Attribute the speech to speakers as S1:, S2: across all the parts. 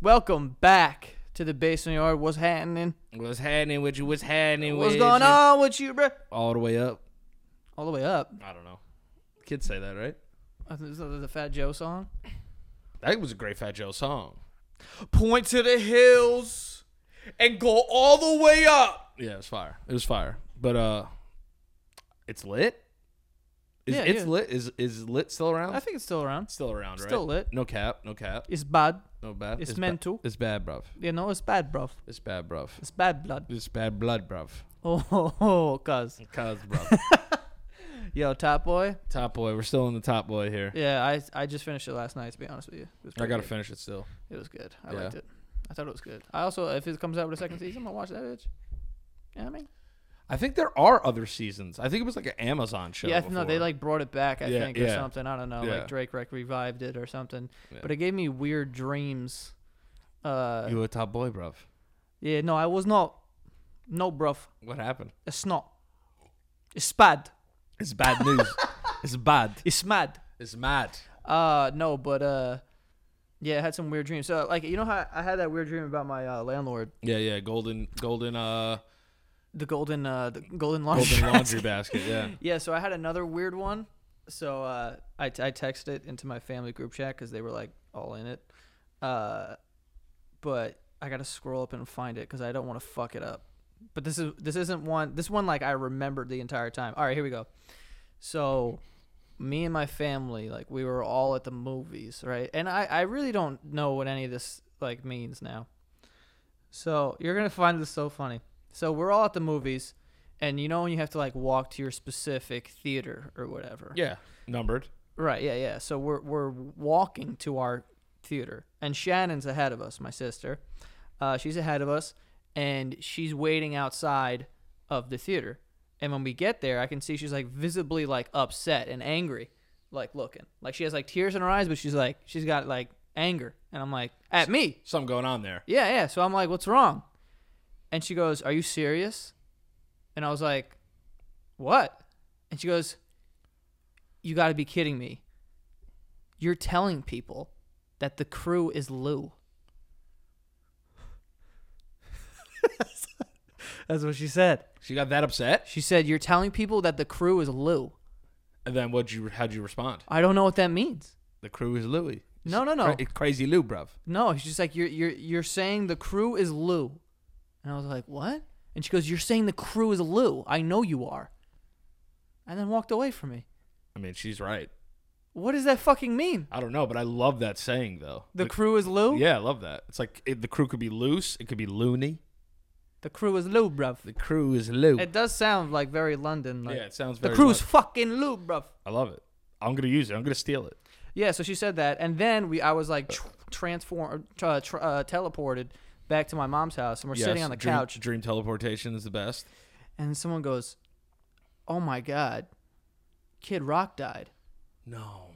S1: Welcome back to the basement yard. What's happening?
S2: What's happening with you? What's happening
S1: What's
S2: with
S1: going
S2: you?
S1: on with you, bro?
S2: All the way up.
S1: All the way up.
S2: I don't know. Kids say that, right?
S1: I think this is the Fat Joe song.
S2: That was a great Fat Joe song. Point to the hills and go all the way up. Yeah, it was fire. It was fire. But uh it's lit. Is
S1: Yeah,
S2: it's
S1: yeah.
S2: lit? Is is lit still around?
S1: I think it's still around.
S2: still around, right?
S1: still lit.
S2: No cap, no cap.
S1: It's bad.
S2: No bad.
S1: It's
S2: ba-
S1: meant to.
S2: It's bad, bruv.
S1: You know, it's bad, bruv.
S2: It's bad, bruv.
S1: It's bad blood.
S2: It's bad blood, bruv.
S1: Oh, ho, ho, cuz.
S2: Cuz, bruv.
S1: Yo, Top Boy.
S2: top boy. We're still in the top boy here.
S1: Yeah, I I just finished it last night, to be honest with you. It was
S2: I
S1: pretty
S2: gotta
S1: good.
S2: finish it still.
S1: It was good. I
S2: Yeah.
S1: liked it. I thought it was good. I also, if it comes out with a second season, I'm gonna watch that bitch. You know what I mean?
S2: I think there are other seasons. I think it was like an Amazon show.
S1: yeah, I th- no, they
S2: before.
S1: like brought it back, I
S2: Yeah,
S1: think, or
S2: yeah.
S1: something. I don't know.
S2: Yeah.
S1: Like Drake like revived it or something.
S2: Yeah.
S1: But it gave me weird dreams. Uh,
S2: you a top boy, bruv.
S1: yeah, no, I was not. No, bruv.
S2: What happened?
S1: It's not. It's bad.
S2: It's bad news. it's bad.
S1: It's mad.
S2: It's mad.
S1: Uh, no, but uh, yeah, I had some weird dreams. So like, you know how I had that weird dream about my uh, landlord,
S2: Yeah, yeah. Golden, golden, uh,
S1: the golden, uh, the golden laundry.
S2: golden laundry basket. Yeah.
S1: Yeah, so I had another weird one. So uh, I, I texted it into my family group chat because they were like all in it. Uh, but I gotta scroll up and find it because I don't want to fuck it up. But this is this isn't one. This one like I remembered the entire time. All right, here we go. So me and my family like we were all at the movies, right? And I I really don't know what any of this like means now. So you're gonna find this so funny. So we're all at the movies, and you know when you have to like walk to your specific theater or whatever.
S2: Yeah. Numbered.
S1: Right. Yeah. Yeah. So we're we're walking to our theater, and Shannon's ahead of us. My sister, uh, she's ahead of us, and she's waiting outside of the theater. And when we get there, I can see she's like visibly like upset and angry, like looking like she has like tears in her eyes, but she's like she's got like anger, and I'm like at me.
S2: Something going on there.
S1: Yeah, yeah. So I'm like, what's wrong? And she goes, Are you serious? And I was like, What? And she goes, You got to be kidding me. You're telling people that the crew is Lou. That's what she said.
S2: She got that upset.
S1: She said, You're telling people that the crew is Lou.
S2: And then what'd you? How'd you respond?
S1: I don't know what that means.
S2: The crew is Louie.
S1: No, no, no.
S2: Cra- crazy Lou, bruv.
S1: No, she's just like, you're you're you're saying the crew is Lou, and I was like, what? And she goes, you're saying the crew is Lou. I know you are. And then walked away from me.
S2: I mean, she's right.
S1: What does that fucking mean?
S2: I don't know, but I love that saying though.
S1: The crew is Lou.
S2: yeah, I love that. It's like it, the crew could be loose. It could be loony.
S1: The crew is Lou, bruv.
S2: The crew is Lou.
S1: It does sound like very London. Like,
S2: yeah, it sounds
S1: the
S2: very.
S1: crew is
S2: much-
S1: fucking Lou, bruv.
S2: I love it. I'm gonna use it. I'm gonna steal it.
S1: Yeah. So she said that, and then we, I was like, tr- transform, tra- tra- uh, teleported back to my mom's house, and we're sitting
S2: Yes,
S1: on the
S2: dream-
S1: couch.
S2: Dream teleportation is the best.
S1: And someone goes, "Oh my God, Kid Rock died."
S2: No.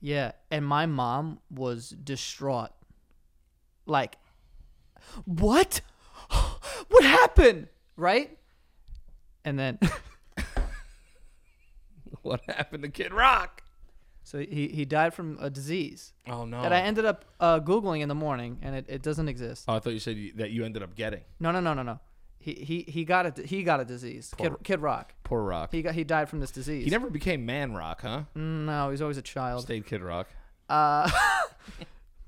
S1: Yeah, and my mom was distraught. Like, what? what happened? Right? And then,
S2: What happened to Kid Rock?
S1: so he, he died from a disease
S2: Oh no.
S1: that I ended up uh, Googling in the morning, and it, it doesn't exist.
S2: oh, I thought you said you, that you ended up getting
S1: No, no, no, no, no. He, he, he got a d- he got a disease. Kid,
S2: Poor-
S1: Kid Rock.
S2: poor Rock. He,
S1: He Mm. got he died from this disease.
S2: never became Man Rock, huh?
S1: no, he was always a child.
S2: Stayed Kid Rock.
S1: Uh,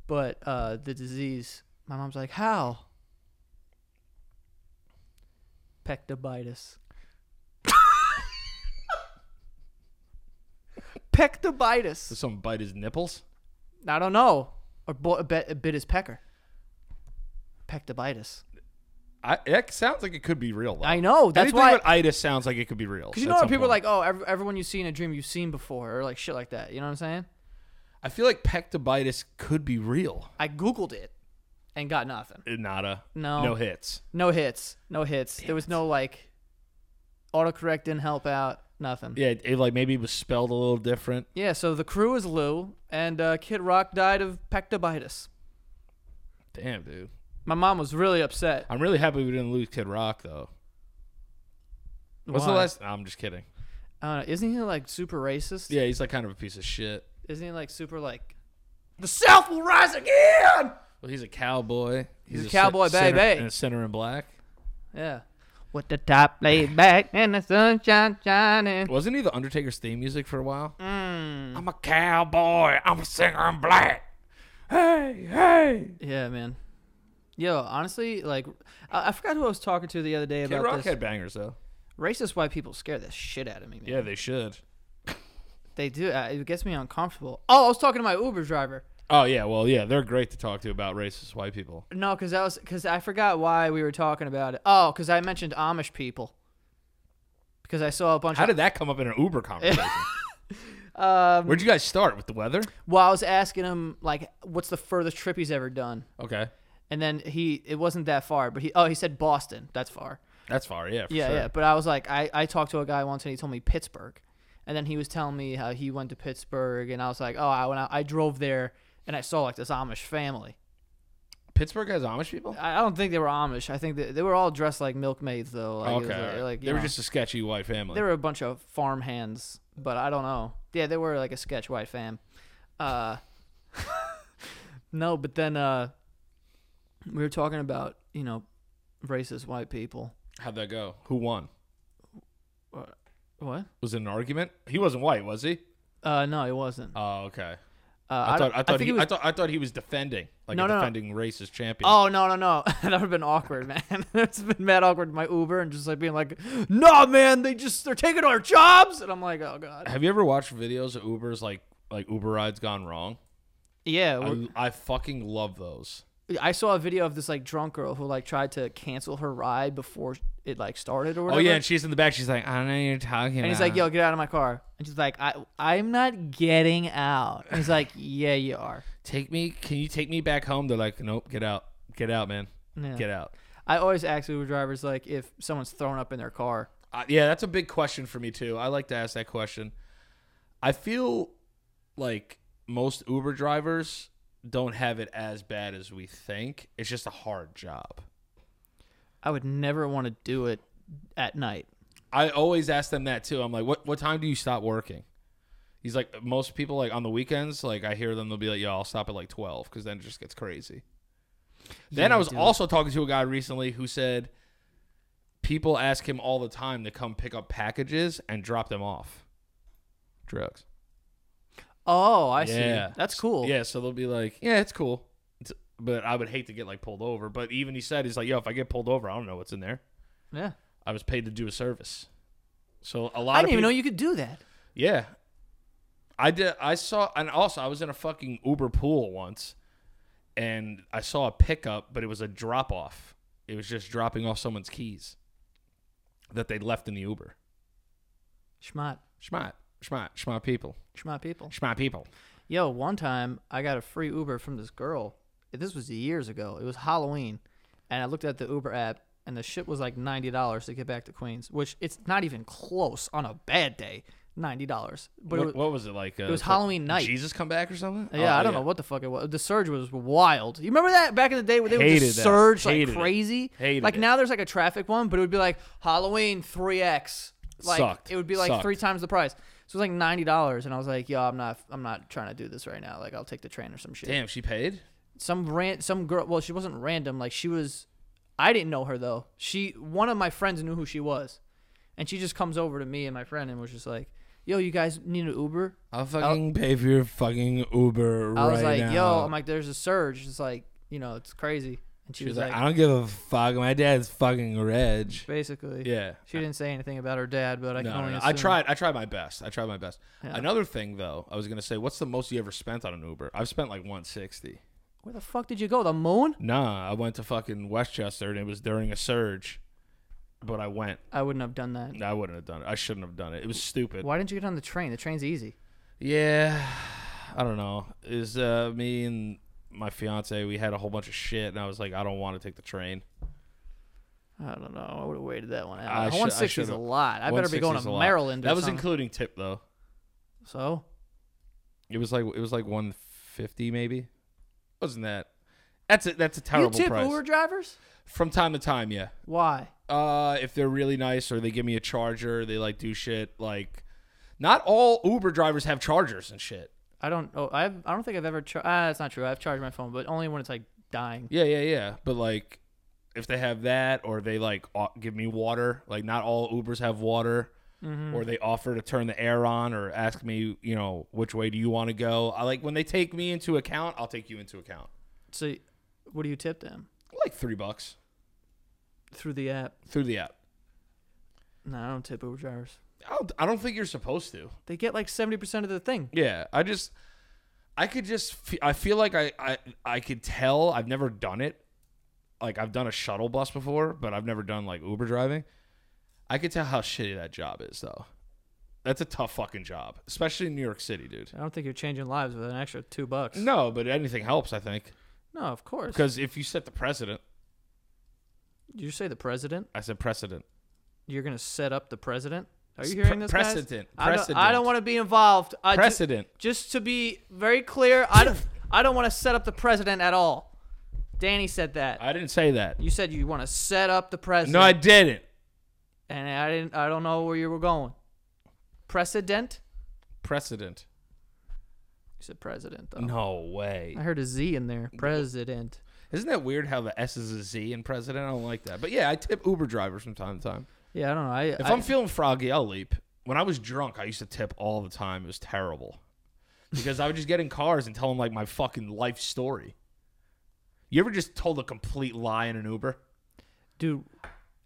S1: but uh, the disease, my mom's like, how? Pectobitis.
S2: Did
S1: Pectobitis.
S2: someone bite his nipples?
S1: I don't know. Or bo- bit, a bit his pecker. Pectobitis.
S2: I, it sounds like it could be real. Though.
S1: I know. That's
S2: Anything
S1: why.
S2: with itis sounds like it could be real.
S1: Because you know
S2: at
S1: how
S2: some
S1: people are like,
S2: point.
S1: oh, ev- everyone you see in a dream you've seen before, or like shit like that. You know what I'm saying?
S2: I feel like pectobitis could be real.
S1: I Googled it and got nothing.
S2: Eh, Nada.
S1: No.
S2: No hits.
S1: No hits. No hits. there was no like autocorrect didn't help out. Nothing.
S2: Yeah, it, it, like maybe it was spelled a little different.
S1: Yeah, so the crew is Lou and uh, Kid Rock died of pectobitis.
S2: Damn, dude.
S1: My mom was really upset.
S2: I'm really happy we didn't lose Kid Rock though. What's the
S1: Why?
S2: last? no, I'm just kidding.
S1: I don't know. Isn't he like super racist?
S2: Yeah, he's like kind of a piece of shit.
S1: Isn't he like super like the South will rise again?
S2: Well, he's a cowboy.
S1: He's a
S2: cen-
S1: cowboy,
S2: center-
S1: baby.
S2: And a center in black.
S1: Yeah. With the top laid back and the sunshine shining.
S2: Wasn't he the Undertaker's theme music for a while?
S1: Mm.
S2: I'm a cowboy. I'm a singer in black. Hey, hey.
S1: Yeah, man. Yo, honestly, like, I, I forgot who I was talking to the other day
S2: Kid
S1: about
S2: Rock
S1: this.
S2: had bangers though.
S1: Racist white people scare the shit out of me, man.
S2: Yeah, they should.
S1: They do. Uh, it gets me uncomfortable. Oh, I was talking to my Uber driver.
S2: Oh yeah, well yeah, they're great to talk to about racist white people.
S1: No, because that was because I forgot why we were talking about it. Oh, because I mentioned Amish people. Because I saw a bunch
S2: How
S1: of.
S2: did that come up in an Uber conversation?
S1: Um,
S2: Where'd you guys start with the weather?
S1: well, I was asking him like, what's the furthest trip he's ever done,
S2: Okay,
S1: and then he it wasn't that far, but he oh he said Boston. That's far.
S2: that's far. Yeah, for
S1: Yeah,
S2: sure.
S1: yeah. But I was like, I, I talked to a guy once and he told me Pittsburgh, and then he was telling me how he went to Pittsburgh, and I was like, oh, I when I, I drove there and I saw like this Amish family.
S2: Pittsburgh has Amish people.
S1: I, I don't think they were Amish. I think they, they were all dressed like milkmaids though. Like, it was
S2: okay,
S1: like-
S2: all right.
S1: like, you
S2: they were
S1: know,
S2: just a sketchy white family.
S1: they were a bunch of farm hands, but I don't know. Yeah, they were like a sketch white fam. Uh, no, but then uh, we were talking about you know racist white people.
S2: How'd that go? Who won?
S1: What?
S2: Was it an argument? He wasn't white, was he?
S1: Uh, no, it wasn't.
S2: Oh, okay.
S1: Uh,
S2: I,
S1: don't-
S2: thought I thought
S1: think
S2: he,
S1: it was
S2: I thought I thought he was defending like
S1: No,
S2: a
S1: no, no.
S2: defending racist champion.
S1: Oh no no no! that would have been awkward, man. it's been mad awkward. with My Uber and just like being like, "Nah, man, they just they're taking our jobs," and I'm like, "Oh god."
S2: Have you ever watched videos of Ubers like like Uber rides gone wrong?
S1: Yeah, we're-
S2: I, I fucking love those.
S1: I saw a video of this like drunk girl who like tried to cancel her ride before it like started or
S2: Oh
S1: whatever.
S2: yeah, and she's in the back. She's like, I don't know what you're talking about.
S1: and he's like, "Yo, get out of my car," and she's like, "I I'm not getting out." And he's like, "Yeah, you are."
S2: take me. Can you take me back home? They're like, nope, get out, get out, man,
S1: Yeah.
S2: get out.
S1: I always ask Uber drivers like if someone's thrown up in their car.
S2: Uh, yeah, that's a big question for me too. I like to ask that question. I feel like most Uber drivers don't have it as bad as we think. It's just a hard job.
S1: I would never want to do it at night.
S2: I always ask them that too. I'm like, what what time do you stop working? He's like, most people like on the weekends. Like I hear them, they'll be like, yo, I'll stop at like twelve because then it just gets crazy. Then
S1: Yeah,
S2: I was
S1: dude.
S2: also talking to a guy recently who said people ask him all the time to come pick up packages and drop them off. Drugs.
S1: Oh, I
S2: Yeah.
S1: see. That's cool.
S2: Yeah, so they'll be like, yeah, it's cool. It's- but I would hate to get like pulled over. But even he said, he's like, yo, if I get pulled over, I don't know what's in there.
S1: yeah.
S2: I was paid to do a service. So a lot
S1: I didn't
S2: of people,
S1: even know you could do that.
S2: Yeah. I did I saw and also I was in a fucking Uber pool once and I saw a pickup, but it was a drop off. It was just dropping off someone's keys that they left in the Uber.
S1: Schmott.
S2: Schmott. Schmott. Schmott people.
S1: Schmott people.
S2: Schmott people.
S1: Yo, one time I got a free Uber from this girl. This was years ago. It was Halloween. And I looked at the Uber app and the shit was like $90 to get back to Queens, which it's not even close on a bad day. $90. But
S2: what,
S1: it was,
S2: what was it like? Uh,
S1: was Halloween night.
S2: Jesus come back or something?
S1: yeah,
S2: Oh,
S1: I don't know what the fuck it was. The surge was wild. You remember that back in the day where they would
S2: Hated
S1: just
S2: that.
S1: surge
S2: Hated it.
S1: like crazy?
S2: Hated
S1: like
S2: it.
S1: now there's like a traffic one, but it would be like Halloween 3X. Like
S2: Sucked.
S1: it would be like
S2: Sucked.
S1: three times the price. So it was like $90 and I was like, "Yo, I'm not I'm not trying to do this right now. Like I'll take the train or some shit."
S2: Damn, she paid?
S1: some ran some girl well she wasn't random like she was i didn't know her though she one of my friends knew who she was and she just comes over to me and my friend and was just like yo you guys need an uber
S2: I'll fucking pay for your fucking Uber
S1: i was like yo i'm like there's a surge it's like you know it's crazy and she, was, like,
S2: don't give a fuck. My dad's fucking Reg.
S1: basically
S2: Yeah.
S1: she didn't say anything about her dad but i
S2: No,
S1: can only
S2: no, no.
S1: assume.
S2: I tried. I tried my best. I tried my best.
S1: Yeah.
S2: Another thing, though, I was gonna say, what's the most you ever spent on an Uber? I've spent like 160.
S1: where the fuck did you go the moon
S2: Nah, I went to fucking Westchester, and it was during a surge, but I went.
S1: i wouldn't have done that
S2: I wouldn't have done it. I shouldn't have done it. It was stupid.
S1: why didn't you get on the train the train's easy
S2: Yeah, I don't know. Is uh, me and my fiance we had a whole bunch of shit, and I was like, I don't want to take the train.
S1: i don't know i would have waited that one out
S2: I should- I
S1: 160 is a
S2: should've-
S1: lot i better be going
S2: 160 is
S1: to
S2: a lot.
S1: maryland or
S2: That was
S1: something.
S2: including tip though.
S1: so
S2: It was like it was like 150 maybe. Wasn't that? That's a that's a
S1: you
S2: terrible
S1: tip
S2: price.
S1: uber drivers
S2: From time to time, yeah.
S1: why
S2: Uh, if they're really nice or they give me a charger, they like do shit. Like, not all Uber drivers have chargers and shit.
S1: I don't. Oh, I've, I don't think I've ever. Char- ah, that's not true. I've charged my phone, but only when it's like dying.
S2: Yeah, yeah, yeah. But like, if they have that, or they like au- give me water, like not all Ubers have water,
S1: mm-hmm.
S2: or they offer to turn the air on, or ask me, you know, which way do you want to go? I like when they take me into account. I'll take you into account.
S1: So, what do you tip them
S2: Like three bucks
S1: through the app?
S2: through the app.
S1: No, I don't tip Uber drivers.
S2: I'll, I don't think you're supposed to.
S1: They get like seventy percent of the thing.
S2: Yeah, I just, I could just, fe- I feel like I, I, I could tell. I've never done it. Like I've done a shuttle bus before, but I've never done like Uber driving. I could tell how shitty that job is, though. That's a tough fucking job, especially in New York City, dude.
S1: I don't think you're changing lives with an extra two bucks.
S2: No, but anything helps, I think,
S1: No, of course.
S2: because if you set the precedent,
S1: Did you say the president?
S2: I said precedent.
S1: You're gonna set up the president? Are you
S2: Pre-
S1: hearing this? guys?
S2: precedent,
S1: I don't- I
S2: precedent.
S1: don't, want to be involved. I ju-
S2: Precedent.
S1: just to be very clear, I don't. I don't want to set up the president at all. Danny said that.
S2: I didn't say that.
S1: you said you want to set up the president.
S2: No, I didn't.
S1: and I didn't. I don't know where you were going. Precedent?
S2: Precedent.
S1: You said president though.
S2: No way.
S1: I heard a Z in there. President.
S2: Isn't that weird how the S is a Z in president? I don't like that. But yeah, I tip Uber drivers from time to time.
S1: Yeah, I don't know. I,
S2: If
S1: I,
S2: I, am feeling froggy, I'll leap. When I was drunk, I used to tip all the time. It was terrible because I would just get in cars and tell them like my fucking life story. You ever just told a complete lie in an Uber?
S1: dude,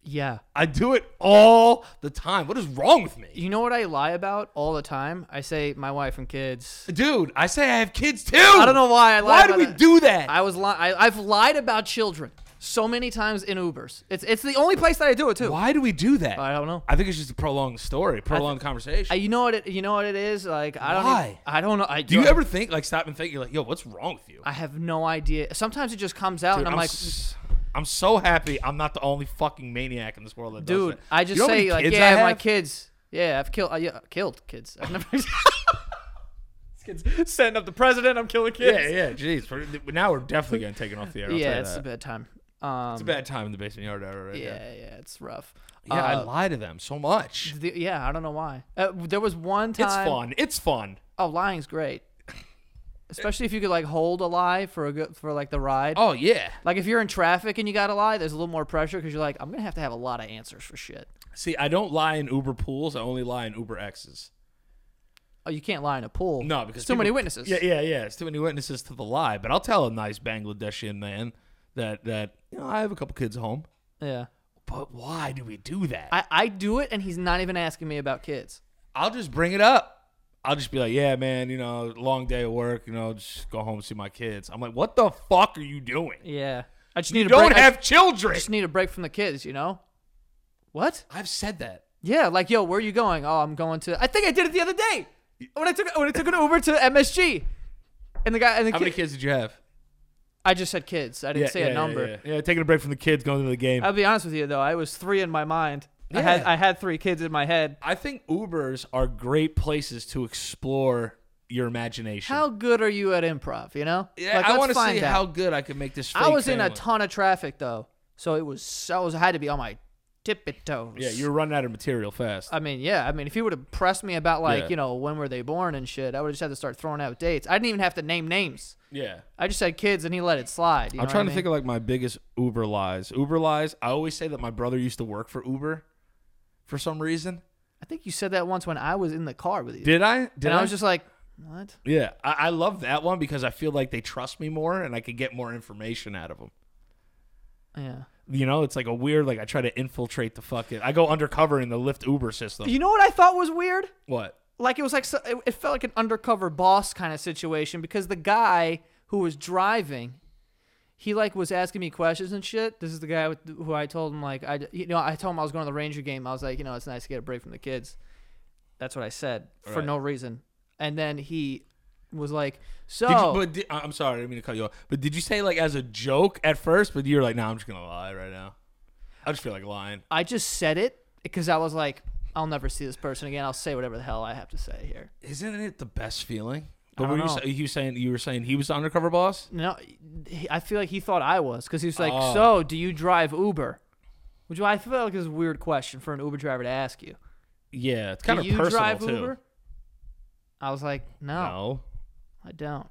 S1: yeah.
S2: I do it all the time. What is wrong with me?
S1: You know what I lie about all the time? I say my wife and kids.
S2: Dude, I say I have kids too.
S1: I don't know why I lie.
S2: Why
S1: about
S2: do we
S1: it.
S2: do that?
S1: I was li- I, I've lied about children so many times in Ubers. It's it's the only place that I do it too.
S2: why do we do that?
S1: I don't know.
S2: I think it's just a prolonged story, prolonged conversation.
S1: I, you know what it you know what it is like. I don't.
S2: Why?
S1: even- I don't know. I
S2: do you ever think like stop and think you're like, yo, what's wrong with you?
S1: I have no idea. Sometimes it just comes out,
S2: Dude,
S1: and I'm, like,
S2: s- I'm so happy I'm not the only fucking maniac in this world that does
S1: dude,
S2: that.
S1: I just
S2: You know how many
S1: say like,
S2: kids
S1: yeah,
S2: I
S1: I have my
S2: have?
S1: kids. Yeah, I've killed. I, yeah, killed kids. I've never. This kid's setting up the president. I'm killing kids.
S2: Yeah, yeah, jeez. We're- Now we're definitely getting taken off the air. I'll
S1: Yeah,
S2: tell you
S1: it's
S2: that.
S1: a bad time. Um,
S2: It's a bad time in the basement yard era right
S1: yeah,
S2: there.
S1: yeah, it's rough.
S2: Yeah,
S1: Uh,
S2: I lie to them so much.
S1: the- yeah, I don't know why. Uh, there was one time.
S2: It's fun. It's fun.
S1: Oh, lying's great, especially if you could like hold a lie for a good for like the ride.
S2: Oh yeah.
S1: Like if you're in traffic and you got to lie, there's a little more pressure because you're like, I'm gonna have to have a lot of answers for shit.
S2: See, I don't lie in Uber pools. I only lie in Uber X's.
S1: Oh, you can't lie in a pool.
S2: No, because
S1: There's too many
S2: people-
S1: witnesses.
S2: Yeah, yeah, yeah. It's too many witnesses to the lie. But I'll tell a nice Bangladeshian man that that you know I have a couple kids at home.
S1: yeah.
S2: But why do we do that?
S1: I, I do it and he's not even asking me about kids.
S2: I'll just bring it up. I'll just be like, yeah, man, you know, long day at work, you know, just go home and see my kids. I'm like, what the fuck are you doing?
S1: Yeah. I just need a
S2: You don't
S1: break.
S2: have
S1: I
S2: children.
S1: just need a break from the kids, you know? What?
S2: I've said that.
S1: Yeah, like yo, where are you going? Oh, I'm going to. I think I did it the other day when I took when I took an Uber to MSG, and the guy and the
S2: How
S1: kid,
S2: many kids did you have?
S1: I just said kids. I didn't say a number.
S2: Yeah, yeah. Yeah, taking a break from the kids, going to the game.
S1: I'll be honest with you though, I was three in my mind. I had
S2: Yeah.
S1: I had three kids in my head.
S2: I think Ubers are great places to explore your imagination.
S1: How good are you at improv? You know?
S2: yeah,
S1: Like,
S2: I
S1: let's
S2: want to see
S1: find out.
S2: how good I can make this.
S1: I
S2: fake
S1: was in a
S2: family.
S1: ton of traffic though, so it was so I, was, I had to be on my tippy toes.
S2: Yeah, you're running out of material fast.
S1: I mean, yeah. I mean, if you would have pressed me about like
S2: Yeah.
S1: you know when were they born and shit, I would just have to start throwing out dates. I didn't even have to name names.
S2: yeah.
S1: I just said kids, and he let it slide. You
S2: I'm
S1: know
S2: trying
S1: what
S2: to think of like my biggest Uber lies. Uber lies. I always say that my brother used to work for Uber for some reason.
S1: I think you said that once when I was in the car with you,
S2: Did I? Did
S1: and I was just like, what?
S2: yeah. I, I love that one because I feel like they trust me more and I can get more information out of them.
S1: Yeah.
S2: You know, it's like a weird like I try to infiltrate the fucking. I go undercover in the Lyft Uber system.
S1: You know what I thought was weird?
S2: What?
S1: Like it was like so- it- it felt like an undercover boss kind of situation because the guy who was driving. He like was asking me questions and shit. This is the guy with, who I told him like I you know I told him I was going to the Ranger game. I was like you know it's nice to get a break from the kids. That's what I said for
S2: Right.
S1: no reason. And then he was like, "So
S2: Did you, but di- I- I'm sorry, I didn't mean to cut you off. But did you say like as a joke at first? But you're like, nah, I'm just gonna lie right now. I just feel like lying.
S1: I just said it because I was like, I'll never see this person again. I'll say whatever the hell I have to say here.
S2: Isn't it the best feeling? But
S1: I
S2: were you,
S1: don't
S2: sa- you saying you were saying he was the undercover boss?
S1: No, he- I feel like he thought I was because he was like,
S2: Oh.
S1: "So, do you drive Uber?" Which I feel like is a weird question for an Uber driver to ask you.
S2: Yeah, it's kind
S1: do
S2: of
S1: you
S2: personal
S1: drive
S2: too.
S1: Oh. Uber? I was like, no,
S2: No,
S1: I don't.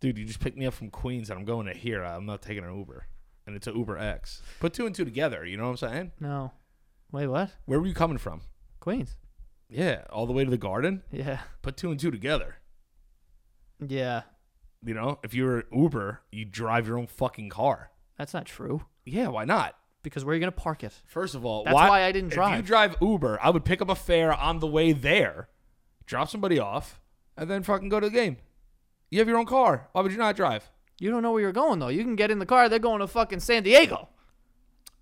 S2: dude, you just picked me up from Queens and I'm going to here. I'm not taking an Uber. And it's an Uber X. Put two and two together. You know what I'm saying?
S1: No. Wait, what?
S2: Where were you coming from?
S1: Queens.
S2: Yeah, all the way to the garden.
S1: Yeah.
S2: Put two and two together.
S1: Yeah.
S2: You know, if you're Uber, you drive your own fucking car.
S1: That's not true.
S2: Yeah, why not?
S1: Because where are you gonna park it?
S2: First of all,
S1: That's why I didn't
S2: If you
S1: drive.
S2: drive Uber, I would pick up a fare on the way there, drop somebody off, and then fucking go to the game. You have your own car. Why would you not drive?
S1: You don't know where you're going though. You can get in the car. They're going to fucking San Diego.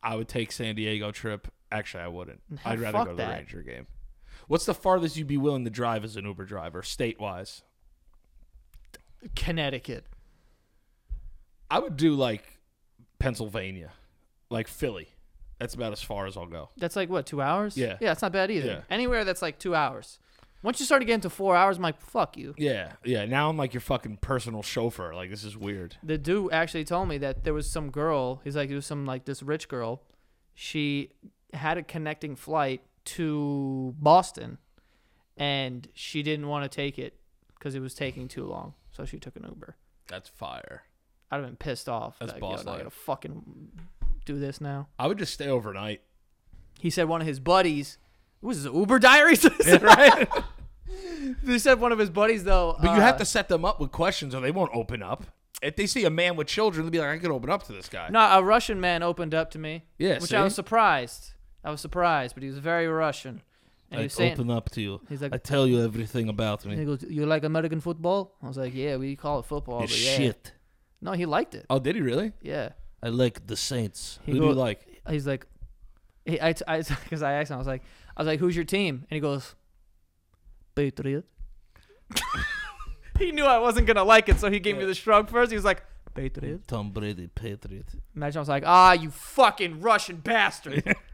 S2: I would take San Diego trip. Actually, I wouldn't. I'd rather
S1: fuck
S2: go to the
S1: that.
S2: Ranger game. What's the farthest you'd be willing to drive as an Uber driver, state wise?
S1: Connecticut.
S2: I would do like Pennsylvania, like Philly. That's about as far as I'll go.
S1: That's like what two hours?
S2: Yeah.
S1: Yeah, it's not bad either.
S2: Yeah.
S1: Anywhere that's like two hours. Once you start getting to four hours, I'm like, fuck you.
S2: Yeah, yeah. Now I'm like your fucking personal chauffeur. Like this is weird.
S1: the dude actually told me that there was some girl. He's like, there was some like this rich girl. She had a connecting flight to Boston, and she didn't want to take it because it was taking too long. So she took an Uber.
S2: That's fire.
S1: I'd have been pissed off.
S2: That's
S1: like, yo,
S2: boss
S1: I
S2: life.
S1: gotta fucking do this now.
S2: I would just stay overnight.
S1: He said one of his buddies. What was his Uber diaries?
S2: right?
S1: he said one of his buddies though.
S2: But you have
S1: uh,
S2: to set them up with questions or they won't open up. If they see a man with children, they'll be like, I could open up to this guy.
S1: No, a Russian man opened up to me.
S2: Yeah,
S1: which
S2: see?
S1: I was surprised. I was surprised, but he was very Russian, and he was saying,
S2: up to you.
S1: He's like- "I
S2: tell you everything about
S1: And he goes, "You like American football?" I was like, "Yeah, we call it football." But yeah. No, he liked it.
S2: Oh, did he really?
S1: Yeah.
S2: I like the Saints.
S1: He Who do you go-
S2: like?
S1: He's like, he, I, I, because I asked him, I was like, I was like, "Who's your team?" And he goes, "Patriot." he knew I wasn't gonna like it, so he gave me the shrug first. He was like, "Patriot."
S3: Tom Brady, Patriot.
S1: Imagine I was like, "Ah, you fucking Russian bastard."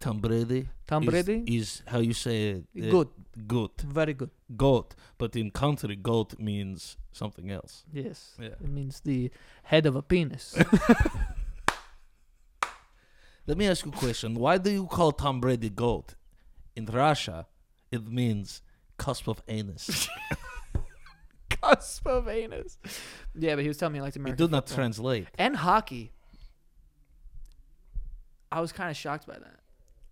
S3: Tom Brady.
S1: Tom
S3: is-
S1: Brady?
S3: is, how you say it. uh,
S1: Good.
S3: Good.
S1: Very good.
S3: Goat. But in country, goat means something else.
S1: Yes.
S2: Yeah.
S1: It means the head of a penis.
S3: Let me ask you a question. Why do you call Tom Brady goat? In Russia, it means cusp of anus.
S1: Cusp of anus. Yeah, but he was telling me he liked
S3: it
S1: American
S3: do not
S1: football.
S3: translate.
S1: and hockey. I was kind of shocked by that.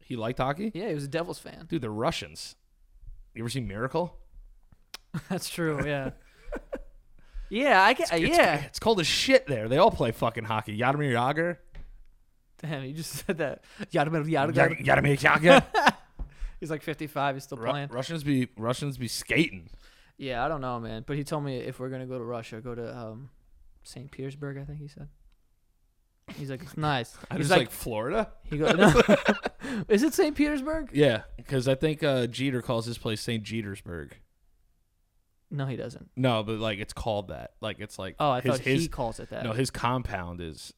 S2: He liked hockey?
S1: Yeah, he was a Devils fan.
S2: Dude, they're Russians. You ever seen Miracle?
S1: That's true. Yeah. yeah, I get.
S2: It's-
S1: yeah.
S2: It's cold as shit there. They all play fucking hockey. Yadomir Yager.
S1: Damn, you just said that. Yadamir Yadamir.
S2: Yadomir Yager.
S1: He's like 55. He's still
S2: Ru-
S1: playing.
S2: Russians be Russians be skating.
S1: Yeah, I don't know, man. But he told me if we're gonna go to Russia, go to um, St. Petersburg. I think he said. He's like, it's nice.
S2: I
S1: He's
S2: just like, Florida.
S1: he goes, no. is it St. Petersburg?
S2: Yeah, because I think uh, Jeter calls his place St. Jetersburg.
S1: No, he doesn't.
S2: No, but like it's called that. Like it's like
S1: Oh, I
S2: his,
S1: thought
S2: his,
S1: he calls it that.
S2: no his compound is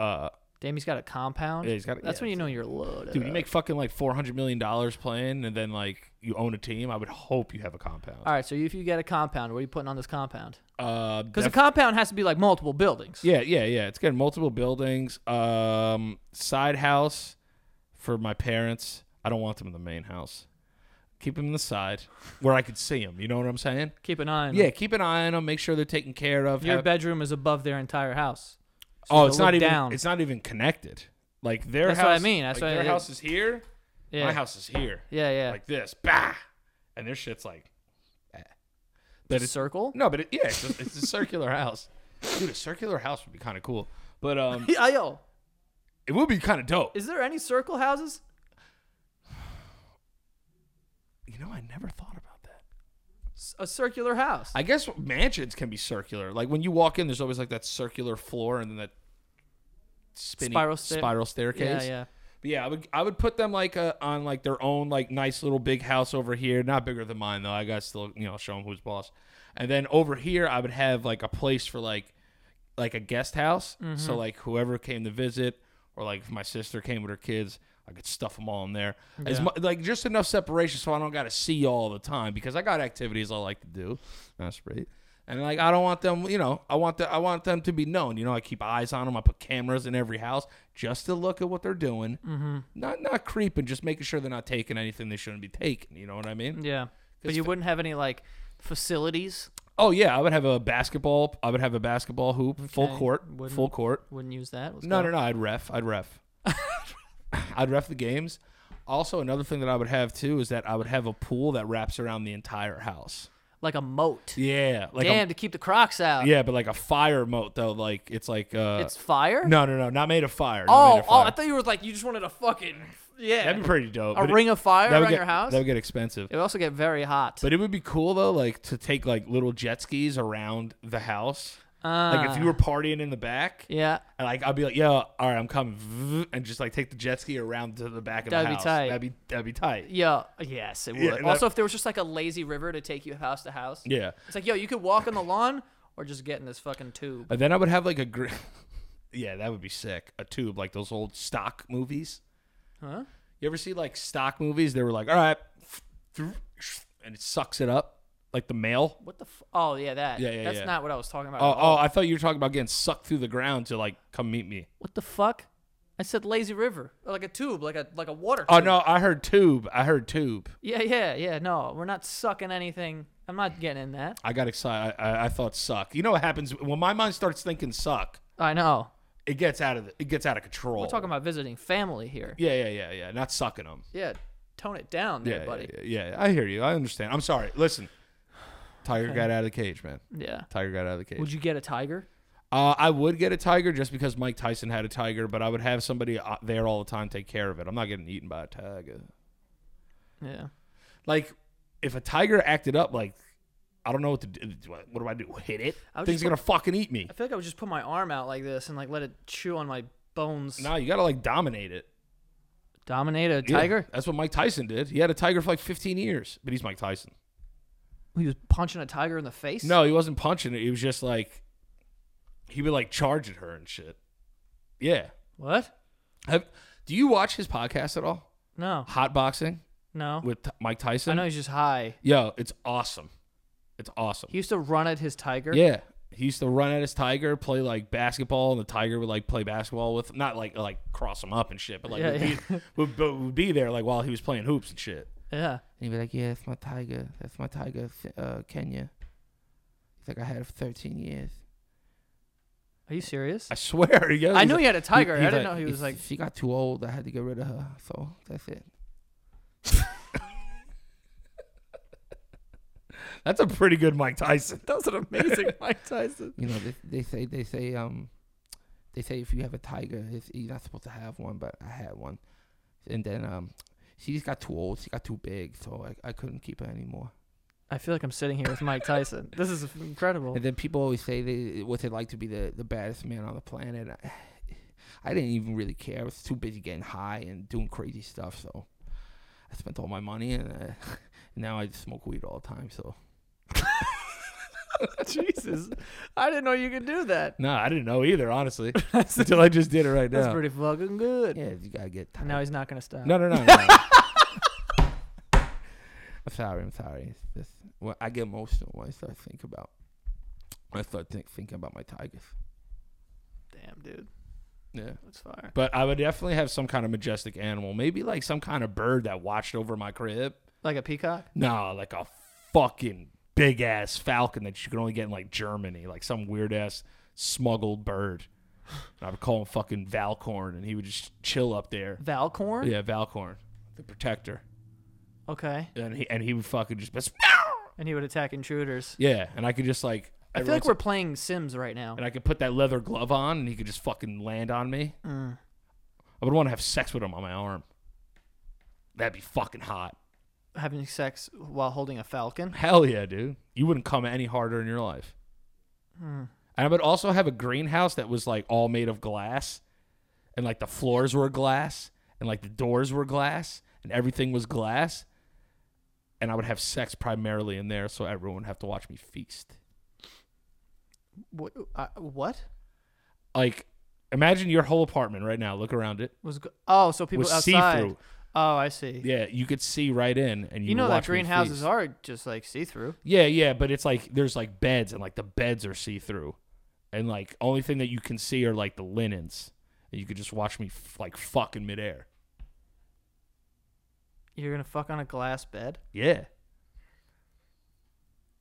S2: uh
S1: Damn, he's got a compound.
S2: yeah, he's got
S1: That's
S2: yeah,
S1: when you
S2: it's-
S1: know you're loaded.
S2: dude you
S1: up.
S2: make fucking like four hundred million dollars playing and then like you own a team. I would hope you have a compound.
S1: All right, so if you get a compound, what are you putting on this compound?
S2: Uh,
S1: Because
S2: def-
S1: a compound has to be like multiple buildings.
S2: yeah yeah yeah it's got multiple buildings. Um, side house for my parents. I don't want them in the main house. Keep them in the side where I could see them. You know what I'm saying?
S1: Keep an eye on.
S2: Yeah, keep an eye on them. Make sure they're taken care of.
S1: your
S2: have-
S1: bedroom is above their entire house. So you
S2: oh,
S1: gotta
S2: it's not
S1: look
S2: even.
S1: down.
S2: It's not even connected. Like their
S1: That's
S2: house.
S1: what I mean. That's
S2: like,
S1: what I-
S2: their house is here.
S1: yeah.
S2: My house is here.
S1: Yeah, yeah.
S2: Like this. Bah. And their shit's like. eh. But
S1: It's a
S2: it's,
S1: circle.
S2: no, but it, yeah, it's a, it's a circular house. Dude, a circular house would be kind of cool. But um,
S1: Yeah, yo,
S2: it would be kind of dope.
S1: is there any circle houses?
S2: You know, I never thought about that.
S1: S- A circular house.
S2: I guess mansions can be circular. Like when you walk in, there's always like that circular floor and then that spinny
S1: Spiral stair-
S2: spiral staircase.
S1: yeah, yeah.
S2: But yeah, I would I would put them like uh, on like their own like nice little big house over here, not bigger than mine though. I got to still you know show them who's boss. And then over here, I would have like a place for like like a guest house.
S1: Mm-hmm.
S2: So like whoever came to visit, or like if my sister came with her kids, I could stuff them all in there. As
S1: Yeah.
S2: mu- like just enough separation so I don't got to see you all the time because I got activities I like to do. That's right. And like I don't want them, you know, I want the, I want them to be known. You know, I keep eyes on them. I put cameras in every house just to look at what they're doing. Mm-hmm. Not not creeping, just making sure they're not taking anything they shouldn't be taking. You know what I mean?
S1: Yeah. But
S2: It's
S1: you
S2: fa-
S1: wouldn't have any like facilities.
S2: Oh yeah, I would have a basketball. I would have a basketball hoop, full
S1: Okay,
S2: court,
S1: wouldn't-
S2: full court.
S1: Wouldn't use that. Let's
S2: No,
S1: go.
S2: no, no. I'd ref. I'd ref. I'd ref the games. Also, another thing that I would have too is that I would have a pool that wraps around the entire house.
S1: Like a moat.
S2: Yeah, like
S1: Damn, to keep the crocs
S2: A,
S1: out.
S2: yeah, but like a fire moat though. Like it's like uh,
S1: It's fire?
S2: no, no, no, not made of fire. not made
S1: Oh,
S2: of
S1: oh,
S2: fire.
S1: I thought you were like, you just wanted a fucking. Yeah.
S2: that'd be pretty dope.
S1: a
S2: but it-
S1: ring of fire
S2: that would
S1: around
S2: get-
S1: your house?
S2: That would get expensive.
S1: it would also get very hot.
S2: But it would be cool though, like to take like little jet skis around the house.
S1: uh,
S2: Like if you were partying in the back,
S1: Yeah.
S2: and like I'd be like, "Yo, all right, I'm coming," and just like take the jet ski around to the back of
S1: That'd
S2: the
S1: be
S2: house.
S1: tight.
S2: That'd be that'd be tight.
S1: Yeah. Yes, it would.
S2: Yeah, that-
S1: also, if there was just like a lazy river to take you house to house.
S2: Yeah,
S1: It's like, yo, you could walk on the lawn or just get in this fucking tube.
S2: and then I would have like a, gr- yeah, that would be sick. A tube like those old stock movies.
S1: Huh?
S2: You ever see like stock movies? They were like, "All right," and it sucks it up like the mail.
S1: What the? F- oh yeah, that.
S2: Yeah, yeah,
S1: That's
S2: yeah.
S1: not what I was talking about.
S2: Oh, oh, I thought you were talking about getting sucked through the ground to like come meet me.
S1: What the fuck? I said lazy river, like a tube, like a like a water.
S2: Oh
S1: tube.
S2: no, I heard tube. I heard tube.
S1: Yeah, yeah, yeah. No, we're not sucking anything. I'm not getting in that.
S2: I got excited. I, I, I thought suck. You know what happens when my mind starts thinking suck?
S1: I know.
S2: It gets out of the, it gets out of control.
S1: We're talking about visiting family here.
S2: Yeah, yeah, yeah, yeah. Not sucking them.
S1: Yeah, tone it down, there,
S2: Yeah,
S1: buddy.
S2: yeah, yeah, yeah. I hear you. I understand. I'm sorry. Listen, tiger got out of the cage, man.
S1: Yeah.
S2: Tiger got out of the cage.
S1: Would you get a tiger?
S2: uh, I would get a tiger just because Mike Tyson had a tiger, but I would have somebody uh, there all the time take care of it. I'm not getting eaten by a tiger.
S1: Yeah.
S2: Like, if a tiger acted up, like, I don't know what to do. What do I do? Hit it?
S1: I would
S2: Thing's
S1: just
S2: gonna fucking eat me.
S1: I feel like I would just put my arm out like this and like let it chew on my bones.
S2: No, you gotta like dominate it.
S1: Dominate a
S2: Yeah,
S1: tiger?
S2: that's what Mike Tyson did. He had a tiger for like 15 years, but he's Mike Tyson.
S1: He was punching a tiger in the face.
S2: No, he wasn't punching it. He was just like, he would like charge at her and shit. Yeah.
S1: What?
S2: Have, do you watch his podcast at all?
S1: No.
S2: Hot Boxing
S1: No.
S2: with T- Mike
S1: I
S2: Tyson?
S1: know he's just high.
S2: Yo, it's awesome. It's awesome.
S1: He used to run at his tiger.
S2: yeah. He used to run at his tiger, play like basketball, and the tiger would like play basketball with him. Not like like cross him up and shit, but like
S1: Yeah,
S2: would,
S1: yeah.
S2: Be, would, but would be there like while he was playing hoops and shit.
S1: Yeah.
S4: And he'd be like, yeah, that's my tiger. That's my tiger, f- uh, Kenya. He's like, I had it for 13 years.
S1: Are you serious?
S2: I swear. Yo,
S1: I
S2: he's
S1: knew
S2: like-
S1: he had a tiger.
S2: he's
S1: I didn't
S2: like-
S1: know he was
S4: If
S1: like.
S4: she got too old. I had to get rid of her. So that's it.
S2: That's a pretty good Mike Tyson.
S1: That was an amazing Mike Tyson.
S4: You know, they, they say they say um, they say if you have a tiger, it's, you're not supposed to have one, but I had one, and then um, she just got too old. She got too big, so I, I couldn't keep her anymore.
S1: I feel like I'm sitting here with Mike Tyson. This is incredible.
S4: And then people always say they, what's it like to be the the baddest man on the planet. I, I didn't even really care. I was too busy getting high and doing crazy stuff, so I spent all my money and. Uh, Now I just smoke weed all the time, so
S1: Jesus, I didn't know you could do that.
S2: No, I didn't know either, honestly. until I just did it right
S1: That's
S2: now.
S1: pretty fucking good.
S4: yeah, you gotta get. Tired.
S1: Now he's not gonna stop.
S2: no, no, no, no.
S4: I'm sorry. I'm sorry. It's just well, I get emotional when I start thinking about. When I start think, thinking about my tigers.
S1: Damn, dude,
S4: Yeah.
S1: that's fire.
S2: but I would definitely have some kind of majestic animal, maybe like some kind of bird that watched over my crib.
S1: Like a peacock.
S2: No, like a fucking big ass falcon that you could only get in like Germany, like some weird ass smuggled bird. And I would call him fucking Valcorn, and he would just chill up there.
S1: Valcorn.
S2: Yeah, Valcorn, the protector,
S1: Okay.
S2: and he and he would fucking just be-
S1: And he would attack intruders.
S2: yeah, and I could just like
S1: I feel like we're playing Sims right now.
S2: and I could put that leather glove on, and he could just fucking land on me.
S1: Mm.
S2: I would want to have sex with him on my arm. That'd be fucking hot.
S1: Having sex while holding a falcon.
S2: Hell yeah, dude. You wouldn't come any harder in your life.
S1: Hmm.
S2: And I would also have a greenhouse that was like all made of glass. And like the floors were glass. And like the doors were glass. And everything was glass. And I would have sex primarily in there so everyone would have to watch me feast.
S1: What? Uh, what
S2: Like, imagine your whole apartment right now. Look around it.
S1: was? Go- oh, so people
S2: was see
S1: outside.
S2: through.
S1: Oh, I see.
S2: Yeah, you could see right in. And you,
S1: You know
S2: would
S1: that
S2: watch me
S1: greenhouses
S2: feast.
S1: are just like see through.
S2: Yeah, yeah, but it's like there's like beds and like the beds are see through, and like only thing that you can see are like the linens, and you could just watch me f- like fuck in midair.
S1: You're gonna fuck on a glass bed.
S2: Yeah,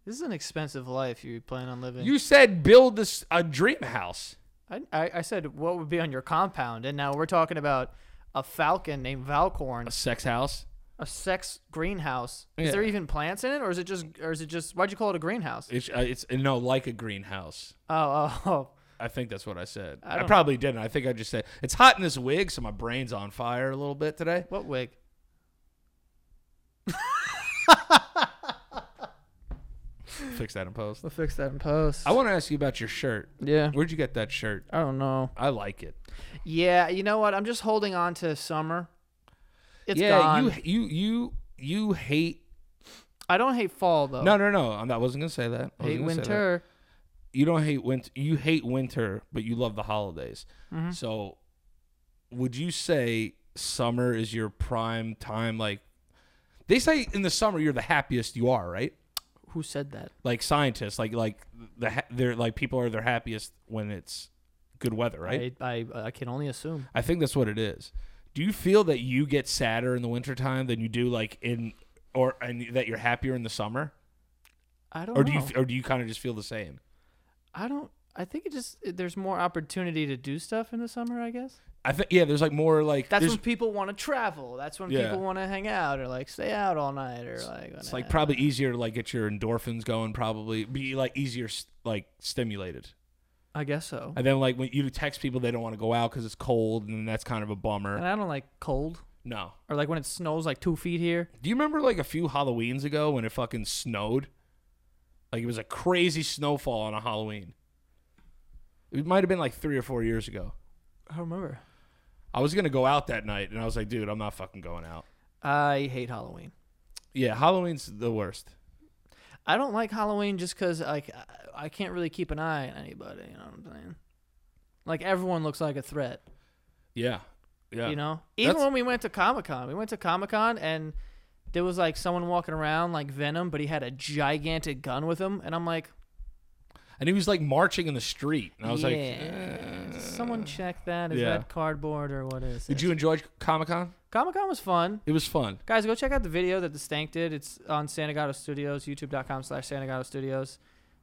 S1: This is an expensive life you plan on living.
S2: You said build this a dream house.
S1: I, I, I said what would be on your compound, and now we're talking about a falcon named Valcorn,
S2: A sex house.
S1: a sex greenhouse. Is there even plants in it, or is it just, or is it just? Why'd you call it a greenhouse?
S2: It's, uh, it's no like a greenhouse.
S1: Oh, oh, oh.
S2: I think that's what I said. I,
S1: don't-
S2: probably didn't. I think I just said it's hot in this wig, so my brain's on fire a little bit today.
S1: what wig?
S2: Fix that in post.
S1: We'll fix that in post.
S2: I want to ask you about your shirt.
S1: yeah.
S2: Where'd you get that shirt?
S1: I don't know.
S2: I like it.
S1: Yeah, you know what? I'm just holding on to summer. It's
S2: yeah,
S1: gone.
S2: you you you you hate.
S1: I don't hate fall though.
S2: No, no, no. I'm- I wasn't gonna say that. I wasn't
S1: hate
S2: gonna say that.
S1: winter.
S2: You don't hate winter. You hate winter, but you love the holidays.
S1: Mm-hmm.
S2: So, would you say summer is your prime time? Like, they say in the summer you're the happiest you are, right?
S1: Who said that?
S2: like scientists, like like the ha- they're like people are their happiest when it's good weather, right?
S1: I, I I can only assume.
S2: I think that's what it is. Do you feel that you get sadder in the wintertime than you do like in or and that you're happier in the summer,
S1: I don't know.
S2: or do you or do you kind of just feel the same?
S1: I don't. I think it just it- there's more opportunity to do stuff in the summer. I guess
S2: I think yeah, there's like more like
S1: that's
S2: there's,
S1: when people want to travel. That's when
S2: Yeah.
S1: people want to hang out or like stay out all night or like.
S2: it's like probably easier to like get your endorphins going, probably be like easier s- like stimulated.
S1: I guess so.
S2: And then like when you text people, they don't want to go out because it's cold, and that's kind of a
S1: And
S2: bummer.
S1: I don't like cold
S2: No,
S1: or like when it snows like two feet here.
S2: Do you remember like a few Halloweens ago when it fucking snowed? Like it was a crazy snowfall on a Halloween. It might have been like three or four years ago.
S1: I don't remember.
S2: I was gonna go out that night, and I was like, dude, I'm not fucking going out.
S1: I hate Halloween.
S2: Yeah, Halloween's the worst.
S1: I don't like Halloween just because like I- I can't really keep an eye on anybody. You know what I'm saying? Like everyone looks like a threat.
S2: Yeah, yeah.
S1: You know, even
S2: That's-
S1: when we went to Comic Con, we went to Comic Con and there was like someone walking around like Venom, but he had a gigantic gun with him, and I'm like,
S2: and he was like marching in the street, and I was
S1: yeah.
S2: like, eh.
S1: someone check that. Is
S2: Yeah.
S1: that cardboard or what is?
S2: did you enjoy Comic Con?
S1: Comic Con was fun.
S2: It was fun.
S1: Guys, go check out the video that the Stank did. It's on Santagato Studios, youtube.com slash Santagato Studios.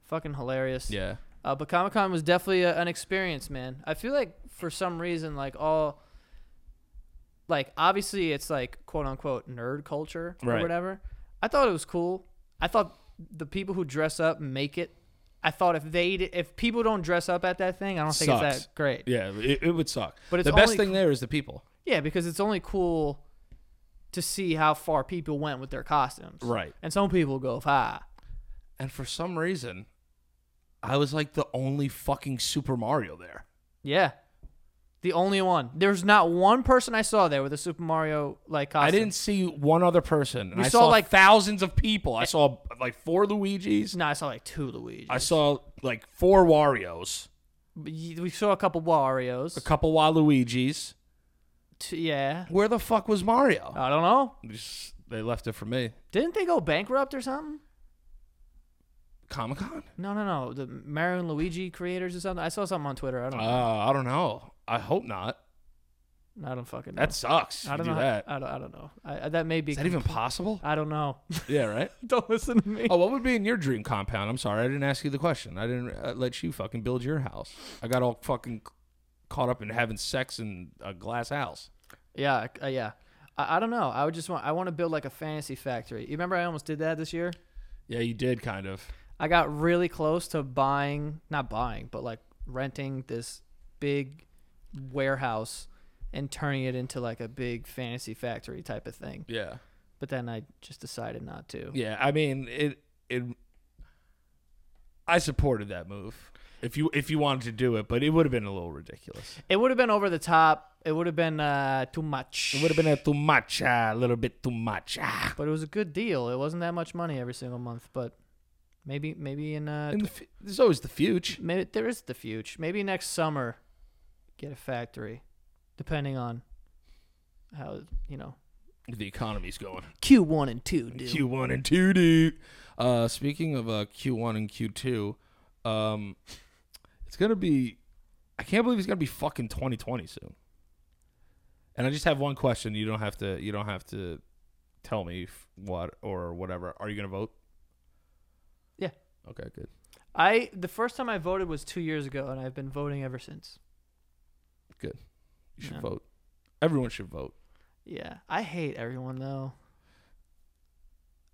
S1: Fucking hilarious.
S2: Yeah,
S1: Uh, but Comic Con was definitely a, an experience, man. I feel like for some reason, like all, like obviously it's like quote unquote nerd culture or
S2: Right.
S1: whatever. I thought it was cool. I thought the people who dress up make it. I thought if they d- if people don't dress up at that thing, I don't think it's
S2: Sucks.
S1: that great. Yeah.
S2: yeah. It, it would suck.
S1: But it's
S2: the best
S1: only
S2: thing there is the people.
S1: because it's only cool to see how far people went with their costumes.
S2: Right.
S1: And some people go ah. far.
S2: And for some reason, I was like the only fucking Super Mario there.
S1: Yeah. The only one. There's not one person I saw there with a Super Mario like costume.
S2: I didn't see one other person.
S1: We
S2: I
S1: saw,
S2: saw,
S1: like-
S2: like thousands of people. I saw like four Luigi's.
S1: No, I saw like two Luigi.
S2: I saw like four Wario's,
S1: we saw a couple Wario's.
S2: a couple Waluigi's.
S1: T- yeah.
S2: Where the fuck was Mario?
S1: I don't know.
S2: Just- Uh, they left it for me.
S1: Didn't they go bankrupt or something?
S2: Comic Con?
S1: No, no, no. The Mario and Luigi creators or something. I saw something on Twitter. I don't
S2: Uh,
S1: know.
S2: I don't know. I hope not.
S1: I don't fucking know.
S2: That sucks.
S1: I
S2: I
S1: don't
S2: do
S1: know.
S2: that.
S1: I don't, I don't know. I, I- that may be.
S2: Is that even possible?
S1: I don't know.
S2: yeah, right.
S1: don't listen to me.
S2: Oh, what would be in your dream compound? I'm sorry, I didn't ask you the question. I didn't uh, let you fucking build your house. I got all fucking c- caught up in having sex in a glass house.
S1: Yeah, uh, yeah. I, I don't know. I would just want. I want to build like a fantasy factory. You remember I almost did that this year.
S2: Yeah, you did kind of.
S1: I got really close to buying, not buying, but like renting this big warehouse and turning it into like a big fantasy factory type of thing.
S2: Yeah.
S1: But then I just decided not to.
S2: Yeah, I mean it. It. I supported that move. If you if you wanted to do it, but it would have been a little ridiculous.
S1: It would have been over the top. It would have been uh, too much.
S2: It would have been a too much, uh, a little bit too much. ah.
S1: But it was a good deal. It wasn't that much money every single month, but maybe maybe in uh
S2: And the, fu- there's always the future.
S1: maybe there is the future. Maybe next summer get a factory depending on how, you know,
S2: The economy's going.
S1: Q1 and 2 do.
S2: Q one and two, dude. Uh, speaking of uh, Q one and Q two, um, it's gonna be. I can't believe it's gonna be fucking 2020 soon. And I just have one question. You don't have to. You don't have to tell me f- what or whatever. Are you gonna vote?
S1: Yeah.
S2: Okay, good.
S1: I the first time I voted was two years ago, and I've been voting ever since.
S2: You should
S1: Yeah.
S2: vote. Everyone should vote.
S1: Yeah, I hate everyone though.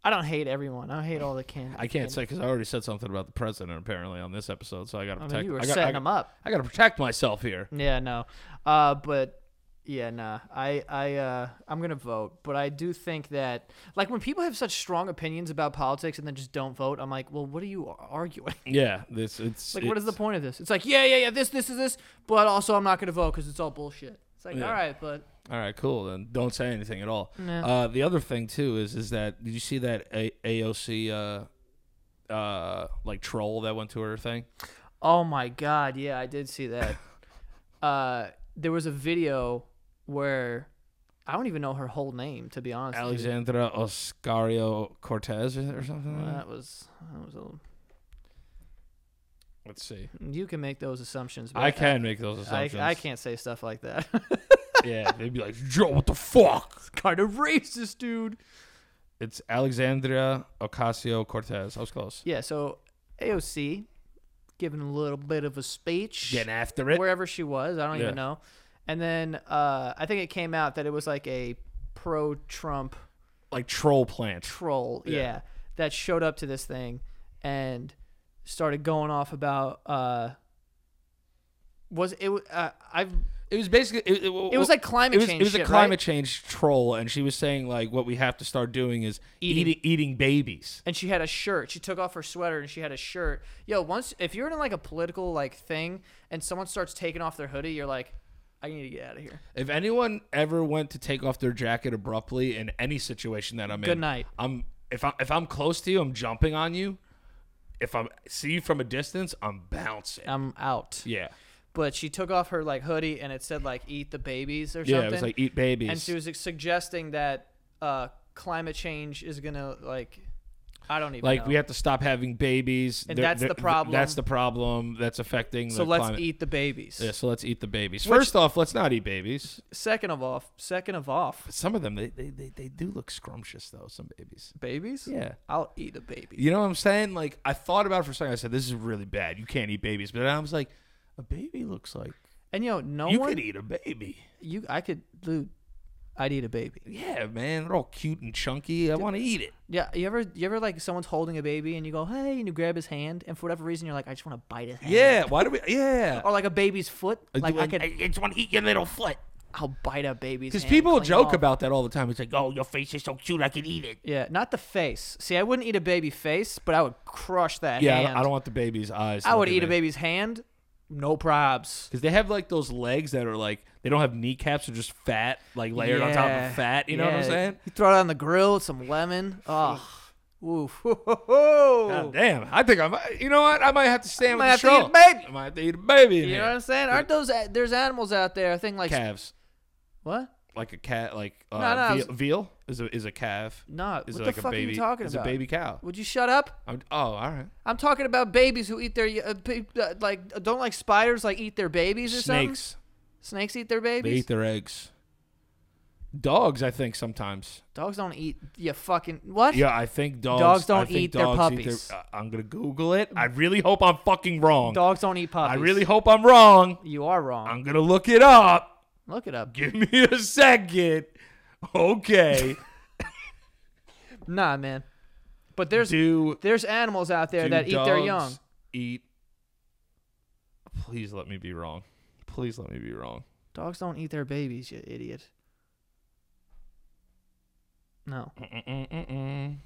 S1: I don't hate everyone. I hate all the can.
S2: I can't
S1: can-
S2: say because I already said something about the president apparently on this episode, so I got to
S1: I
S2: protect.
S1: mean, you were
S2: I got,
S1: setting
S2: I,
S1: them up.
S2: I got to protect myself here.
S1: Yeah, no. Uh, but yeah, nah. I I uh, I'm gonna vote, but I do think that like when people have such strong opinions about politics and then just don't vote, I'm like, well, what are you ar- arguing?
S2: Yeah, this it's
S1: like, what is the
S2: it's-
S1: point of this? It's like, yeah, yeah, yeah. This, this is this, but also I'm not gonna vote because it's all bullshit. It's like,
S2: Yeah.
S1: all right, but
S2: All right, cool. Then don't say anything at all.
S1: Nah.
S2: Uh, the other thing too is is that did you see that A- AOC uh, uh, like troll that went to her thing?
S1: Oh my god, yeah, I did see that. uh there was a video where I don't even know her whole name to be honest. with you.
S2: Alexandra Oscario Cortez or or something.
S1: Well,
S2: Like that?
S1: that was that was a,
S2: Let's see.
S1: you can make those assumptions. but
S2: I can make those
S1: I,
S2: assumptions.
S1: I, can't say stuff like that.
S2: Yeah, they'd be like, "Yo, what the fuck?"
S1: it's kind of racist, dude.
S2: It's Alexandria Ocasio Cortez. I was close.
S1: Yeah, so AOC giving a little bit of a speech.
S2: after
S1: wherever she was. I don't
S2: Yeah.
S1: even know. And then uh, I think it came out that it was like a pro Trump
S2: like troll plant.
S1: troll,
S2: Yeah.
S1: yeah. that showed up to this thing and started going off about uh was it wa- uh, I've
S2: It was basically it,
S1: it was like climate
S2: it was,
S1: change.
S2: it was a
S1: shit,
S2: climate
S1: right?
S2: change troll, and she was saying like, "What we have to start doing is
S1: Eating.
S2: eating eating babies."
S1: and she had a shirt. She took off her sweater and she had a shirt. Yo, once if you're in like a political like thing and someone starts taking off their hoodie, you're like, I need to get out of here.
S2: If anyone ever went to take off their jacket abruptly in any situation that I'm in,
S1: Good night.
S2: I'm if I if I'm close to you, I'm jumping on you. If I see you from a distance, I'm bouncing.
S1: I'm out.
S2: yeah,
S1: But she took off her like hoodie and it said like eat the babies or
S2: yeah.
S1: something.
S2: It was like eat babies.
S1: and she was like, suggesting that uh, climate change is gonna like I don't even
S2: like
S1: know.
S2: we have to stop having babies.
S1: And that's the problem.
S2: That's the problem that's affecting.
S1: so
S2: the
S1: let's
S2: climate.
S1: eat the babies.
S2: Yeah, so let's eat the babies. First off, let's not eat babies.
S1: Second of all, second of off,
S2: Some of them they, they, they, they do look scrumptious though. Some babies.
S1: babies.
S2: Yeah.
S1: I'll eat a baby.
S2: You know what I'm saying? Like I thought about it for a second. I said this is really bad. You can't eat babies. But then I was like, a baby looks like
S1: And you know, no
S2: you
S1: one.
S2: could eat a baby.
S1: You, I could, dude. I'd eat a baby.
S2: Yeah, man, they're all cute and chunky. I want to eat it.
S1: Yeah. You ever, you ever like someone's holding a baby and you go, hey, and you grab his hand, and for whatever reason you're like, I just want to bite his hand.
S2: Yeah. Why do we? Yeah.
S1: Or like a baby's foot. Like I could,
S2: I just want to eat your little foot.
S1: I'll bite a baby's.
S2: Because
S1: hand
S2: people
S1: clean
S2: joke
S1: off.
S2: about that all the time. It's like, oh, your face is so cute, I can eat it.
S1: Yeah, not the face. See, I wouldn't eat a baby face, but I would crush that
S2: Yeah, I
S1: hand.
S2: don't, I don't want the baby's eyes. to
S1: I
S2: look
S1: would
S2: at
S1: eat a
S2: me.
S1: baby's hand. No probs.
S2: Because they have like those legs that are like they don't have kneecaps, they're just fat, like layered on top
S1: Yeah.
S2: of fat. You know what I'm
S1: Yeah.
S2: saying?
S1: You throw it on the grill with some lemon. Oh, oof.
S2: God damn, I think I might. You know what? I might have to stand
S1: Might
S2: with the
S1: have to eat
S2: troll.
S1: a baby.
S2: I might have to eat a baby. In
S1: You
S2: here.
S1: know what I'm saying? Aren't those a- there's animals out there? I think like
S2: Calves,
S1: what?
S2: like a cat, like uh,
S1: No, no, I
S2: veal,
S1: was-
S2: veal is a is a calf.
S1: No. what
S2: Is it
S1: the
S2: like a
S1: fuck
S2: baby?
S1: are you talking
S2: is
S1: about?
S2: a baby cow.
S1: Would you shut up?
S2: I'm, oh, all right.
S1: I'm talking about babies who eat their uh, ba- uh, like uh, don't like spiders like eat their babies or something.
S2: Snakes,
S1: Snakes eat their
S2: they
S1: babies.
S2: eat their eggs. Dogs, I think sometimes.
S1: Dogs don't eat. You fucking what?
S2: Yeah, I think dogs.
S1: Dogs
S2: I
S1: don't
S2: think
S1: eat their
S2: dogs eat
S1: puppies.
S2: I- I'm gonna Google it. I really hope I'm fucking wrong.
S1: Dogs don't eat
S2: I
S1: puppies.
S2: really hope I'm wrong.
S1: You are wrong.
S2: I'm gonna look it up.
S1: Look it up.
S2: Give me a second. Okay.
S1: Nah, man. But there's
S2: do,
S1: there's animals out there
S2: do
S1: that eat their
S2: dogs
S1: young.
S2: Eat. Please let me be wrong. Please let me be wrong.
S1: Dogs don't eat their babies, you idiot. No,
S2: Mm-mm-mm-mm.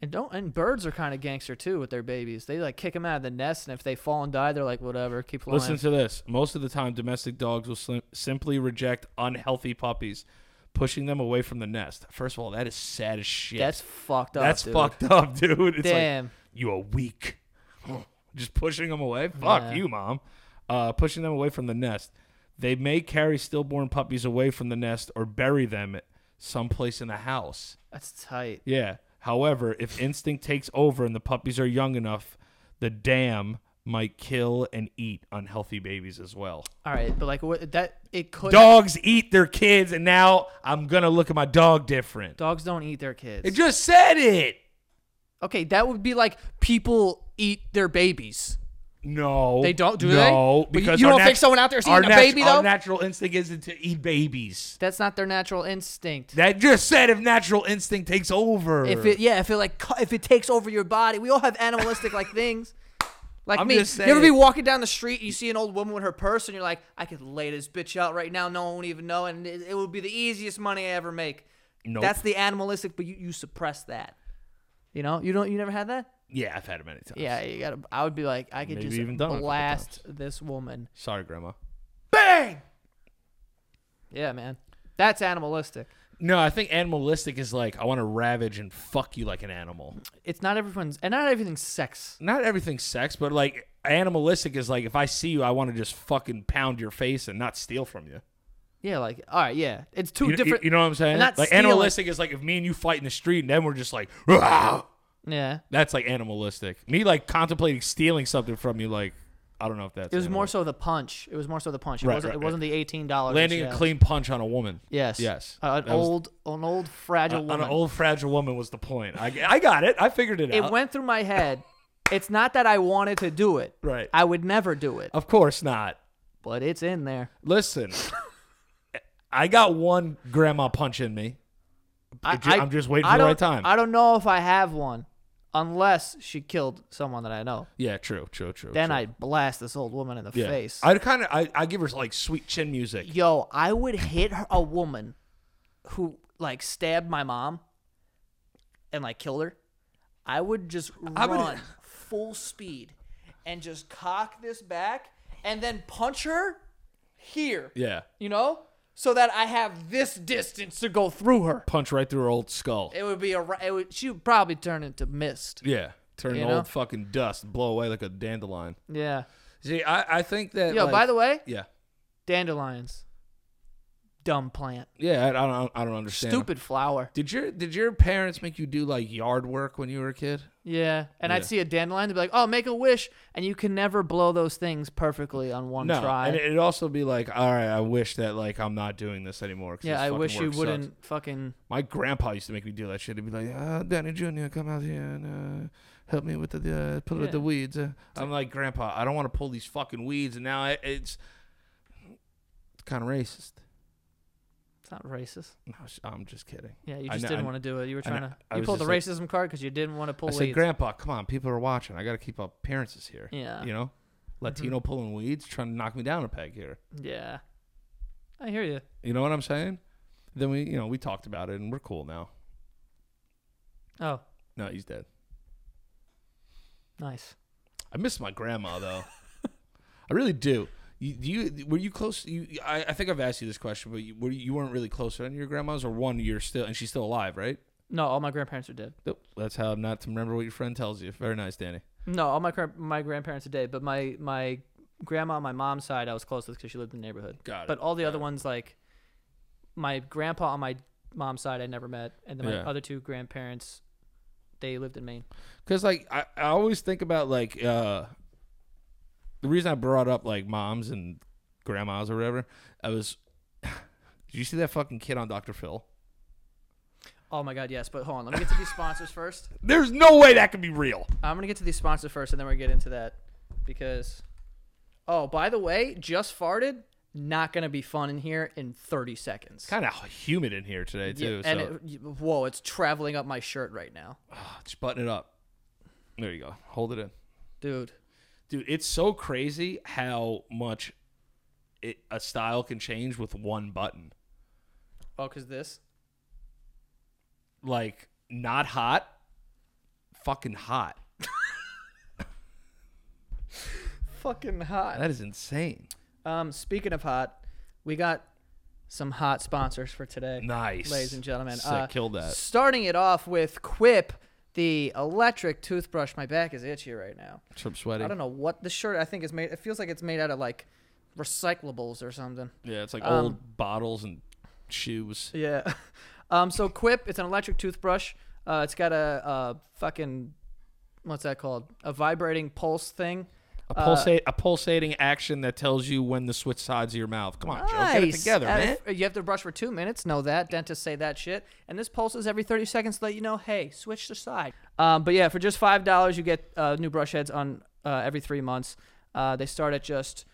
S1: and don't and birds are kind of gangster too with their babies. They like kick them out of the nest, and if they fall and die, they're like whatever, keep flying.
S2: Listen to this. Most of the time, domestic dogs will slim- simply reject unhealthy puppies, pushing them away from the nest. First of all, that is sad as shit.
S1: That's fucked up.
S2: That's
S1: dude.
S2: fucked up, dude. It's like
S1: Damn.
S2: you are weak. Just pushing them away. Fuck
S1: Yeah.
S2: you, mom. Uh, pushing them away from the nest. They may carry stillborn puppies away from the nest or bury them someplace in the house.
S1: that's tight.
S2: Yeah. However, if instinct takes over and the puppies are young enough, the dam might kill and eat unhealthy babies as well.
S1: All right, but like what that it could.
S2: Dogs eat their kids, and now I'm gonna look at my dog different.
S1: dogs don't eat their kids.
S2: It just said it.
S1: Okay, that would be like people eat their babies.
S2: No,
S1: They don't, do
S2: no,
S1: they?
S2: No,
S1: But you-
S2: because
S1: you
S2: our
S1: don't think
S2: nat-
S1: someone out there is
S2: our
S1: eating a
S2: nat-
S1: baby, though?
S2: Our natural instinct isn't to eat babies.
S1: That's not their natural instinct.
S2: That just said if natural instinct takes over.
S1: if it yeah, if it like cu- if it takes over your body, we all have animalistic like things. Like
S2: I'm
S1: me,
S2: just
S1: you ever be
S2: saying-
S1: walking down the street and you see an old woman with her purse, and you're like, I could lay this bitch out right now, no one would even know, and it, it would be the easiest money I ever make.
S2: Nope.
S1: That's the animalistic, but you, you suppress that. You know, you don't, you never had that.
S2: yeah, I've had it many times.
S1: Yeah, you gotta. I would be like, I could
S2: Maybe
S1: just
S2: even done it a couple
S1: blast this woman.
S2: Sorry, Grandma.
S1: Yeah, man, that's animalistic.
S2: No, I think animalistic is like I want to ravage and fuck you like an animal.
S1: It's not everyone's, and not everything's sex.
S2: Not everything's sex, but like animalistic is like if I see you, I want to just fucking pound your face and not steal from you.
S1: Yeah, like all right, yeah, it's two
S2: You, you-
S1: different.
S2: you know what I'm saying?
S1: and not
S2: like
S1: stealing.
S2: animalistic is like if me and you fight in the street and then we're just like, "Rah!"
S1: yeah,
S2: that's like animalistic. Me like contemplating stealing something from you, like I don't know if that's
S1: it was more
S2: animal.
S1: so the punch. It was more so the punch. It
S2: Right,
S1: wasn't.
S2: right,
S1: it
S2: right.
S1: wasn't the eighteen dollars.
S2: landing a clean punch on a woman.
S1: Yes.
S2: Yes.
S1: Uh, an
S2: That was-
S1: old, an old fragile
S2: on
S1: woman.
S2: an old fragile woman was the point. I, I got it. I figured it,
S1: it
S2: out.
S1: went through my head. It's not that I wanted to do it.
S2: Right.
S1: I would never do it,
S2: of course not.
S1: but it's in there.
S2: Listen, I got one grandma punch in me.
S1: I,
S2: It ju- I'm just waiting
S1: I
S2: for the right
S1: don't-
S2: time.
S1: I don't know if I have one, unless she killed someone that I know.
S2: Yeah, true, true, true.
S1: Then
S2: true.
S1: I'd blast this old woman in the
S2: yeah.
S1: face.
S2: I'd kind of I I give her like sweet chin music.
S1: Yo, I would hit her, a woman who like stabbed my mom and like killed her. I would just run full speed and just cock this back and then punch her here.
S2: Yeah,
S1: You know? So that I have this distance to go through her.
S2: punch right through her old skull.
S1: It would be a ra- it would, she would probably turn into mist.
S2: yeah, turn
S1: You
S2: old
S1: know?
S2: fucking dust, and blow away like a dandelion.
S1: Yeah.
S2: See, I I think that.
S1: Yo,
S2: like-
S1: by the way,
S2: yeah,
S1: dandelions. Dumb plant.
S2: yeah, I, I don't I don't understand.
S1: Stupid flower.
S2: Did your did your parents make you do like yard work when you were a kid?
S1: Yeah, and
S2: Yeah.
S1: I'd see a dandelion, they'd be like, "Oh, make a wish," and you can never blow those things perfectly on one
S2: No,
S1: try.
S2: and it'd also be like, all right, I wish that like I'm not doing this anymore. 'cause
S1: yeah,
S2: this
S1: I
S2: fucking
S1: wish you
S2: work sucks.
S1: wouldn't fucking.
S2: My grandpa used to make me do that shit. He'd be like, uh, Danny Jr., come out here and uh, help me with the, uh, pull out the
S1: Yeah.
S2: weeds. Uh, I'm like, Grandpa, I don't want to pull these fucking weeds. And now it, it's, it's kind of racist.
S1: It's not racist.
S2: No, sh- I'm just kidding.
S1: Yeah, you
S2: I
S1: just
S2: know-
S1: didn't
S2: I-
S1: want to do it. You were
S2: I know-
S1: trying to.
S2: I
S1: You
S2: was
S1: pulled the
S2: just
S1: racism card because you didn't want to pull
S2: I said,
S1: weeds.
S2: Grandpa, come on. People are watching. I got to keep up appearances here.
S1: Yeah. Mm-hmm.
S2: You know? Latino pulling weeds, trying to knock me down a peg here.
S1: yeah, I hear you.
S2: You know what I'm saying? Then we, you know, we talked about it and we're cool now.
S1: Oh,
S2: No, he's dead.
S1: nice.
S2: I miss my grandma though. I really do. You, do you were you close? You, I, I think I've asked you this question, but you, were you weren't really close to any of your grandmas, or one you're still and she's still alive, right?
S1: No, all my grandparents are dead.
S2: Nope. That's how not to remember what your friend tells you. Very nice, Danny.
S1: No, all my cr- my grandparents are dead, but my my grandma on my mom's side I was close with because she lived in the neighborhood.
S2: Got it,
S1: But all the other ones like my grandpa on my mom's side I never met, and then my
S2: Yeah.
S1: other two grandparents they lived in Maine.
S2: Because like I, I always think about like uh, the reason I brought up like moms and grandmas or whatever. I was. Did you see that fucking kid on Dr. Phil?
S1: Oh my god, yes. But hold on, let me get to these sponsors first.
S2: There's no way that could be real.
S1: I'm gonna get to these sponsors first, and then we're gonna get into that because. Oh, by the way, just farted. Not gonna be fun in here in 30 seconds.
S2: Kind of humid in here today
S1: Yeah,
S2: too.
S1: and
S2: so.
S1: it, whoa, it's traveling up my shirt right now,
S2: Just button it up. There you go. Hold it in.
S1: dude.
S2: Dude, it's so crazy how much it, a style can change with one button.
S1: Oh, cause this.
S2: Like, not hot, fucking hot.
S1: Fucking hot.
S2: That is insane.
S1: Um, speaking of hot, we got some hot sponsors for today.
S2: Nice.
S1: Ladies and gentlemen. uh,
S2: Sick, kill that.
S1: Starting it off with Quip, the electric toothbrush. My back is itchy right now.
S2: I'm sweaty.
S1: I don't know what the shirt I think is made. It feels like it's made out of like recyclables or something.
S2: Yeah, it's like
S1: um,
S2: old bottles and shoes.
S1: Yeah. Um, so Quip, it's an electric toothbrush. Uh, it's got a, a fucking what's that called? A vibrating pulse thing.
S3: A
S1: Uh,
S3: pulsate, a pulsating action that tells you when to switch sides of your mouth. Come on, Joe, get it
S1: Nice.
S3: together,
S1: Out
S3: man.
S1: of- you have to brush for two minutes. Know that dentists say that shit, and this pulses every thirty seconds to let you know, hey, switch the side. Um, but yeah, for just five dollars, you get uh, new brush heads on uh, every three months. Uh, they start at just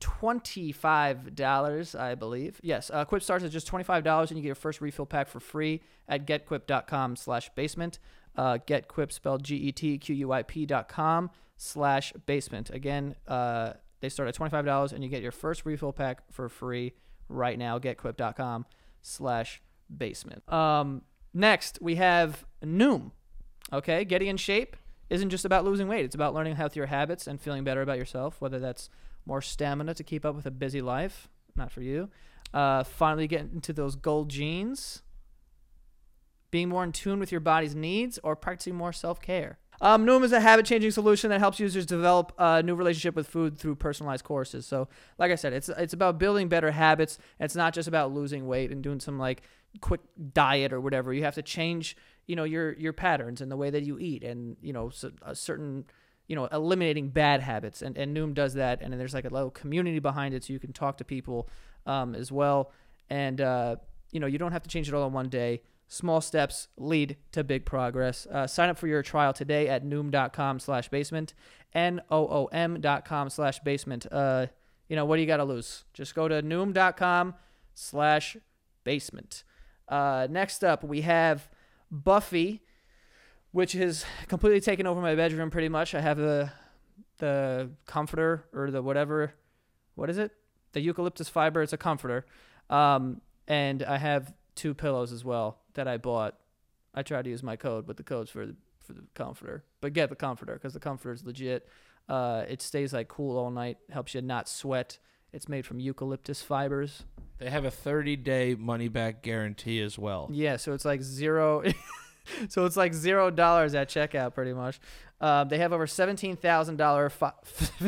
S1: twenty-five dollars, I believe. Yes, uh, Quip starts at just twenty-five dollars, and you get your first refill pack for free at getquip.com/basement. Uh, getquip spelled E G-E-T-Q-U-I-P dot com slash basement. Again, uh, they start at twenty-five dollars, and you get your first refill pack for free right now. Getquip.com slash basement. Um, next, we have Noom. Okay, getting in shape isn't just about losing weight. It's about learning healthier habits and feeling better about yourself, whether that's more stamina to keep up with a busy life, not for you, uh, finally getting into those gold jeans, being more in tune with your body's needs, or practicing more self care. Um, Noom is a habit changing solution that helps users develop a new relationship with food through personalized courses. So, like I said, it's it's about building better habits. It's not just about losing weight and doing some like quick diet or whatever. You have to change, you know, your your patterns and the way that you eat, and you know, so, a certain you know, eliminating bad habits. And, and Noom does that. And then there's like a little community behind it so you can talk to people um, as well. And, uh, you know, you don't have to change it all in one day. Small steps lead to big progress. Uh, sign up for your trial today at noom.com slash basement, N-O-O-M dot com slash basement. Uh, you know, what do you got to lose? Just go to noom.com slash basement. Uh, next up, we have Buffy which has completely taken over my bedroom pretty much. I have the the comforter or the whatever what is it? The eucalyptus fiber, it's a comforter. Um and I have two pillows as well that I bought. I tried to use my code, but the code's for the for the comforter. But get the comforter because the comforter is legit. Uh, it stays like cool all night, helps you not sweat. It's made from eucalyptus fibers.
S3: They have a 30 day money back guarantee as well.
S1: Yeah, so it's like zero. so it's like zero dollars at checkout, pretty much. Uh, they have over seventeen thousand dollar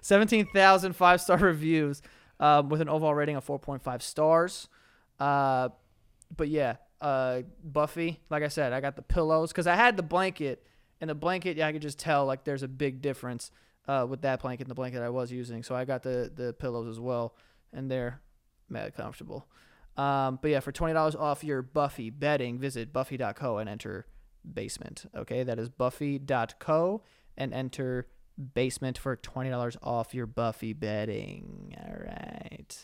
S1: seventeen thousand five star reviews um, with an overall rating of four point five stars. Uh, but yeah, uh, Buffy. Like I said, I got the pillows because I had the blanket, and the blanket yeah, I could just tell like there's a big difference uh, with that blanket and the blanket I was using. So I got the the pillows as well, and they're mad comfortable. Um, but yeah, for twenty dollars off your Buffy bedding, visit Buffy.co and enter basement. Okay, that is Buffy.co and enter basement for twenty dollars off your Buffy bedding. All right.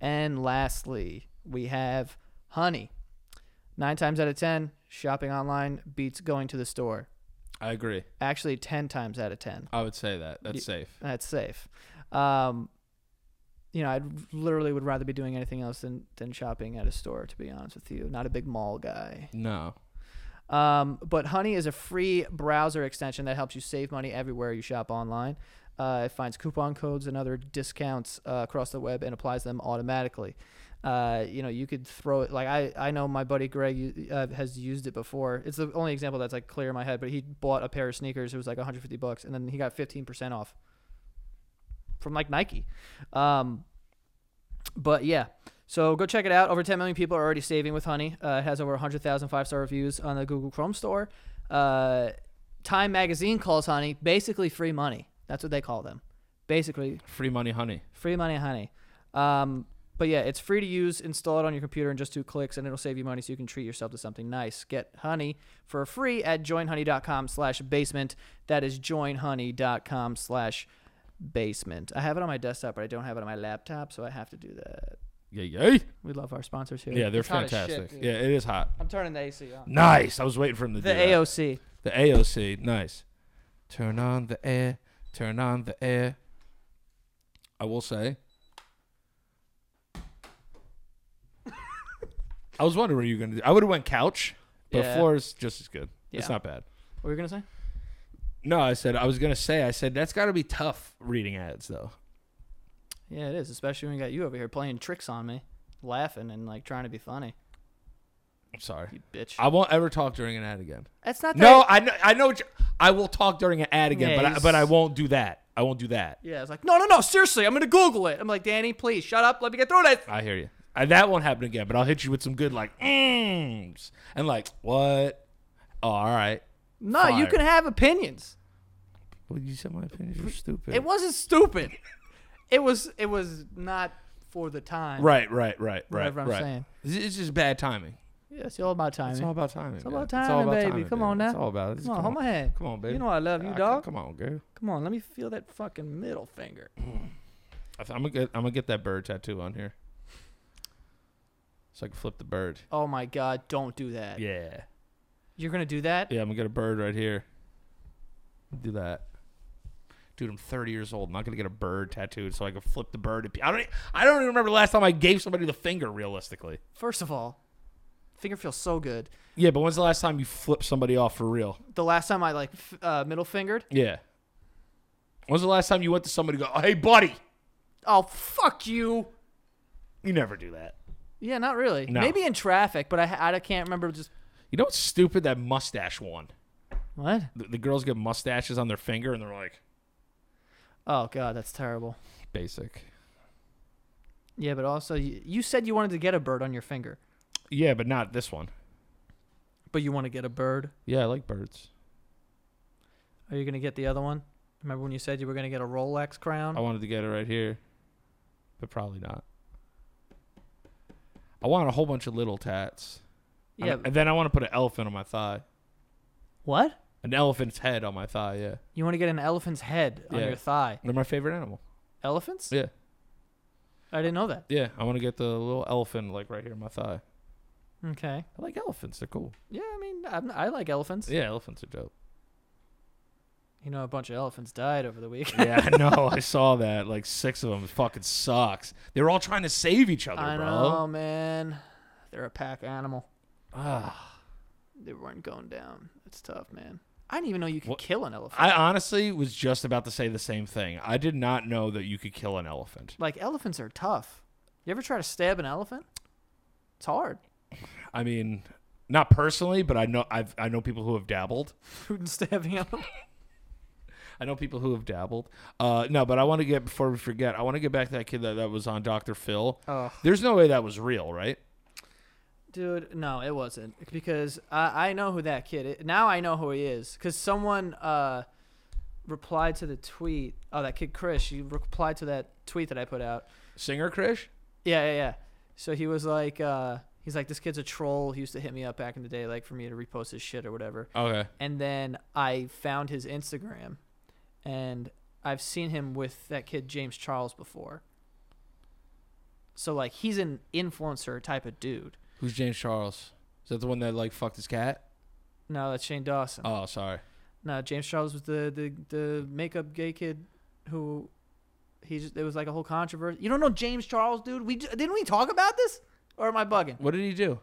S1: And lastly, we have Honey. Nine times out of ten, shopping online beats going to the store.
S3: I agree.
S1: Actually, ten times out of ten.
S3: I would say that. That's safe.
S1: That's safe. Um, you know, I literally would rather be doing anything else than than shopping at a store. To be honest with you, not a big mall guy.
S3: No.
S1: Um, but Honey is a free browser extension that helps you save money everywhere you shop online. Uh, it finds coupon codes and other discounts uh, across the web and applies them automatically. Uh, you know, you could throw it like I, I know my buddy Greg u- uh, has used it before. It's the only example that's like clear in my head, but he bought a pair of sneakers. It was like 150 bucks, and then he got 15% off from like Nike. Um, but yeah, so go check it out. Over 10 million people are already saving with Honey. Uh, it has over 100,000 five star reviews on the Google Chrome store. Uh, Time Magazine calls Honey basically free money. That's what they call them. Basically,
S3: Free money, honey.
S1: free money, honey. Um, but yeah, it's free to use. Install it on your computer in just two clicks, and it'll save you money so you can treat yourself to something nice. Get Honey for free at joinhoney.com slash basement. That is joinhoney.com slash basement. I have it on my desktop, but I don't have it on my laptop, so I have to do that.
S3: Yeah, yeah.
S1: We love our sponsors here.
S3: Yeah, they're
S1: It's hot as shit,
S3: fantastic.
S1: dude.
S3: yeah, it is hot.
S1: I'm turning the AC on.
S3: Nice. I was waiting for him to
S1: The
S3: do that.
S1: AOC.
S3: The AOC. Nice.
S4: Turn on the air. Turn on the air.
S3: I will say. I was wondering what you were gonna do. I would have went couch, but
S1: Yeah.
S3: floor is just as good.
S1: Yeah.
S3: It's not bad.
S1: What were you gonna say?
S3: No, I said I was gonna say. I said that's got to be tough reading ads though.
S1: Yeah, it is, especially when we got you over here playing tricks on me, laughing and like trying to be funny.
S3: I'm sorry.
S1: You bitch.
S3: I won't ever talk during an ad again.
S1: That's not that
S3: No, I know. I know. what you- I will talk during an ad again,
S1: Yeah,
S3: but I,
S1: he's-
S3: but I won't do that. I won't do that.
S1: e-, Yeah, it's like, no, no, no, seriously, I'm gonna Google it. I'm like, Danny, please shut up, let me get through this.
S3: I hear you. And that won't happen again. But I'll hit you with some good like
S2: "Mmm."
S3: mms and like what? Oh, all right.
S1: No, you
S3: Fire.
S1: can have opinions.
S2: Well, you said my opinion. You're stupid.
S1: It wasn't stupid. It was it was not for the time.
S5: Right, right, right, right,
S1: Whatever I'm
S5: right.
S1: saying.
S2: It's- it's just bad timing.
S1: Yeah, it's all about
S2: It's
S1: timing.
S2: all about timing.
S1: It's all
S2: man.
S1: about timing, baby. Come
S2: dude.
S1: on now.
S2: It's all about it.
S1: come on, hold my hand.
S2: Come on, baby.
S1: You know I love you,
S2: Ah,
S1: dog.
S2: Come on, girl.
S1: Come on, let me feel that fucking middle finger.
S2: I th- I'm gonna get. I'm gonna get that bird tattoo on here. So I can flip the bird.
S1: Oh my god, don't do that.
S2: Yeah.
S1: You're gonna do that?
S2: Yeah, I'm gonna get a bird right here. Do that. Dude, I'm 30 years old. I'm not gonna get a bird tattooed so I can flip the bird. to pe- I don't. e- I don't even remember the last time I gave somebody the finger. Realistically.
S1: First of all, finger feels so good.
S2: Yeah, but when's the last time you flipped somebody off for real?
S1: The last time I like f- uh, middle fingered,
S2: Yeah. When's the last time you went to somebody and go, "Hey, buddy"?
S1: oh fuck you.
S2: You never do that.
S1: Yeah, not really.
S2: No.
S1: Maybe in traffic, but I I can't remember just
S2: You know what's stupid? That mustache one.
S1: what.
S2: The, the girls get mustaches on their finger and they're like,
S1: Oh god, that's terrible.
S2: basic.
S1: Yeah, but also you, you said you wanted to get a bird on your finger,
S2: Yeah, but not this one.
S1: but you want to get a bird.
S2: Yeah, I like birds.
S1: Are you gonna get the other one? Remember when you said you were gonna get a Rolex crown?
S2: I wanted to get it right here, but probably not. I want a whole bunch of little tats. I
S1: yeah.
S2: mean, and then I want to put an elephant on my thigh.
S1: what?
S2: An elephant's head on my thigh, yeah.
S1: You want to get an elephant's head on
S2: Yeah.
S1: your thigh?
S2: They're my favorite animal.
S1: Elephants?
S2: Yeah.
S1: I didn't know that.
S2: Yeah, I want to get the little elephant like right here on my thigh.
S1: Okay.
S2: I like elephants, they're cool.
S1: Yeah, I mean, I'm, I like elephants.
S2: Yeah, elephants are dope.
S1: You know, a bunch of elephants died over the week.
S2: yeah, I know. I saw that. Like six of them. It fucking sucks. They were all trying to save each other,
S1: I
S2: bro.
S1: know, man. They're a pack animal.
S2: Ah.
S1: They weren't going down. It's tough, man. I didn't even know you could
S2: What-
S1: kill an elephant.
S2: I honestly was just about to say the same thing. I did not know that you could kill an elephant.
S1: like elephants are tough. You ever try to stab an elephant? It's hard.
S2: I mean, not personally, but I know I've I know people who have dabbled.
S1: Shooting, stabbing elephants.
S2: I know people who have dabbled. Uh, no, but I want to get before we forget. I want to get back to that kid that, that was on Doctor Phil.
S1: Oh,
S2: There's no way that was real, right?
S1: dude, no, it wasn't because I, I know who that kid is. Now I know who he is because someone uh replied to the tweet. Oh, that kid Chris. You replied to that tweet that I put out.
S2: Singer Krish.
S1: Yeah, yeah, yeah. So he was like, uh, he's like, this kid's a troll. He used to hit me up back in the day, like for me to repost his shit or whatever.
S2: Okay.
S1: And then I found his Instagram, and I've seen him with that kid James Charles before. So like, he's an influencer type of dude.
S2: Who's James Charles? Is that the one that like fucked his cat?
S1: No, that's Shane Dawson.
S2: Oh, sorry.
S1: no, James Charles was the the the makeup gay kid who. He just, it was like a whole controversy. You don't know James Charles, dude. We j- didn't we talk about this, or am I bugging?
S2: What did he do?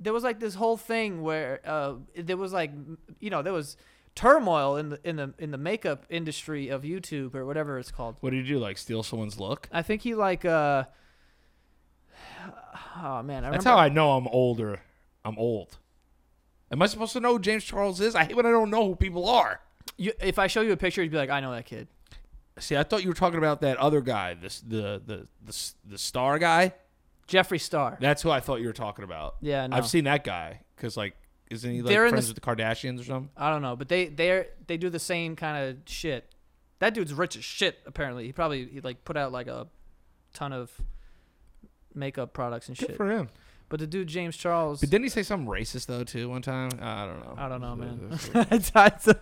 S1: there was like this whole thing where uh, there was like m- you know there was turmoil in the in the in the makeup industry of YouTube or whatever it's called.
S2: What did he do? Like steal someone's look?
S1: I think he like uh oh man, I remember
S2: That's how I know I'm older. I'm old. Am I supposed to know who James Charles is? I hate when I don't know who people are.
S1: you, if I show you a picture, you'd be like, I know that kid.
S2: See, I thought you were talking about that other guy, this the the the s- the star guy.
S1: Jeffree Star.
S2: That's who I thought you were talking about.
S1: Yeah, no.
S2: I've seen that guy because like, isn't he like
S1: They're in
S2: friends
S1: this-
S2: with the Kardashians or something?
S1: I don't know, but they they are they do the same kind of shit. That dude's rich as shit. Apparently, he probably he like put out like a ton of makeup products and shit.
S2: him.
S1: But the dude James Charles,
S2: But didn't he say something racist though too one time? I don't know.
S1: I don't know,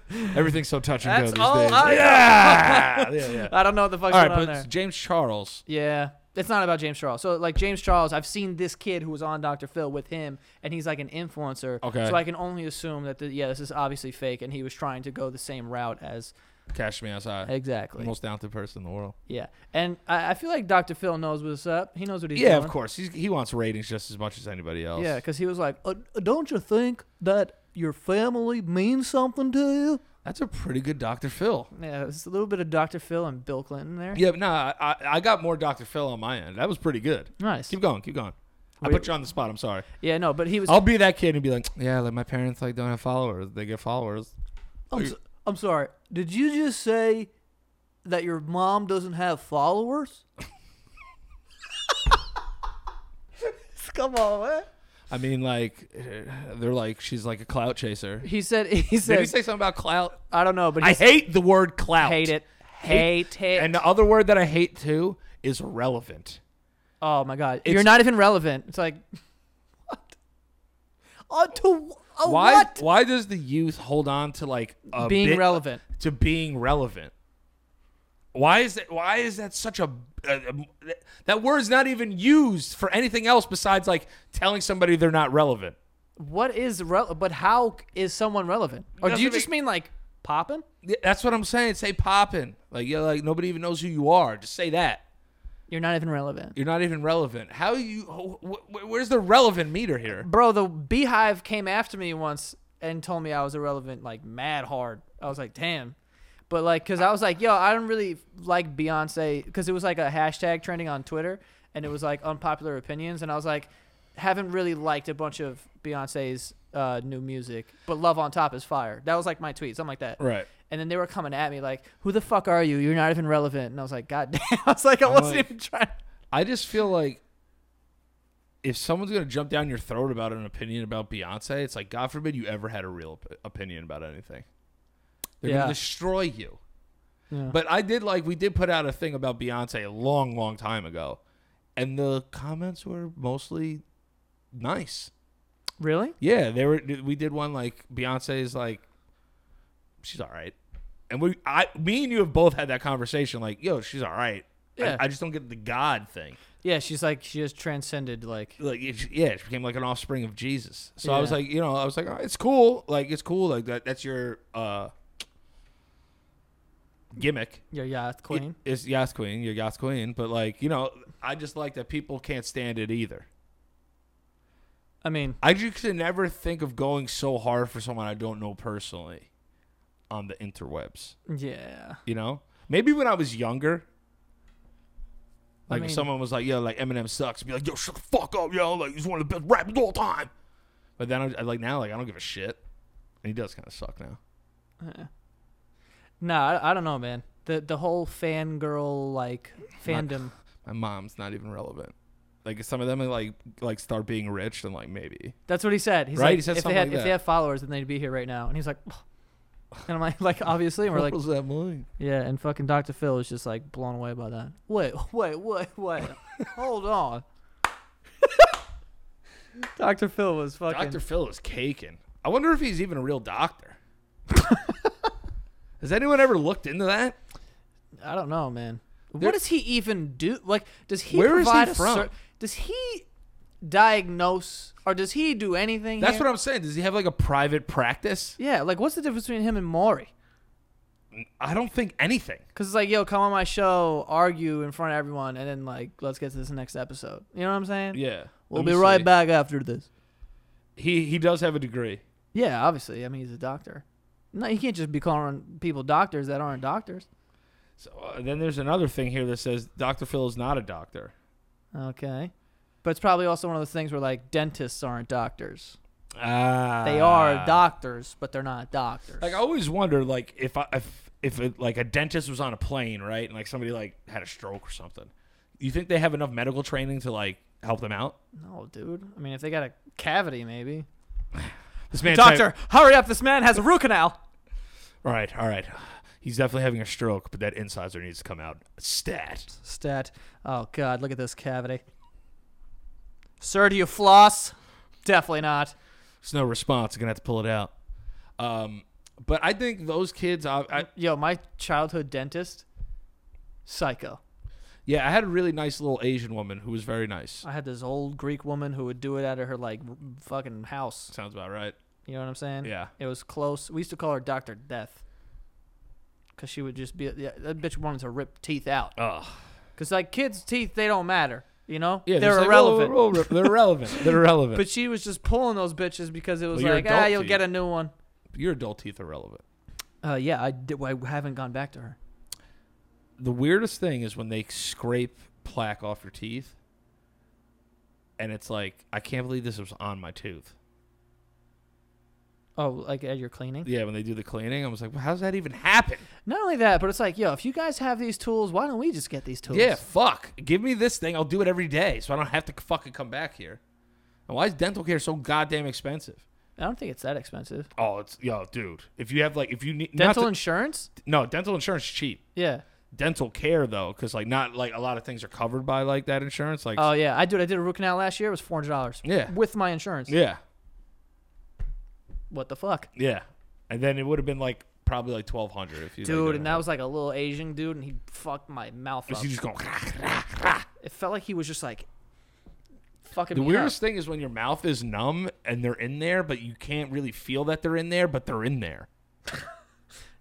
S1: man.
S2: Everything's so touch and go
S1: That's
S2: these
S1: all
S2: days.
S1: I know.
S2: yeah! yeah, yeah.
S1: I don't know what the
S2: All
S1: fuck's
S2: right,
S1: going on
S2: but
S1: there.
S2: it's James Charles.
S1: Yeah. It's not about James Charles. So like James Charles, I've seen this kid who was on Dr. Phil with him and he's like an influencer.
S2: Okay.
S1: So I can only assume that the, yeah, this is obviously fake and he was trying to go the same route as
S2: Cash me outside.
S1: Exactly.
S2: Most talented person in the world.
S1: Yeah. And I, I feel like Dr. Phil knows what's up. He knows what he's
S2: yeah,
S1: doing.
S2: of course. He's, he wants ratings just as much as anybody else.
S1: Yeah, cuz he was like, uh, "Don't you think that your family means something to you?"
S2: that's a pretty good Dr. Phil.
S1: Yeah, it's a little bit of Dr. Phil and Bill Clinton there.
S2: Yeah, but nah, I, I got more Dr. Phil on my end. That was pretty good.
S1: Nice.
S2: Keep going, keep going. I
S1: Wait.
S2: put you on the spot. I'm sorry.
S1: Yeah, no, but he was
S2: I'll be that kid and be like, yeah, like my parents like don't have followers. They get followers.
S1: I'm, so, I'm sorry. Did you just say that your mom doesn't have followers? Come on, man.
S2: I mean, like, eh, they're like, she's like a clout chaser.
S1: He said. He
S2: Did he
S1: said.
S2: say something about clout?
S1: I don't know, but he
S2: I
S1: said,
S2: hate the word clout.
S1: hate it. uh, Hate it.
S2: And the other word that I hate too is relevant.
S1: oh my god,
S2: It's-
S1: you're not even relevant. It's like what? Oh, to oh,
S2: why?
S1: what?
S2: Why does the youth hold on to like a
S1: Being
S2: bit-
S1: relevant.
S2: to being relevant? Why is that? Why is that such a, a, a- that word's not even used for anything else besides like telling somebody they're not relevant?
S1: What is relevant? But how is someone relevant? Or do
S2: Doesn't
S1: you just
S2: make-
S1: mean like popping?
S2: Yeah, That's what I'm saying. Say poppin'. Like yeah, like nobody even knows who you are. Just say that.
S1: You're not even relevant,
S2: You're not even relevant. How you? wh- wh- where's the relevant meter here?
S1: bro. The beehive came after me once and told me I was irrelevant, like mad hard. I was like, damn. But like, cause I was like, yo, I don't really like Beyonce, cause it was like a hashtag trending on Twitter, and it was like unpopular opinions, and I was like, haven't really liked a bunch of Beyonce's uh, new music, but Love on Top is fire. That was like my tweet, something like that.
S2: Right.
S1: And then they were coming at me like, "Who the fuck are you? You're not even relevant." And I was like, "God damn!" I was like, "I wasn't
S2: like-
S1: even trying."
S2: I just feel like if someone's gonna jump down your throat about an opinion about Beyonce, it's like God forbid you ever had a real op- opinion about anything. They're
S1: Yeah.
S2: gonna destroy you.
S1: Yeah.
S2: But I did like we did put out a thing about Beyonce a long, long time ago, and the comments were mostly nice.
S1: Really?
S2: Yeah, they were. We did one like Beyonce's like, she's all right, and we, I, me and you have both had that conversation. Like, yo, she's all right. I-
S1: Yeah.
S2: I just don't get the God thing.
S1: Yeah, she's like she just transcended like
S2: like it, yeah, she became like an offspring of Jesus. So I was
S1: Yeah.
S2: like, you know, I was like, "Oh, it's cool, like it's cool, like that. That's your uh gimmick,
S1: your yacht queen.
S2: It- it's Yas Queen, your Yas Queen. But like, you know, I just like that people can't stand it either.
S1: I mean,
S2: I just could never think of going so hard for someone I don't know personally on the interwebs.
S1: yeah.
S2: You know, maybe when I was younger.
S1: I
S2: Like
S1: mean-
S2: if someone was like, "Yo, like Eminem sucks," I'd be like, "Yo, shut the fuck up, yo! Like he's one of the best rappers of all time." But then I, I like now, like I don't give a shit, and he does kind of suck now.
S1: Nah, I, I don't know, man. The the whole fangirl like fandom.
S2: My mom's not even relevant. Like some of them are like like start being rich and like maybe
S1: That's what he said. He's
S2: Right,
S1: like,
S2: he said
S1: if they
S2: something
S1: had
S2: like
S1: if
S2: that.
S1: they had followers, then they'd be here right now. And he's like, and I'm like, like obviously, and we're like,
S2: was that mean?
S1: yeah. And fucking Dr. Phil is just like blown away by that. Wait, wait, wait, wait. Hold on. Dr. Phil was fucking.
S2: Doctor Phil is caking. I wonder if he's even a real doctor. Has anyone ever looked into that?
S1: I don't know, man.
S2: There-
S1: what does he even do? Like, does he
S2: Where is he
S1: provide a
S2: from?
S1: ser- does he diagnose or does he do anything?
S2: That's
S1: here?
S2: what I'm saying. Does he have like a private practice?
S1: Yeah, like, what's the difference between him and Maury?
S2: I don't think anything.
S1: Because it's like, yo, come on my show, argue in front of everyone, and then like, let's get to this next episode. You know what I'm saying?
S2: Yeah,
S1: We'll
S2: let me
S1: be right
S2: see.
S1: back after this.
S2: He he does have a degree.
S1: Yeah, obviously. I mean, he's a doctor. No, you can't just be calling people doctors that aren't doctors.
S2: So uh, then there's another thing here that says Dr. Phil is not a doctor.
S1: Okay. But it's probably also one of those things where like dentists aren't doctors.
S2: Ah,
S1: They are doctors, but they're not doctors.
S2: Like I always wonder, like if I if if it, like a dentist was on a plane, right, and like somebody like had a stroke or something, you think they have enough medical training to like help them out?
S1: No, dude. I mean, if they got a cavity, maybe.
S2: This man,
S1: Doctor, hurry up! This man has a root canal.
S2: all right, all right, he's definitely having a stroke, but that incisor needs to come out stat.
S1: Stat. Oh God, look at this cavity. Sir, do you floss? Definitely not.
S2: It's no response. Gonna have to pull it out. Um, but I think those kids, I, I
S1: Yo, my childhood dentist, psycho.
S2: yeah, I had a really nice little Asian woman who was very nice.
S1: I had this old Greek woman who would do it out of her like r- fucking house.
S2: Sounds about right.
S1: You know what I'm saying?
S2: Yeah.
S1: It was close. We used to call her Doctor Death, cause she would just be yeah, that bitch wanted to rip teeth out.
S2: Ugh.
S1: Cause like kids' teeth, they don't matter. You know?
S2: Yeah,
S1: they're
S2: just like,
S1: irrelevant.
S2: "Oh, oh, oh, they're irrelevant. They're irrelevant.
S1: But she was just pulling those bitches because it was
S2: Well, you're
S1: like, ah,
S2: adult
S1: you'll
S2: teeth."
S1: get a new one.
S2: your adult teeth are relevant.
S1: Uh, yeah, I, did, I haven't gone back to her.
S2: The weirdest thing is when they scrape plaque off your teeth, and it's like, I can't believe this was on my tooth.
S1: Oh, like at your cleaning?
S2: Yeah, when they do the cleaning, I was like, well, how's that even happen?
S1: Not only that, but it's like, yo, if you guys have these tools, why don't we just get these tools?
S2: Yeah, fuck. Give me this thing. I'll do it every day, so I don't have to fucking come back here.
S3: And why is dental care so goddamn expensive?
S1: I don't think it's that expensive.
S2: Oh, it's yo, dude. If you have like, if you need
S1: Dental
S2: not to-
S1: insurance?
S2: no dental insurance is cheap.
S1: Yeah.
S2: Dental care though, because like not like a lot of things are covered by like that insurance. Like
S1: Oh yeah, I did. I did a root canal last year. It was four hundred dollars.
S2: Yeah.
S1: With my insurance.
S2: yeah,
S1: What the fuck,
S2: yeah, and then it would have been like probably like twelve hundred if you
S1: dude?
S2: Like,
S1: And that was like a little Asian dude, and he fucked my mouth up.
S2: you just "Ah." going.
S1: It felt like he was just like fucking
S2: The
S1: me
S2: weirdest
S1: up.
S2: thing is when your mouth is numb and they're in there, but you can't really feel that they're in there, but they're in there.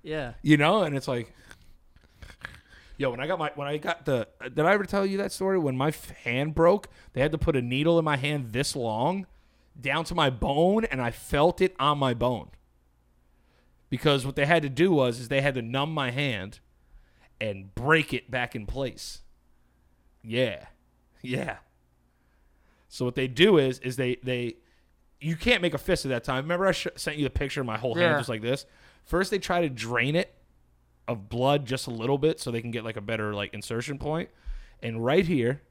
S1: Yeah.
S2: You know, and it's like, yo, when I got my when I got the did I ever tell you that story when my f- hand broke? They had to put a needle in my hand this long, down to my bone, and I felt it on my bone. Because what they had to do was is they had to numb my hand, and break it back in place. Yeah. Yeah. So what they do is is they they you can't make a fist at that time. Remember I sh- sent you the picture of my whole hand
S1: Yeah.
S2: just like this. First they try to drain it of blood just a little bit so they can get like a better like insertion point. And right here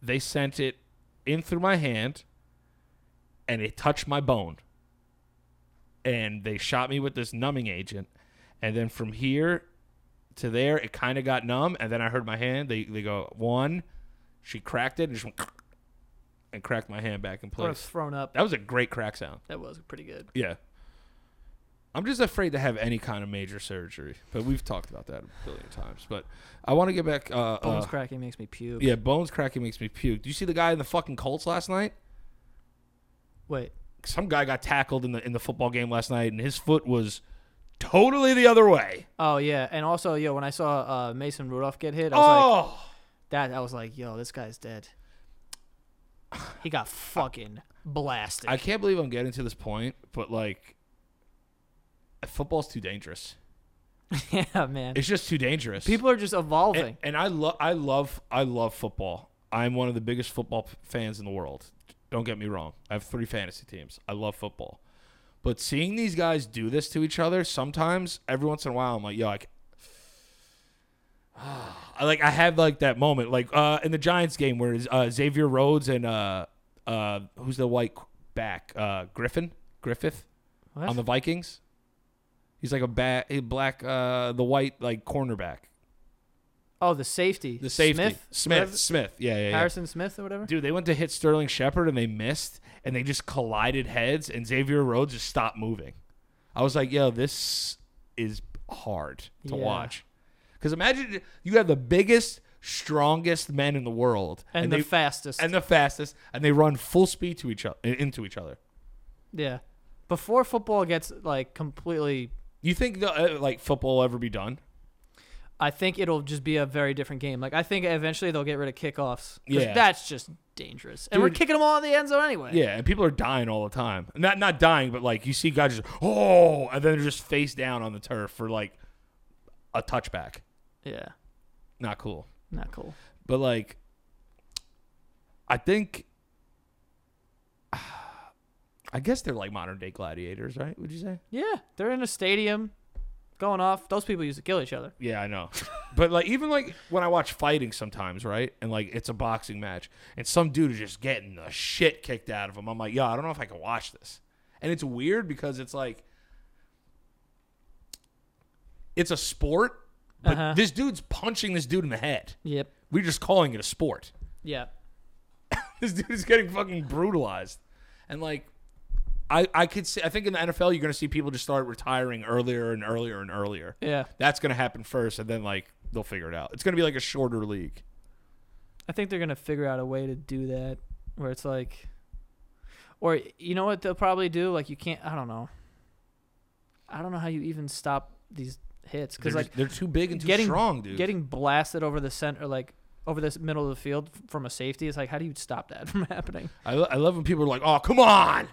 S2: they sent it in through my hand and it touched my bone. And they shot me with this numbing agent. And then from here to there, it kind of got numb, and then I heard my hand. They they go one, she cracked it and just went and cracked my hand back in
S1: I would have
S2: place.
S1: thrown up.
S2: That was a great crack sound.
S1: That was pretty good.
S2: Yeah, I'm just afraid to have any kind of major surgery, but we've talked about that a billion times. But I want to get back. Uh,
S1: Bones
S2: uh,
S1: cracking makes me puke.
S2: yeah, bones cracking makes me puke. Do you see the guy in the fucking Colts last night?
S1: Wait.
S2: Some guy got tackled in the in the football game last night, and his foot was totally the other way.
S1: Oh yeah, and also yo, when I saw uh, Mason Rudolph get hit, I was like,
S2: Oh.
S1: that I was like, yo, this guy's dead. He got fucking blasted.
S2: I can't believe I'm getting to this point, but like, football's too dangerous.
S1: yeah, man.
S2: It's just too dangerous.
S1: People are just evolving.
S2: and, and I love, I love, I love football. I'm one of the biggest football p- fans in the world. Don't get me wrong. I have three fantasy teams. I love football, but seeing these guys do this to each other sometimes, every once in a while, I'm like, yo, like. I like I had like that moment like uh in the Giants game where uh, Xavier Rhodes and uh uh who's the white qu- back uh Griffin Griffith
S1: What?
S2: on the Vikings. He's like a ba- a black uh the white like cornerback.
S1: oh, the safety.
S2: The safety.
S1: Smith.
S2: Smith.
S1: Whatever-
S2: Smith. Yeah, yeah, yeah.
S1: Harrison Smith or whatever.
S2: Dude, they went to hit Sterling Shepard and they missed and they just collided heads and Xavier Rhodes just stopped moving. I was like, yo, this is hard to
S1: Yeah.
S2: watch. Because imagine you have the biggest, strongest men in the world
S1: and, the
S2: they,
S1: fastest.
S2: and the fastest and they run full speed to each other into each other.
S1: yeah. Before football gets like completely,
S2: You think the, uh, like football will ever be done?
S1: I think it'll just be a very different game. Like I think eventually they'll get rid of kickoffs. 'cause
S2: Yeah.
S1: That's just dangerous. And we're
S2: Dude.
S1: kicking them all in the end zone anyway.
S2: Yeah, and people are dying all the time. Not not dying, but like you see guys just oh, and then they're just face down on the turf for like a touchback.
S1: Yeah.
S2: Not cool.
S1: Not cool.
S2: But like, I think, I guess they're like modern day gladiators, right? Would you say?
S1: Yeah. They're in a stadium, going off. Those people used to kill each other.
S2: Yeah, I know. but like, even like when I watch fighting sometimes, right? And like, it's a boxing match, and some dude is just getting the shit kicked out of him. I'm like, yo, I don't know if I can watch this. And it's weird because it's like, it's a sport, but
S1: Uh-huh.
S2: this dude's punching this dude in the head.
S1: Yep.
S2: We're just calling it a sport.
S1: Yeah.
S2: this dude is getting fucking brutalized. And like I I could see I think in the NFL you're gonna see people just start retiring earlier and earlier and earlier.
S1: Yeah.
S2: That's gonna happen first and then like they'll figure it out. It's gonna be like a shorter league.
S1: I think they're gonna figure out a way to do that where it's like, or you know what they'll probably do? Like you can't. I don't know. I don't know how you even stop these hits because
S2: They're
S1: like
S2: just- they're too big and too
S1: getting-
S2: strong, dude.
S1: getting blasted over the center, like over this middle of the field f- from a safety. It's like how do you stop that from happening?
S2: I, lo- I love when people are like, "Oh, come on,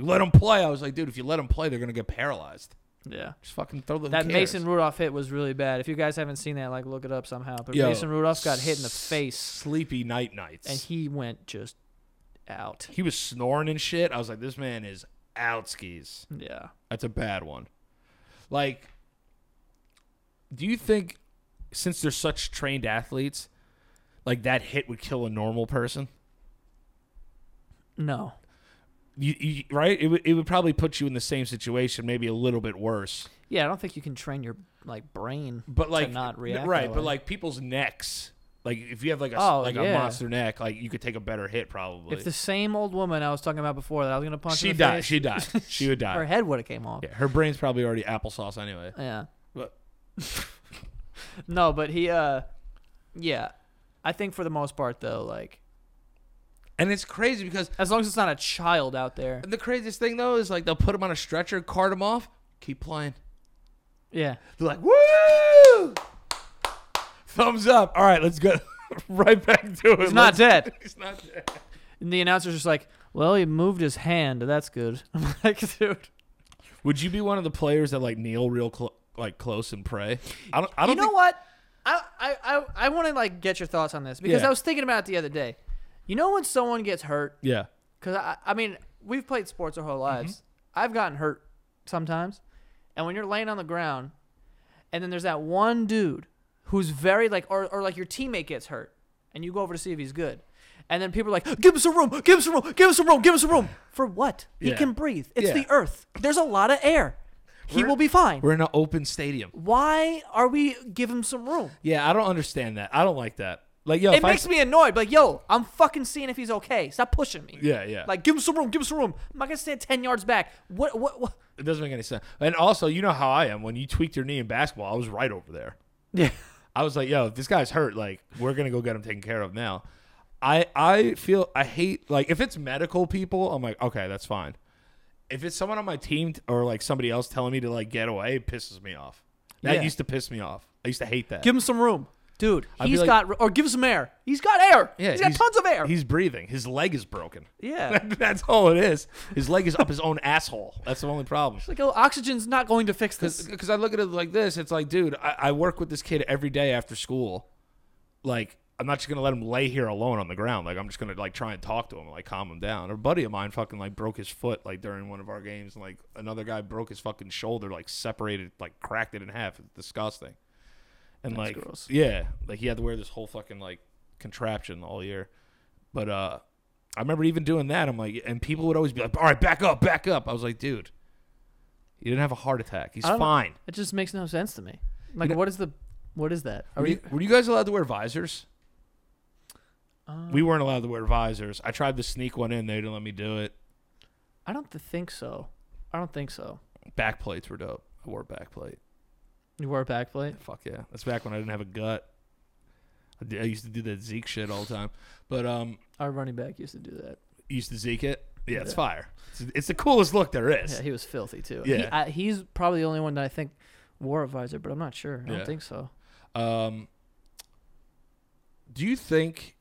S2: let them play." I was like, "Dude, if you let them play, they're gonna get paralyzed.
S1: Yeah.
S2: Just fucking throw them."
S1: That
S2: who cares?
S1: Mason Rudolph hit was really bad. If you guys haven't seen that, like look it up somehow. But
S2: Yo,
S1: Mason Rudolph got hit in the face,
S2: sleepy night nights,
S1: and he went just out.
S2: he was snoring and shit. I was like, "This man is out skis."
S1: Yeah.
S2: That's a bad one. Like, do you think since they're such trained athletes, like that hit would kill a normal person?
S1: No.
S2: you, you, right? It, would it would probably put you in the same situation, maybe a little bit worse.
S1: Yeah, I don't think you can train your like brain,
S2: But like,
S1: to not react.
S2: right?
S1: that
S2: But
S1: way.
S2: like people's necks, like if you have like a s-
S1: Oh,
S2: like a
S1: yeah.
S2: monster neck, like you could take a better hit probably.
S1: if the same old woman I was talking about before that I was gonna punch,
S2: she
S1: in the
S2: died.
S1: face,
S2: She died. She would
S1: her
S2: die.
S1: head would have came off.
S2: Yeah, her brain's probably already applesauce anyway.
S1: Yeah.
S2: But-
S1: no, but he uh yeah. I think for the most part though, like
S4: And it's crazy because
S1: as long as it's not a child out there.
S4: the craziest thing though is like they'll put him on a stretcher, cart him off, keep playing.
S1: Yeah.
S2: They're like, woo! Thumbs up. All right, let's go right back to it.
S1: He's not dead.
S2: He's not dead.
S1: And the announcer's just like, Well, he moved his hand, that's good. I'm like, dude.
S2: Would you be one of the players that like kneel real cl- like close and pray? I don't. I
S1: You
S2: don't
S1: know
S2: think-
S1: what? I I I, I wanna like get your thoughts on this because
S2: Yeah.
S1: I was thinking about it the other day. You know when someone gets hurt
S2: Yeah.
S1: Because I, I mean, we've played sports our whole lives.
S2: Mm-hmm.
S1: I've gotten hurt sometimes, and when you're laying on the ground, and then there's that one dude who's very like, or, or like your teammate gets hurt, and you go over to see if he's good, and then people are like, "Give him some room, give him some room, give him some room, give him some room." For what?
S2: Yeah.
S1: He can breathe. It's
S2: Yeah.
S1: the earth. There's a lot of air. He
S2: We're-
S1: will be fine.
S2: We're in an open stadium.
S1: Why are we give him some room?
S2: Yeah, I don't understand that. I don't like that. Like, yo,
S1: It
S2: if
S1: makes
S2: I,
S1: me annoyed. Like, yo, I'm fucking seeing if he's okay. Stop pushing me.
S2: Yeah, yeah.
S1: Like, give him some room. Give him some room. I'm not gonna stand ten yards back. What? What? What?
S2: it doesn't make any sense. And also, you know how I am. When you tweaked your knee in basketball, I was right over there.
S1: Yeah.
S2: I was like, yo, if this guy's hurt, like, we're gonna go get him taken care of now. I I feel I hate like if it's medical people, I'm like, okay, that's fine. If it's someone on my team t- or like somebody else telling me to like get away, it pisses me off. That
S1: Yeah.
S2: used to piss me off. I used to hate that.
S1: Give him some room, dude.
S2: I'd be
S1: He's
S2: like-
S1: got or give him some air. He's got air. he's got tons of air.
S2: He's breathing. His leg is broken.
S1: yeah.
S2: That's all it is. His leg is up his own asshole. That's the only problem.
S1: Like, oh, oxygen's not going to fix this.
S2: Because I look at it like this. It's like, dude, I, I work with this kid every day after school. Like, I'm not just gonna let him lay here alone on the ground. Like, I'm just gonna like try and talk to him, and, like calm him down. A buddy of mine fucking like broke his foot like during one of our games, and like another guy broke his fucking shoulder, like separated, like cracked it in half. It's disgusting. And like,
S1: gross.
S2: yeah, like he had to wear this whole fucking like contraption all year. But uh, I remember even doing that. I'm like, and people would always be like, "All right, back up, back up." I was like, dude, he didn't have a heart attack. He's
S1: I don't-
S2: fine.
S1: It just makes no sense to me. Like, what is the, what is that? Are
S2: Were you,
S1: you?
S2: were you guys allowed to wear visors? we weren't allowed to wear visors. I tried to sneak one in. They didn't let me do it.
S1: I don't th- think so. I don't think so.
S2: Back plates were dope. I wore a back plate.
S1: You wore a backplate.
S2: Fuck yeah. That's back when I didn't have a gut. I, did- I used to do that Zeke shit all the time. But um,
S1: Our running back used to do that.
S2: you used to Zeke it. Yeah, it's fire. It's, it's the coolest look there is.
S1: Yeah, he was filthy too. He,
S2: Yeah.
S1: I, he's probably the only one that I think wore a visor, but I'm not sure. I
S2: Yeah.
S1: don't think so.
S2: Um, do you think,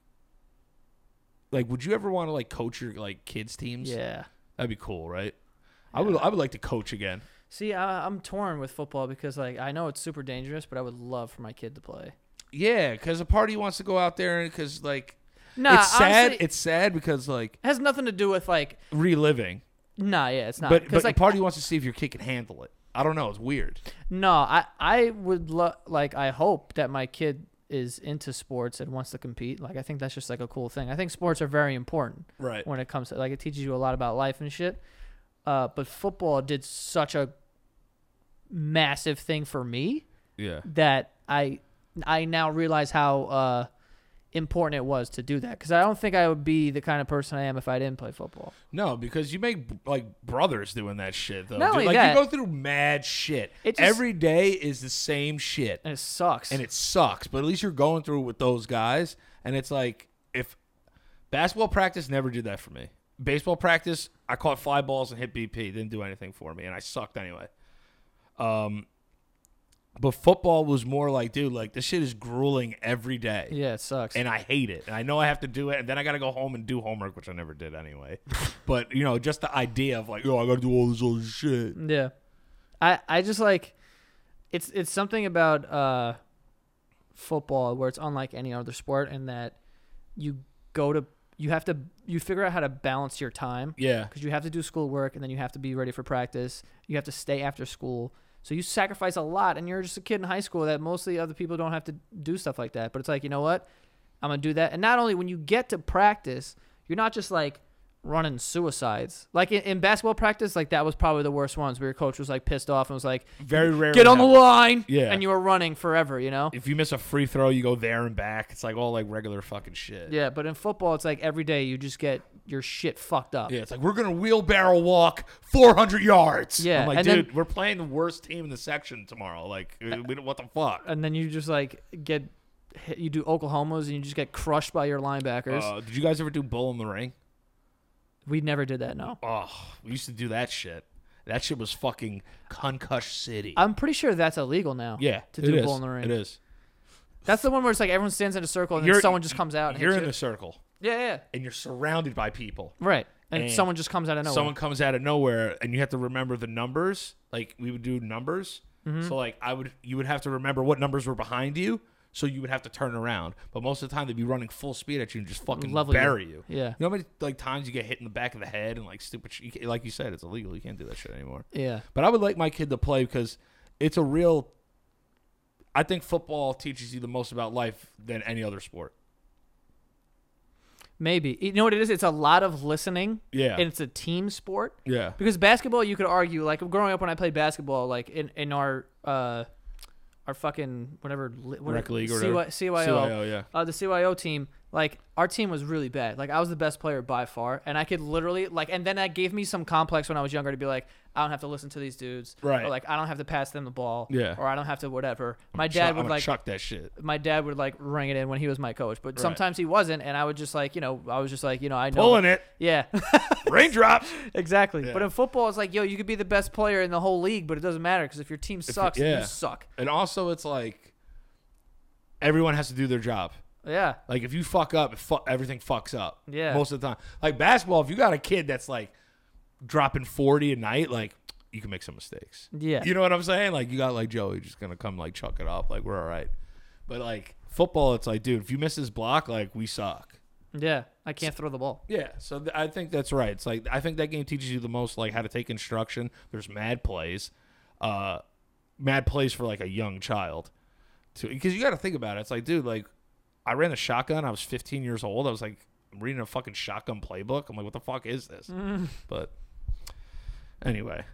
S2: like, would you ever want to like coach your like kids teams?
S1: Yeah.
S2: that'd be cool, right? I would. I would like to coach again.
S1: See, I, I'm torn with football because like I know it's super dangerous, but I would love for my kid to play.
S2: Yeah, because a party wants to go out there because like
S1: Nah,
S2: it's sad.
S1: honestly,
S2: it's sad because like
S1: has nothing to do with like
S2: reliving,
S1: nah yeah it's not
S2: but
S1: 'Cause,
S2: but
S1: like
S2: the party wants to see if your kid can handle it. I don't know. It's weird.
S1: no i i would love like i hope that my kid is into sports and wants to compete like i think that's just like a cool thing i think sports are very important
S2: Right.
S1: when it comes to like it teaches you a lot about life and shit uh but football did such a massive thing for me
S2: Yeah.
S1: that I I now realize how uh, important it was to do that because I don't think I would be the kind of person I am if I didn't play football.
S2: No, because you make like brothers doing that shit though.
S1: Not
S2: dude.
S1: only
S2: like
S1: that-
S2: you go through mad shit.
S1: It just-
S2: Every day is the same shit.
S1: And it sucks.
S2: and it sucks. But at least you're going through it with those guys, and it's like if basketball practice never did that for me. Baseball practice, I caught fly balls and hit BP, didn't do anything for me, and I sucked anyway. Um, but football was more like, dude, like this shit is grueling every day.
S1: yeah, it sucks.
S2: And I hate it. And I know I have to do it. And then I got to go home and do homework, which I never did anyway. but, you know, just the idea of like, oh, I got to do all this other shit.
S1: Yeah. I I just like it's it's something about uh football where it's unlike any other sport in that you go to you have to you figure out how to balance your time
S2: Yeah.
S1: because you have to do schoolwork and then you have to be ready for practice. You have to stay after school. So you sacrifice a lot and you're just a kid in high school that mostly other people don't have to do stuff like that. But it's like, you know what? I'm going to do that. And not only when you get to practice, you're not just like, running suicides. Like in, in basketball practice, like that was probably the worst ones where your coach was like pissed off and was like,
S2: Very rare.
S1: "Get on the line,"
S2: Yeah.
S1: and you were running forever. You know.
S2: If you miss a free throw, you go there and back. It's like all like regular fucking shit.
S1: Yeah, but in football, it's like every day you just get your shit fucked up.
S2: Yeah, it's like we're gonna wheelbarrow walk 400 yards.
S1: Yeah,
S2: I'm like,
S1: and
S2: dude,
S1: then-
S2: we're playing the worst team in the section tomorrow. Like, uh, we don't, what the fuck?
S1: And then you just like get hit, you do Oklahomas and you just get crushed by your linebackers.
S2: Uh, did you guys ever do bull in the ring?
S1: we never did that. No,
S2: Oh, we used to do that shit. That shit was fucking concush city.
S1: I'm pretty sure that's illegal now.
S2: yeah,
S1: to
S2: it
S1: do
S2: is.
S1: bull in the
S2: It
S1: ring.
S2: is.
S1: That's the one where it's like everyone stands in a circle and
S2: You're-
S1: then someone just comes out. And
S2: You're
S1: hits
S2: in
S1: you.
S2: a circle
S1: yeah, yeah,
S2: and you're surrounded by people.
S1: right. And,
S2: And
S1: someone just comes out of nowhere.
S2: Someone comes out of nowhere and you have to remember the numbers. Like we would do numbers.
S1: Mm-hmm.
S2: So like I would you would have to remember what numbers were behind you. So you would have to turn around. But most of the time they'd be running full speed at you and just fucking
S1: Level you.
S2: bury you.
S1: Yeah.
S2: You know how many like times you get hit in the back of the head and like stupid shit. You can't- Like you said, it's illegal. You can't do that shit anymore.
S1: Yeah.
S2: But I would like my kid to play because it's a real. I think football teaches you the most about life than any other sport.
S1: Maybe. You know what it is? It's a lot of listening.
S2: Yeah.
S1: And it's a team sport.
S2: Yeah.
S1: Because basketball, you could argue, like growing up when I played basketball, like in, in our uh, our fucking whatever li- what
S2: Rec league or
S1: CY,
S2: whatever.
S1: CYO,
S2: CYO, yeah.
S1: uh, the CYO team, like our team was really bad. Like I was the best player by far, and I could literally like, and then that gave me some complex when I was younger to be like, I don't have to listen to these dudes,
S2: Right.
S1: Or like I don't have to pass them the ball,
S2: Yeah.
S1: Or I don't have to whatever. My dad
S2: I'm
S1: would
S2: gonna
S1: like
S2: chuck that shit.
S1: my dad would like ring it in when he was my coach, but sometimes he wasn't, and I would just like, you know, I was just like, you know, I know
S2: Pulling it,
S1: yeah,
S2: raindrops.
S1: exactly.
S2: Yeah.
S1: But in football, it's like, yo, you could be the best player in the whole league, but it doesn't matter because if your team sucks,
S2: yeah.
S1: you suck.
S2: And also, it's like everyone has to do their job.
S1: Yeah,
S2: Like if you fuck up, it fu- everything fucks up.
S1: Yeah.
S2: Most of the time, like basketball, if you got a kid that's like dropping forty a night, like you can make some mistakes.
S1: Yeah.
S2: You know what I'm saying? Like you got like Joey just gonna come like chuck it up. Like we're all right. But like football, it's like dude, if you miss this block, like we suck.
S1: yeah. I can't throw the ball.
S2: Yeah, so th- I think that's right. It's like I think that game teaches you the most, like how to take instruction. There's mad plays, uh, mad plays for like a young child, to because you got to think about it. It's like, dude, like I ran the shotgun. I was 15 years old. I was like I'm reading a fucking shotgun playbook. I'm like, what the fuck is this?
S1: Mm.
S2: But anyway,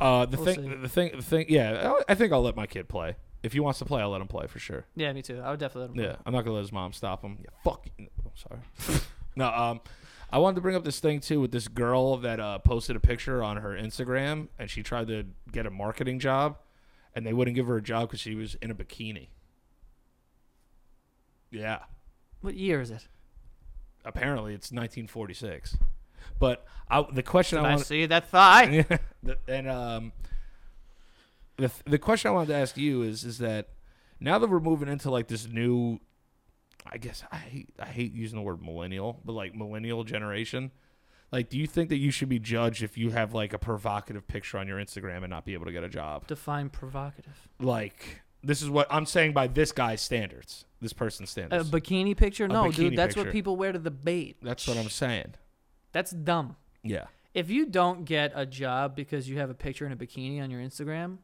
S2: uh, the
S1: We'll
S2: thing,
S1: see.
S2: the thing, the thing. Yeah, I I think I'll let my kid play. If he wants to play, I'll let him play for sure.
S1: Yeah, me too. I would definitely let him.
S2: Yeah, I'm not gonna let his mom stop him. Yeah, fuck. You. I'm sorry. no, um, I wanted to bring up this thing too with this girl that uh, posted a picture on her Instagram, and she tried to get a marketing job, and they wouldn't give her a job because she was in a bikini. Yeah,
S1: What year is it?
S2: apparently it's 1946, but I, the question
S1: Did
S2: I
S1: I
S2: want
S1: see that thigh.
S2: yeah. The- and um, the the question I wanted to ask you is is that now that we're moving into like this new, I guess I hate I hate using the word millennial, but like millennial generation. Like, do you think that you should be judged if you have like a provocative picture on your Instagram and not be able to get a job?
S1: Define provocative.
S2: Like, this is what I'm saying by this guy's standards, this person's
S1: A
S2: standards.
S1: bikini picture? No,
S2: bikini
S1: dude. That's
S2: picture.
S1: what people wear to the bait.
S2: That's what I'm saying.
S1: That's dumb.
S2: Yeah.
S1: If you don't get a job because you have a picture in a bikini on your Instagram,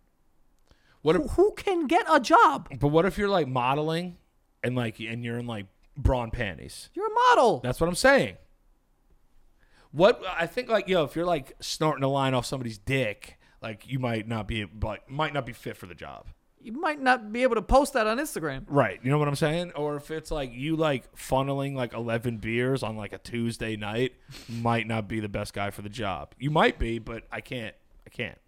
S2: What?
S1: who,
S2: If,
S1: who can get a job?
S2: but what if you're like modeling, and like, and you're in like brawn panties?
S1: You're a model.
S2: That's what I'm saying. What I think, like yo, if you're like snorting a line off somebody's dick, like you might not be like might not be fit for the job.
S1: You might not be able to post that on Instagram.
S2: Right. You know what I'm saying? Or if it's like you like funneling like 11 beers on like a Tuesday night, might not be the best guy for the job. You might be, but I can't. I can't.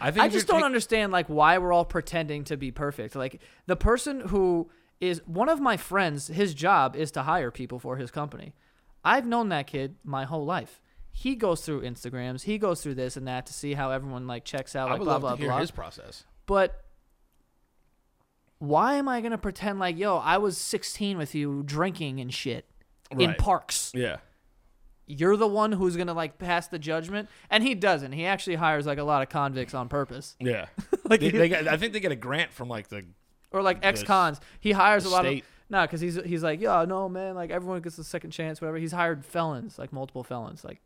S2: I think
S1: I
S2: if you're
S1: just don't
S2: ta-
S1: understand like why we're all pretending to be perfect. Like the person who is one of my friends, his job is to hire people for his company. I've known that kid my whole life. He goes through Instagrams, he goes through this and that to see how everyone like checks out,
S2: I
S1: like
S2: would
S1: blah
S2: love
S1: blah
S2: to hear
S1: blah.
S2: his process.
S1: but why am I gonna pretend like yo, I was 16 with you drinking and shit in
S2: Right.
S1: parks?
S2: Yeah.
S1: You're the one who's gonna like pass the judgment, and he doesn't. He actually hires like a lot of convicts on purpose.
S2: Yeah.
S1: Like
S2: they, they get, I think they get a grant from like the
S1: or like ex cons. He hires a lot
S2: state.
S1: of nah, because he's he's like, yeah, no man, like everyone gets a second chance, whatever. He's hired felons, like multiple felons, like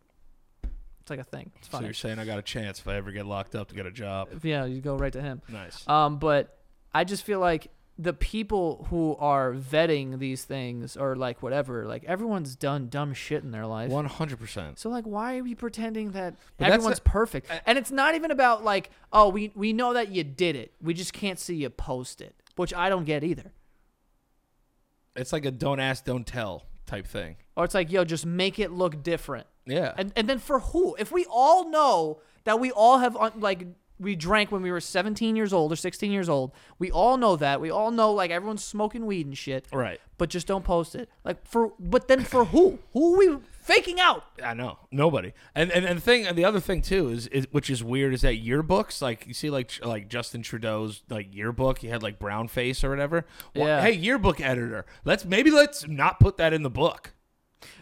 S1: it's like a thing. It's
S2: So
S1: funny.
S2: you're saying I got a chance if I ever get locked up to get a job.
S1: yeah, you go right to him.
S2: Nice.
S1: Um, but I just feel like the people who are vetting these things or like whatever, like everyone's done dumb shit in their life.
S2: One hundred percent.
S1: So like, why are we pretending that
S2: But that's
S1: everyone's
S2: a-
S1: perfect? and it's not even about like, oh, we we know that you did it. We just can't see you post it, which I don't get either.
S2: It's like a don't ask, don't tell type thing.
S1: Or it's like, yo, just make it look different.
S2: Yeah.
S1: And and then for who? If we all know that we all have un- like we drank when we were 17 years old or 16 years old, we all know that. We all know like everyone's smoking weed and shit.
S2: right.
S1: But just don't post it. Like for but then for who? Who are we faking out?
S2: I know nobody. And and and the thing, and the other thing too is, is which is weird is that yearbooks, like you see, like tr- like Justin Trudeau's like yearbook, he had like brown face or whatever. Wha-
S1: Yeah.
S2: Hey, yearbook editor, let's maybe let's not put that in the book.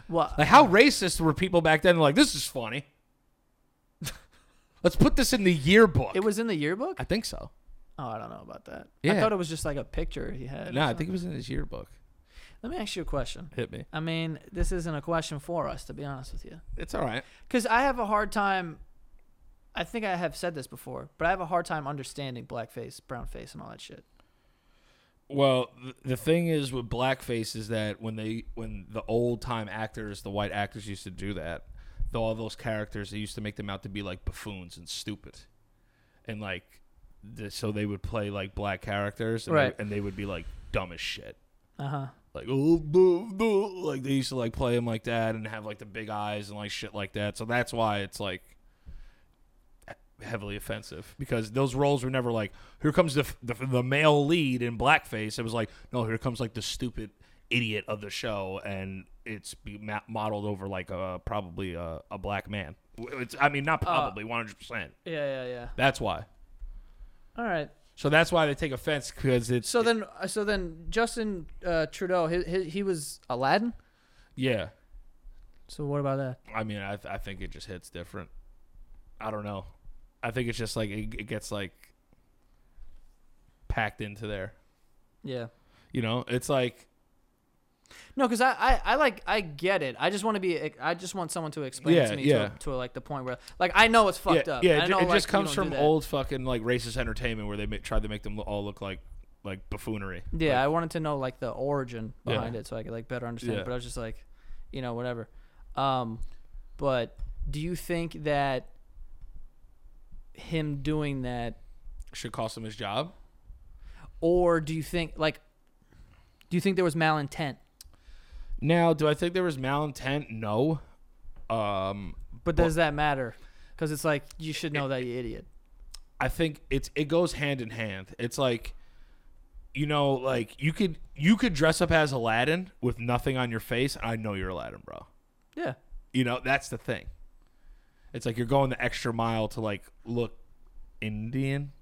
S1: Well,
S2: Like how racist were people back then? Like this is funny. let's put this in the yearbook.
S1: it was in the yearbook?
S2: I think so.
S1: Oh, I don't know about that. I
S2: Yeah.
S1: thought it was just like a picture he had.
S2: No, I think it was in his yearbook.
S1: Let me ask you a question.
S2: Hit me.
S1: I mean, this isn't a question for us, to be honest with you.
S2: It's all right.
S1: Because I have a hard time. I think I have said this before, but I have a hard time understanding blackface, brownface, and all that shit.
S2: Well, th- the thing is with blackface is that when they when the old time actors, the white actors used to do that, the, all those characters they used to make them out to be like buffoons and stupid, and like the, so they would play like black characters, and,
S1: Right.
S2: they, and they would be like dumb as shit.
S1: Uh huh.
S2: Like oh, boo, boo," like they used to like play them like that and have like the big eyes and like shit like that. So that's why it's like heavily offensive because those roles were never like here comes the f- the, the male lead in blackface. It was like no, here comes like the stupid idiot of the show, and it's be ma- modeled over like a probably a, a black man. W- It's I mean not probably one hundred percent.
S1: Yeah, yeah, yeah.
S2: That's why.
S1: All right.
S2: So that's why they take offense because it's
S1: So then, uh, so then, Justin uh, Trudeau, he, he, he was Aladdin.
S2: yeah.
S1: So what about that?
S2: I mean, I, I think it just hits different. I don't know. I think it's just like it, it gets like packed into there.
S1: Yeah.
S2: You know, it's like
S1: No, because I, I, I like I get it. I just want to be. I just want someone to explain it
S2: Yeah,
S1: to me
S2: yeah.
S1: to, to like the point where like I know it's fucked
S2: yeah,
S1: up.
S2: yeah.
S1: I
S2: it,
S1: know,
S2: it
S1: like,
S2: just
S1: you
S2: comes
S1: don't do
S2: from
S1: that.
S2: old fucking like racist entertainment where they ma- tried to make them all look like like buffoonery.
S1: Yeah, I wanted to know like the origin
S2: Yeah.
S1: behind it so I could like better understand.
S2: Yeah.
S1: It. But I was just like, you know, whatever. Um, but do you think that him doing that,
S2: Should cost him his job.
S1: or do you think like, do you think there was malintent?
S2: Now, do I think there was malintent? No. Um,
S1: But does that matter? Because it's like you should know that you idiot.
S2: I think it's it goes hand in hand. It's like you know, like you could you could dress up as Aladdin with nothing on your face. I know you're Aladdin, bro.
S1: Yeah.
S2: You know, that's the thing. It's like you're going the extra mile to like look Indian,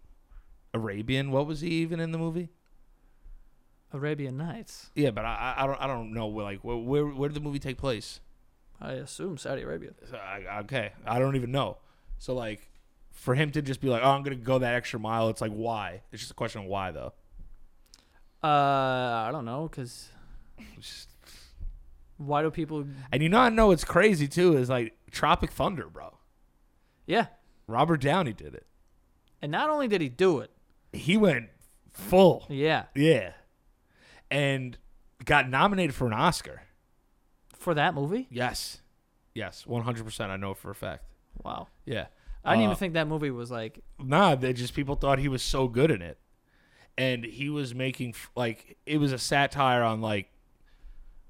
S2: Arabian. What was he even in the movie?
S1: Arabian Nights.
S2: Yeah, but I I I don't I don't know where like where where, where did the movie take place?
S1: I assume Saudi Arabia.
S2: So, I, okay, I don't even know. So like for him to just be like, "Oh, I'm going to go that extra mile." It's like, "Why?" It's just a question of why though.
S1: Uh, I don't know, cause why do people?
S2: And you know, I know it's crazy too. Is like Tropic Thunder, bro.
S1: Yeah,
S2: Robert Downey did it.
S1: and not only did he do it,
S2: He went full,
S1: yeah,
S2: yeah, and got nominated for an Oscar.
S1: for that movie.
S2: Yes, yes, one hundred percent. I know for a fact.
S1: Wow,
S2: Yeah,
S1: I didn't
S2: Uh,
S1: even think that movie was like.
S2: Nah, they just people thought he was so good in it, and he was making f- like it was a satire on like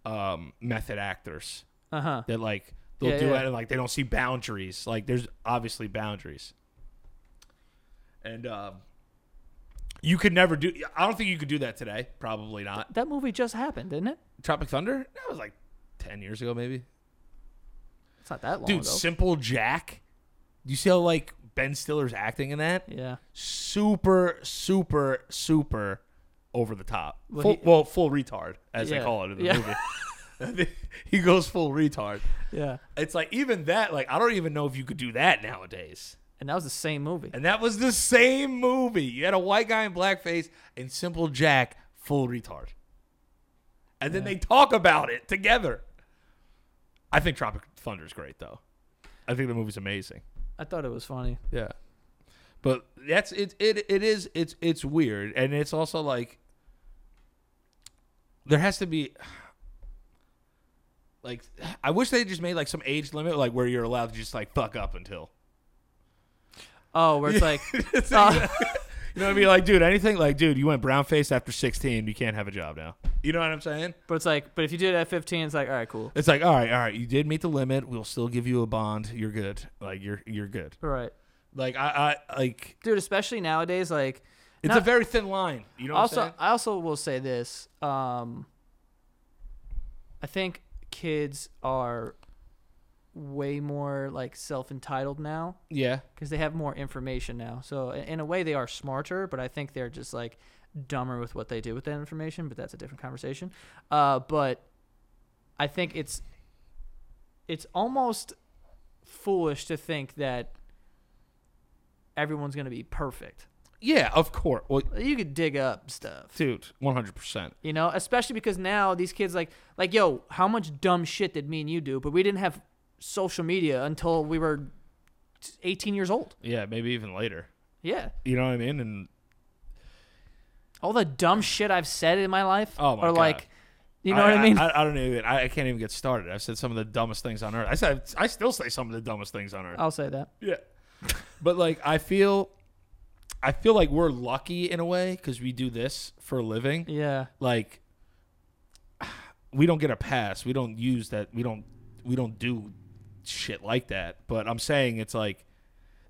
S2: um method actors
S1: Uh huh.
S2: that like they'll
S1: Yeah,
S2: do
S1: yeah.
S2: it and like they don't see boundaries. Like there's obviously boundaries, and um, you could never do. I don't think you could do that today. Probably not.
S1: That movie just happened, didn't it?
S2: Tropic Thunder that was like ten years ago, maybe.
S1: It's not that long
S2: Dude,
S1: ago.
S2: Simple Jack. You see how like Ben Stiller's acting in that?
S1: yeah.
S2: super, super, super over the top.
S1: Well,
S2: full,
S1: he-
S2: well, full retard, as
S1: Yeah.
S2: they call it in the
S1: Yeah.
S2: movie. he goes full retard.
S1: Yeah.
S2: It's like even that, like I don't even know if you could do that nowadays.
S1: And that was the same movie.
S2: And that was the same movie. You had a white guy in blackface and Simple Jack full retard. And then they talk about it together. I think Tropic Thunder is great though. I think the movie's amazing.
S1: I thought it was funny.
S2: Yeah. But that's it it it is it's it's weird and it's also like there has to be like I wish they just made like some age limit like where you're allowed to just like fuck up until
S1: Oh, where it's like, uh,
S2: you know what I mean like dude anything like dude you went brown faced after 16 you can't have a job now you know what I'm saying
S1: but it's like, but if you did it at 15, it's like, all right, cool,
S2: it's like all right all right you did meet the limit we'll still give you a bond you're good like you're you're good
S1: all right,
S2: like I I like
S1: dude. Especially nowadays, like,
S2: it's
S1: Not-
S2: a very thin line you know what I'm
S1: also
S2: saying?
S1: I also will say this. Um, I think kids are way more like self entitled now
S6: Yeah.
S1: because they have more information now. So i- in a way, they are smarter, but I think they're just like dumber with what they do with that information. But that's a different conversation. Uh, but I think it's it's almost foolish to think that everyone's going to be perfect.
S2: yeah of course well
S1: You could dig up stuff.
S2: dude 100 percent
S1: You know, especially because now these kids like like yo, how much dumb shit did me and you do? But we didn't have social media until we were 18 years old.
S2: yeah maybe even later
S1: Yeah.
S2: you know what I mean and
S1: All the dumb shit I've said in my life
S2: Oh my
S1: are
S2: God.
S1: like you know what I mean?
S2: I, I don't even. I, I can't even get started. I've said some of the dumbest things on earth. I said I still say some of the dumbest things on earth.
S1: I'll say that.
S2: Yeah, but like I feel, I feel like we're lucky in a way because we do this for a living.
S1: Yeah.
S2: Like, we don't get a pass. We don't use that. We don't. We don't do shit like that. But I'm saying it's like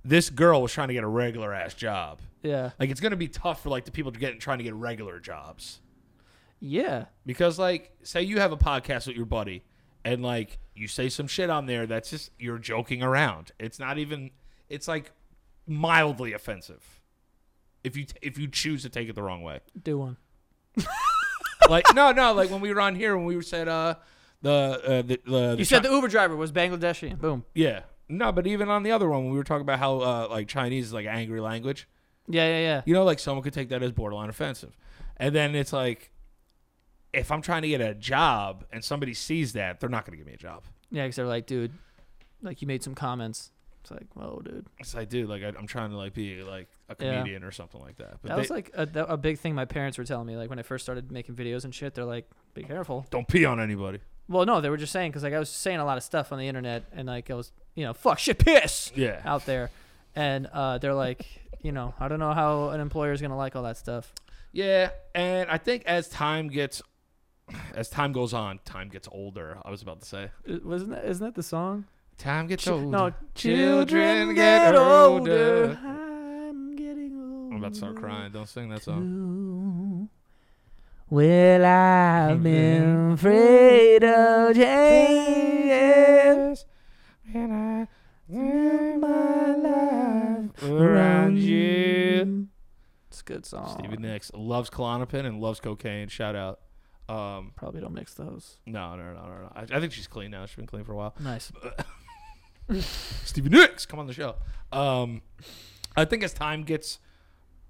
S2: this girl was trying to get a regular ass job.
S1: Yeah.
S2: Like it's gonna be tough for like the people to get trying to get regular jobs.
S1: Yeah.
S2: Because like say you have a podcast with your buddy and like you say some shit on there that's just you're joking around. It's not even it's like mildly offensive. If you if you choose to take it the wrong way.
S1: Do one.
S2: Like no, no, like when we were on here when we were said uh the uh the, the, the
S1: You said the Uber driver was Bangladeshi. Boom.
S2: Yeah. No, but even on the other one when we were talking about how uh like Chinese is like angry language.
S1: Yeah, yeah, yeah.
S2: You know, like someone could take that as borderline offensive. And then it's like if I'm trying to get a job and somebody sees that, they're not gonna give me a job.
S1: Yeah, cuz they're like, dude, like you made some comments. It's like, whoa, dude.
S2: Yes, I do. Like I, I'm trying to like be like a
S1: Yeah.
S2: comedian or something like that. But
S1: That
S2: they,
S1: was like a, that- a big thing my parents were telling me like when I first started making videos and shit. They're like, be careful.
S2: don't pee on anybody.
S1: Well, no, they were just saying because like I was saying a lot of stuff on the internet, and like I was, you know, fuck shit, piss
S2: Yeah.
S1: out there, and uh, they're like, you know, I don't know how an employer is gonna like all that stuff.
S2: Yeah. And I think as time gets, as time goes on, time gets older. I was about to say.
S1: I- Wasn't that isn't that the song?
S2: Time gets
S1: Chi-
S2: older.
S1: No,
S2: Children
S1: children
S2: get
S1: get
S2: older.
S1: older. I'm getting older.
S2: I'm about to start crying. Don't sing that song.
S1: too. Well, I've been afraid of changes.
S4: And I turn my life around you.
S1: It's a good song.
S2: Stevie Nicks loves Klonopin and loves cocaine. Shout out. Um,
S1: Probably don't mix those.
S2: no, no, no, no, no. I, I think she's clean now. She's been clean for a while.
S1: Nice.
S2: Stevie Nicks, come on the show. Um, I think as time gets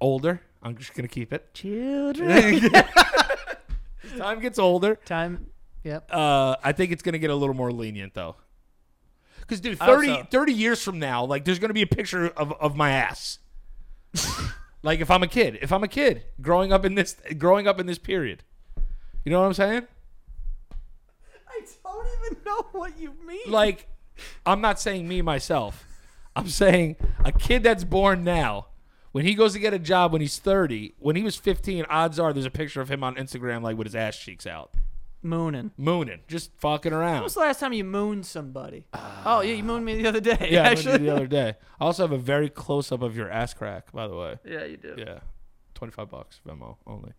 S2: older, I'm just gonna keep it.
S1: Children.
S2: As time gets older,
S1: Time. Yep.
S2: uh, I think it's gonna get a little more lenient though. Because dude,
S1: I hope
S2: 30,
S1: so.
S2: 30 years from now, like there's gonna be a picture of, of my ass. like if I'm a kid, if I'm a kid growing up in this growing up in this period, you know what I'm saying?
S1: I don't even know what you mean.
S2: Like, I'm not saying me myself. I'm saying a kid that's born now, when he goes to get a job when he's 30, when he was 15, odds are there's a picture of him on Instagram like with his ass cheeks out,
S1: mooning.
S2: mooning, just fucking
S1: When was
S2: around.
S1: the last time you mooned somebody? oh yeah, you mooned me the other day.
S2: Uh, Yeah, I
S1: actually.
S2: did the other day. I also have a very close up of your ass crack, by the way.
S1: yeah, you did.
S2: Yeah, twenty five bucks Venmo only.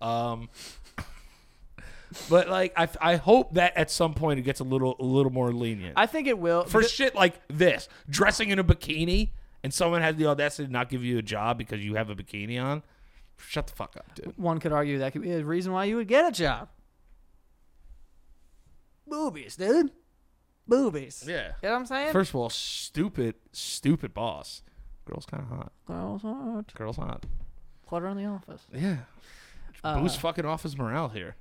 S2: Um, but like, I, I hope that at some point it gets a little a little more lenient.
S1: I think it will.
S2: for
S1: th-
S2: shit like this, dressing in a bikini, and someone has the audacity to not give you a job because you have a bikini on. Shut the fuck up, dude.
S1: one could argue that could be a reason why you would get a job. Boobies, dude. Boobies.
S2: Yeah.
S1: You know what I'm saying?
S2: First of all, stupid, stupid boss. Girl's kind of hot.
S1: Girls aren't.
S2: Girl's hot.
S1: Clutter in the office.
S2: Yeah.
S1: Uh,
S2: Boost fucking office morale here.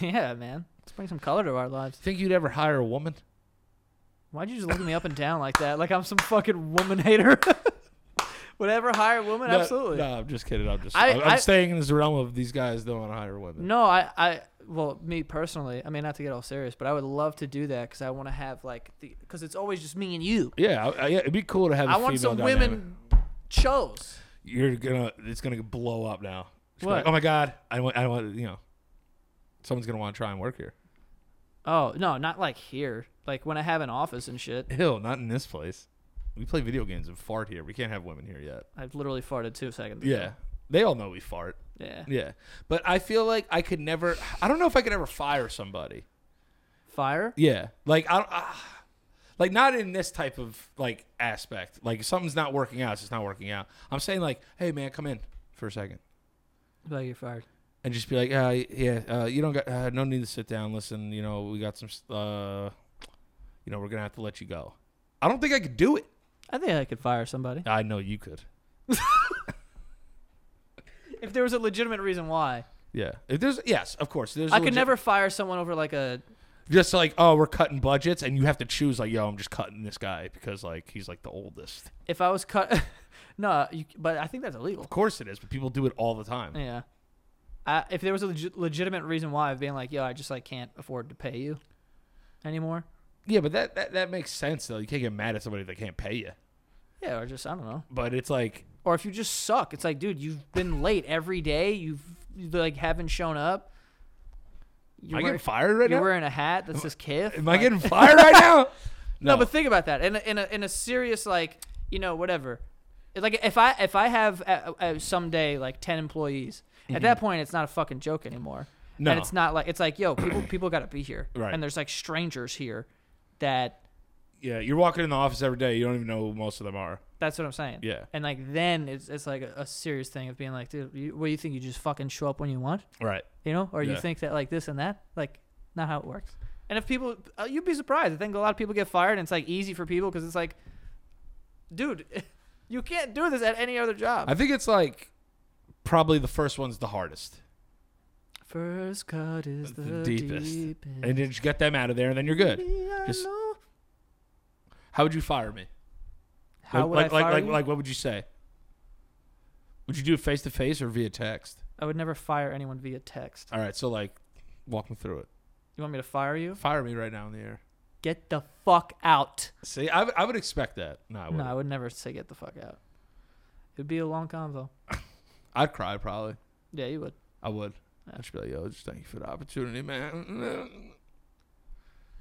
S1: yeah, man. Let's bring some color to our lives.
S2: Think you'd ever hire a woman?
S1: Why'd you just look me up and down like that? Like I'm some fucking woman hater. Whatever hire a woman,
S2: No,
S1: absolutely.
S2: No, I'm just kidding. I'm just.
S1: I-
S2: I, am
S1: I-
S2: staying in this realm of these guys don't want to hire women.
S1: No, I, I, well, me personally, I mean, not to get all serious, but I would love to do that because I want to have like the, because it's always just me and you.
S2: Yeah, I, I- yeah, it'd be cool to have. I
S1: I want some women shows.
S2: You're gonna. It's gonna blow up now. It's gonna be
S1: What?
S2: Like, oh my god! I want. I want. You know. Someone's gonna want to try and work here.
S1: Oh no, not like here. Like when I have an office and shit.
S2: Hill, not in this place. We play video games and fart here. We can't have women here yet.
S1: I've literally farted two seconds. ago.
S2: Yeah, they all know we fart.
S1: Yeah.
S2: Yeah, but I feel like I could never. I don't know if I could ever fire somebody.
S1: Fire.
S2: Yeah, like I, ah, like not in this type of like aspect. Like if something's not working out, it's just not working out. I'm saying like, hey man, come in for a second,
S1: Like you're fired.
S2: and just be like, uh, yeah, uh, you don't got uh, no need to sit down. Listen, you know, we got some, s- uh, you know, we're gonna have to let you go. I don't think I could do it.
S1: I think I could fire somebody
S2: I know you could.
S1: if there was a legitimate reason why.
S2: Yeah, if there's yes, of course. There's
S1: I
S2: a
S1: could
S2: legit-
S1: never fire someone over like a
S2: just like oh we're cutting budgets, and you have to choose like yo I'm just cutting this guy because like he's like the oldest.
S1: if I was cut. no, you, but I think that's illegal.
S2: Of course it is, but people do it all the time.
S1: Yeah. I, if there was a legi- legitimate reason why of being like, yo, I just like can't afford to pay you anymore.
S2: Yeah, but that, that that makes sense though. You can't get mad at somebody that can't pay you.
S1: Yeah, or just I don't know.
S2: But it's like,
S1: Or if you just suck, it's like, dude, you've been late every day. You've you, like haven't shown up.
S2: am
S1: You're,
S2: I
S1: wear-
S2: getting fired right
S1: you're
S2: now?
S1: wearing a hat that says "Kiff."
S2: am I getting fired right now?
S1: no, but think about that in a, in a in a serious like you know whatever. It's Like if I if I have uh, uh, someday like ten employees, at that point it's not a fucking joke anymore.
S2: Mm-hmm. No.
S1: and it's not like it's like yo people people got to be here,
S2: Right.
S1: And there's like strangers here, that
S2: yeah, you're walking in the office every day. You don't even know who most of them are.
S1: that's what I'm saying.
S2: Yeah.
S1: and like then it's it's like a, a serious thing of being like, dude, you, what do you think? You just fucking show up when you want?
S2: Right.
S1: you know, or you
S2: Yeah.
S1: think that like this and that, like not how it works. And if people, uh, you'd be surprised. I think a lot of people get fired, and it's like easy for people because it's like, dude, you can't do this at any other job.
S2: I think it's like probably the first one's the hardest.
S1: First cut is the,
S2: deepest.
S1: deepest.
S2: And then just get them out of there and then you're good. just- How would you fire me?
S1: how would
S2: like
S1: I
S2: like
S1: fire
S2: like
S1: you?
S2: like what would you say? Would you do it face to face or via text?
S1: I would never fire anyone via text.
S2: All right, so like walk me through it.
S1: You want me to fire you?
S2: Fire me right now in the air.
S1: Get the fuck out.
S2: See, I, would- I would expect that. No, I
S1: no,
S2: wouldn't.
S1: I would never say get the fuck out. It'd be a long convo.
S2: I'd cry probably.
S1: Yeah, you would.
S2: I would. I'd just be like, yo, just thank you for the opportunity, man.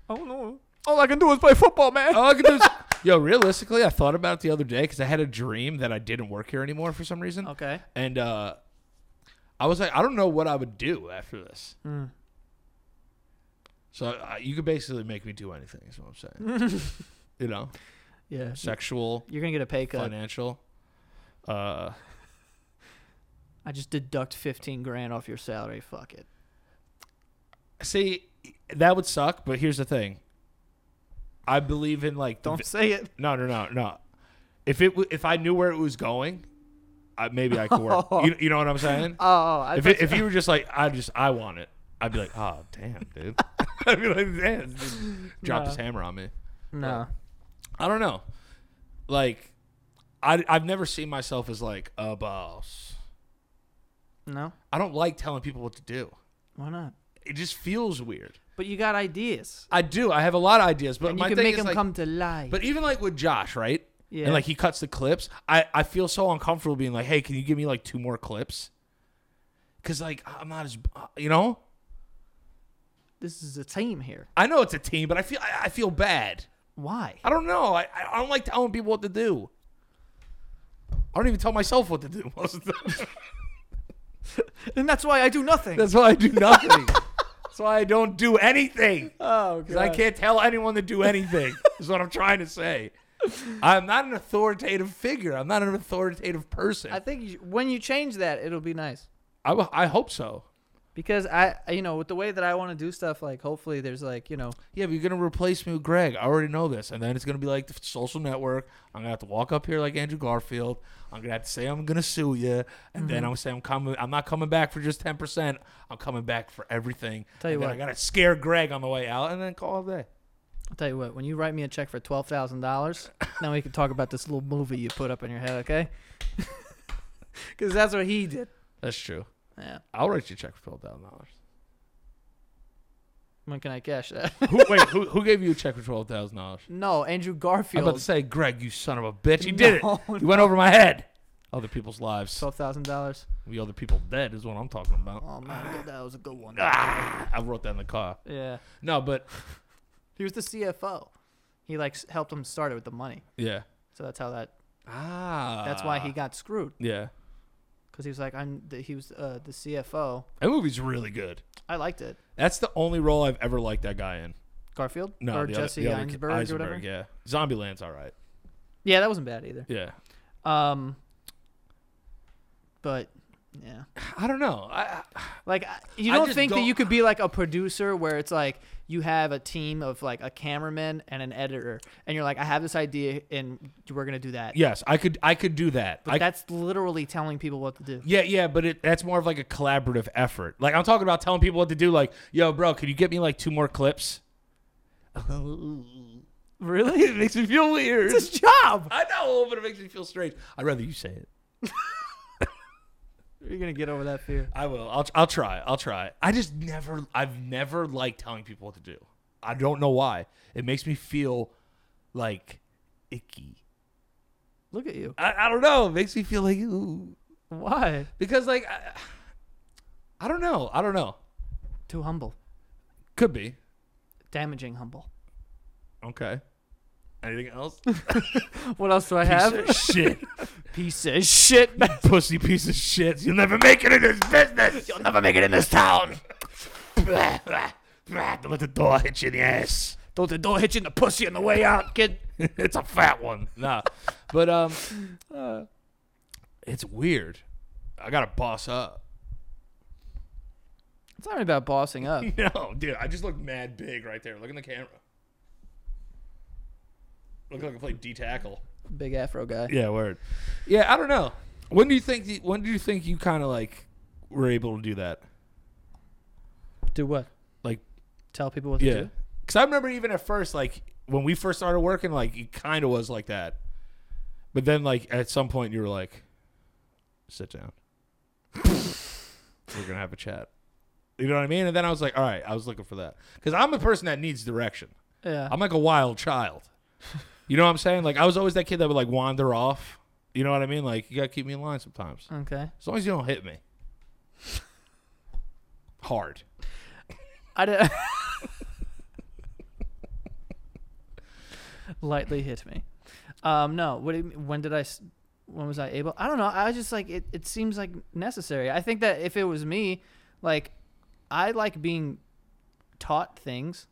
S1: Oh no. All I can do is play football, man.
S2: Oh, I could do this. yo, realistically, I thought about it the other day because I had a dream that I didn't work here anymore for some reason.
S1: Okay.
S2: And uh, I was like, I don't know what I would do after this.
S1: Mm.
S2: So uh, you could basically make me do anything, is what I'm saying. you know,
S1: Yeah.
S2: sexual,
S1: You're gonna get a pay cut.
S2: financial. Uh,
S1: I just deduct 15 grand off your salary. Fuck it.
S2: see, that would suck, but here's the thing. I believe in like the
S1: Don't say it.
S2: No, no, no, no. If it w- if I knew where it was going, I, maybe I could work. you, you know what I'm saying?
S1: Oh, I
S2: if, it, if you were just like, I just I want it, I'd be like, oh damn, dude. I'd be like, damn, dude. drop his
S1: No.
S2: hammer on me.
S1: no.
S2: I don't know. Like, I I've never seen myself as like a boss.
S1: No.
S2: I don't like telling people what to do.
S1: Why not?
S2: It just feels weird.
S1: But you got ideas.
S2: I do. I have a lot of ideas, but
S1: And
S2: my
S1: you can
S2: thing
S1: make
S2: is
S1: them
S2: like,
S1: come to life.
S2: But even like with Josh, right?
S1: Yeah.
S2: And like he cuts the clips. I, I feel so uncomfortable being like, hey, can you give me like two more clips? Cause like I'm not as you know
S1: this is a team here.
S2: I know it's a team, but I feel I, I feel bad.
S1: Why?
S2: I don't know. I, I don't like telling people what to do. I don't even tell myself what to do most of the time.
S1: And that's why I do nothing.
S2: That's why I do nothing. That's why I don't do anything.
S1: oh,
S2: 'Cause I can't tell anyone to do anything. is what I'm trying to say. I'm not an authoritative figure. I'm not an authoritative person.
S1: I think you, when you change that, it'll be nice.
S2: I, w- I hope so.
S1: Because I, you know, with the way that I want to do stuff, like hopefully there's like, you know,
S2: Yeah, but you're gonna replace me with Greg. I already know this, and then it's gonna be like the f- social network. I'm gonna have to walk up here like Andrew Garfield. I'm gonna have to say I'm gonna sue you, and
S1: Mm-hmm.
S2: then I'm gonna say I'm coming. I'm not coming back for just ten percent. I'm coming back for everything.
S1: Tell you
S2: and then
S1: what.
S2: I gotta scare Greg on the way out, and then call it a day.
S1: I'll tell you what, when you write me a check for $12,000, then we can talk about this little movie you put up in your head, okay? because that's what he did.
S2: That's true.
S1: Yeah.
S2: I'll write you a check for twelve thousand dollars.
S1: When can I cash that?
S2: Who wait, who, who gave you a check for twelve thousand dollars?
S1: no, Andrew
S2: I'm
S1: Garfield.
S2: about to say, Greg, you son of a bitch. You did
S1: No,
S2: it. You went over my head. Other people's lives.
S1: Twelve thousand dollars.
S2: We other people dead is what I'm talking about.
S1: Oh man, that was a good one.
S2: Ah, I wrote that in the car.
S1: Yeah.
S2: No, but
S1: He was the CFO. He like s- helped him start it with the money.
S2: yeah.
S1: So that's how that.
S2: Ah.
S1: That's why he got screwed
S2: Yeah.
S1: because he was like, I'm. The, he was uh, the CFO.
S2: That movie's really good.
S1: I liked it.
S2: That's the only role I've ever liked that guy in.
S1: Garfield
S2: No,
S1: or
S2: the other-
S1: Jesse
S2: the other
S1: Eisenberg,
S2: kid-
S1: or whatever. Yeah.
S2: Yeah. Zombieland's all right.
S1: that wasn't bad either.
S2: Yeah.
S1: Um. But yeah,
S2: I don't know. I,
S1: like I- you
S2: I
S1: don't
S2: just
S1: think that
S2: don't-
S1: you could be like a producer where it's like you have a team of like a cameraman and an editor, and you're like, I have this idea, and we're gonna do that.
S2: yes, I could. I could do that.
S1: But
S2: I,
S1: that's literally telling people what to do.
S2: Yeah, yeah, but it, that's more of like a collaborative effort. Like I'm talking about telling people what to do. Like, yo, bro, could you get me like two more clips?
S1: Really?
S2: It makes me feel weird.
S1: It's his job.
S2: I know, but it makes me feel strange. I'd rather you say it.
S1: You're gonna get over that fear.
S2: I will. I'll. I'll try. I'll try. I just never. I've never liked telling people what to do. I don't know why. It makes me feel like icky.
S1: Look at you.
S2: I, I don't know. It makes me feel like ooh.
S1: Why?
S2: because like I, I don't know. I don't know.
S1: Too humble.
S2: Could be.
S1: Damaging humble.
S2: Okay. Anything else?
S1: What else do I
S2: Piece
S1: have?
S2: of shit.
S1: Piece of shit.
S2: pussy piece of shit. You'll never make it in this business. You'll never make it in this town. Don't let the door hit you in the ass.
S1: Don't the door hit you in the pussy on the way out, kid.
S2: it's a fat one. Nah, but um, it's weird. I gotta boss up.
S1: It's not really about bossing up.
S2: No, dude, I just look mad big right there. Look in the camera. Look like I play D tackle.
S1: Big afro guy.
S2: Yeah, word. Yeah, I don't know. When do you think? The, when do you think you kind of like were able to do that?
S1: Do what?
S2: Like
S1: Tell people what to
S2: Yeah.
S1: do.
S2: Because I remember even at first, like when we first started working, like it kind of was like that. But then, like at some point, you were like, "Sit down. We're gonna have a chat." You know what I mean? And then I was like, "All right." I was looking for that because I'm a person that needs direction.
S1: Yeah.
S2: I'm like a wild child. You know what I'm saying? Like I was always that kid that would like wander off. You know what I mean? Like you gotta keep me in line sometimes.
S1: okay.
S2: As long as you don't hit me hard.
S1: I did. Lightly hit me. Um, no. What? Do you, mean- when did I? s- When was I able? I don't know. I was just like it. It seems like necessary. I think that if it was me, like, I like being taught things.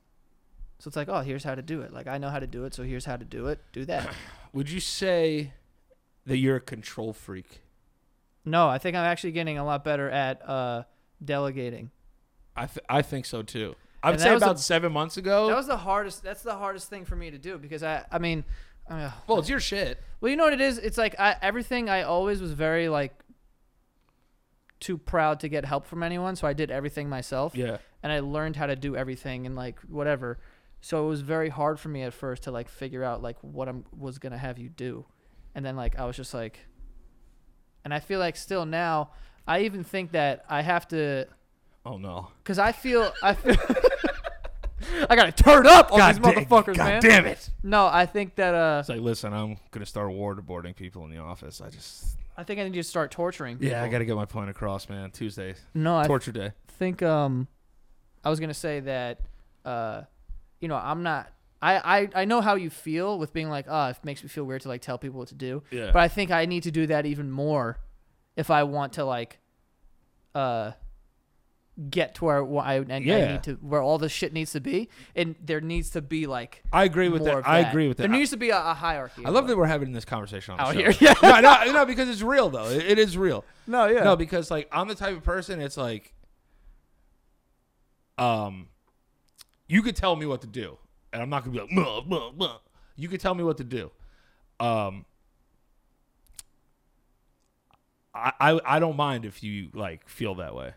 S1: So it's like, oh, here's how to do it. Like I know how to do it, so here's how to do it. Do that.
S2: Would you say that you're a control freak?
S1: No, I think I'm actually getting a lot better at uh, delegating.
S2: I, th- I think so too. I would
S1: And that
S2: say
S1: was
S2: about
S1: a-
S2: seven months
S1: That
S2: ago.
S1: was the hardest. That's the hardest thing for me to do because I. I mean, uh, I mean,
S2: well, it's your shit.
S1: Well, you know what it is? It's like I, everything I always was very like too proud to get help from anyone, so I did everything myself.
S2: Yeah.
S1: And I learned how to do everything and like whatever. So it was very hard for me at first to like figure out like what I was going to have you do. And then like I was just like and I feel like still now I even think that I have to
S2: Oh no.
S1: cuz I feel I feel I got to turn up on
S2: God
S1: these
S2: da-
S1: motherfuckers,
S2: God
S1: man.
S2: damn it!
S1: No, I think that uh
S2: It's like, listen, I'm gonna start waterboarding people in the office. I just
S1: I think I need to start torturing.
S2: yeah, I
S1: people.
S2: gotta get my point across, man. Tuesday,
S1: No, I
S2: torture day.
S1: think um I was gonna say that uh you know I'm not I, I I know how you feel with being like oh it makes me feel weird to like tell people what to do
S2: Yeah.
S1: but I think I need to do that even more if I want to like uh get to where wh- I, and I
S2: Yeah.
S1: need to where all this shit needs to be and there needs to be like
S2: I agree with
S1: more
S2: that.
S1: of
S2: I agree with that.
S1: there needs to be a, a hierarchy
S2: I love that we're having this conversation on the
S1: Out
S2: show.
S1: here, yeah.
S2: no, no, no, because it's real though. It- it is real.
S1: no yeah
S2: No, because like I'm the type of person. It's like, um, you could tell me what to do, and I'm not gonna be like, "Muh, muh, muh." you could tell me what to do. Um, I, I I don't mind if you like feel that way.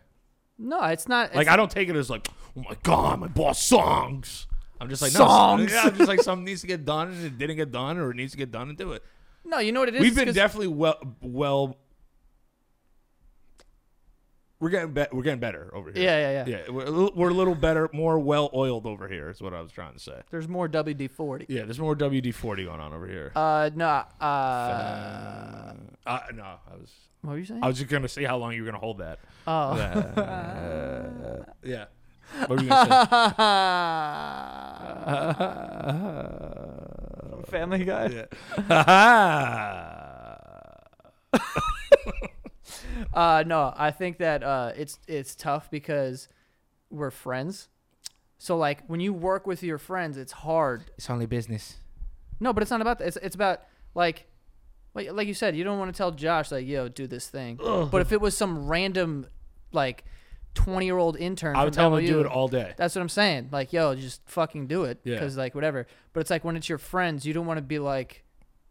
S1: no it's not
S2: Like
S1: it's-
S2: I don't take it as like, oh my god, my boss songs. I'm just like no,
S1: Songs.
S2: Yeah, I'm just like something needs to get done and it didn't get done or it needs to get done and do it.
S1: no you know what it is
S2: We've
S1: It's
S2: been
S1: 'cause-
S2: definitely well well We're getting be- we're getting better over here.
S1: Yeah, yeah, yeah.
S2: Yeah, we're, a little- we're a little better, more well oiled over here. Is what I was trying to say.
S1: There's more WD forty.
S2: Yeah, there's more WD forty going on over here.
S1: Uh no. Uh,
S2: Uh, no, I was
S1: what were you saying?
S2: I was just gonna see how long you were gonna hold that.
S1: oh.
S2: Yeah. What were you gonna
S1: Family Guy.
S2: say? yeah.
S1: Uh, no, I think that uh, it's it's tough because we're friends. So like when you work with your friends, it's hard.
S4: It's only business.
S1: No, but it's not about that. It's it's about like. Like, like you said, you don't want to tell Josh like, "Yo, do this thing." But if it was some random, like, twenty-year-old intern,
S2: I
S1: from
S2: would tell him to do
S1: WU,
S2: it all day.
S1: That's what I'm saying. Like, yo, just fucking do it.
S2: Yeah.
S1: Because like whatever. But it's like when it's your friends, you don't want to be like,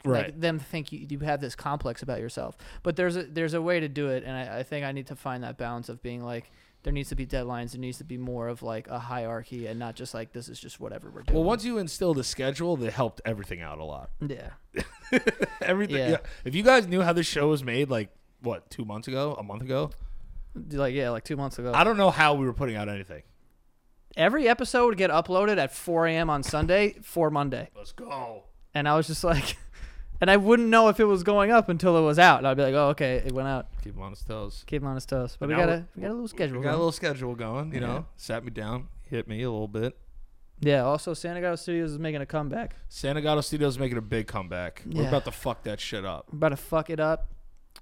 S2: Right.
S1: like them think you, you have this complex about yourself. But there's a there's a way to do it, and I, I think I need to find that balance of being like. There needs to be deadlines. There needs to be more of like a hierarchy, and not just like this is just whatever we're doing.
S2: Well, once you instilled a schedule, that helped everything out a lot.
S1: yeah,
S2: Everything.
S1: Yeah.
S2: Yeah. If you guys knew how this show was made, like what two months ago, a month ago,
S1: like yeah, like two months ago,
S2: I don't know how we were putting out anything.
S1: every episode would get uploaded at 4 a.m. on Sunday for Monday,
S2: Let's go.
S1: and I was just like, and I wouldn't know if it was going up until it was out, and I'd be like, oh okay, it went out.
S2: Keep him on his toes.
S1: Keep him on his toes. But we
S2: Now
S1: got
S2: we're-
S1: a we got a little schedule.
S2: We got a
S1: going.
S2: little schedule going. You know, sat me down, hit me a little bit.
S1: yeah. Also, Santa Gato Studios is making a comeback.
S2: Santa Gato Studios making a big comeback. We're
S1: Yeah.
S2: about to fuck that shit up.
S1: About to fuck it up.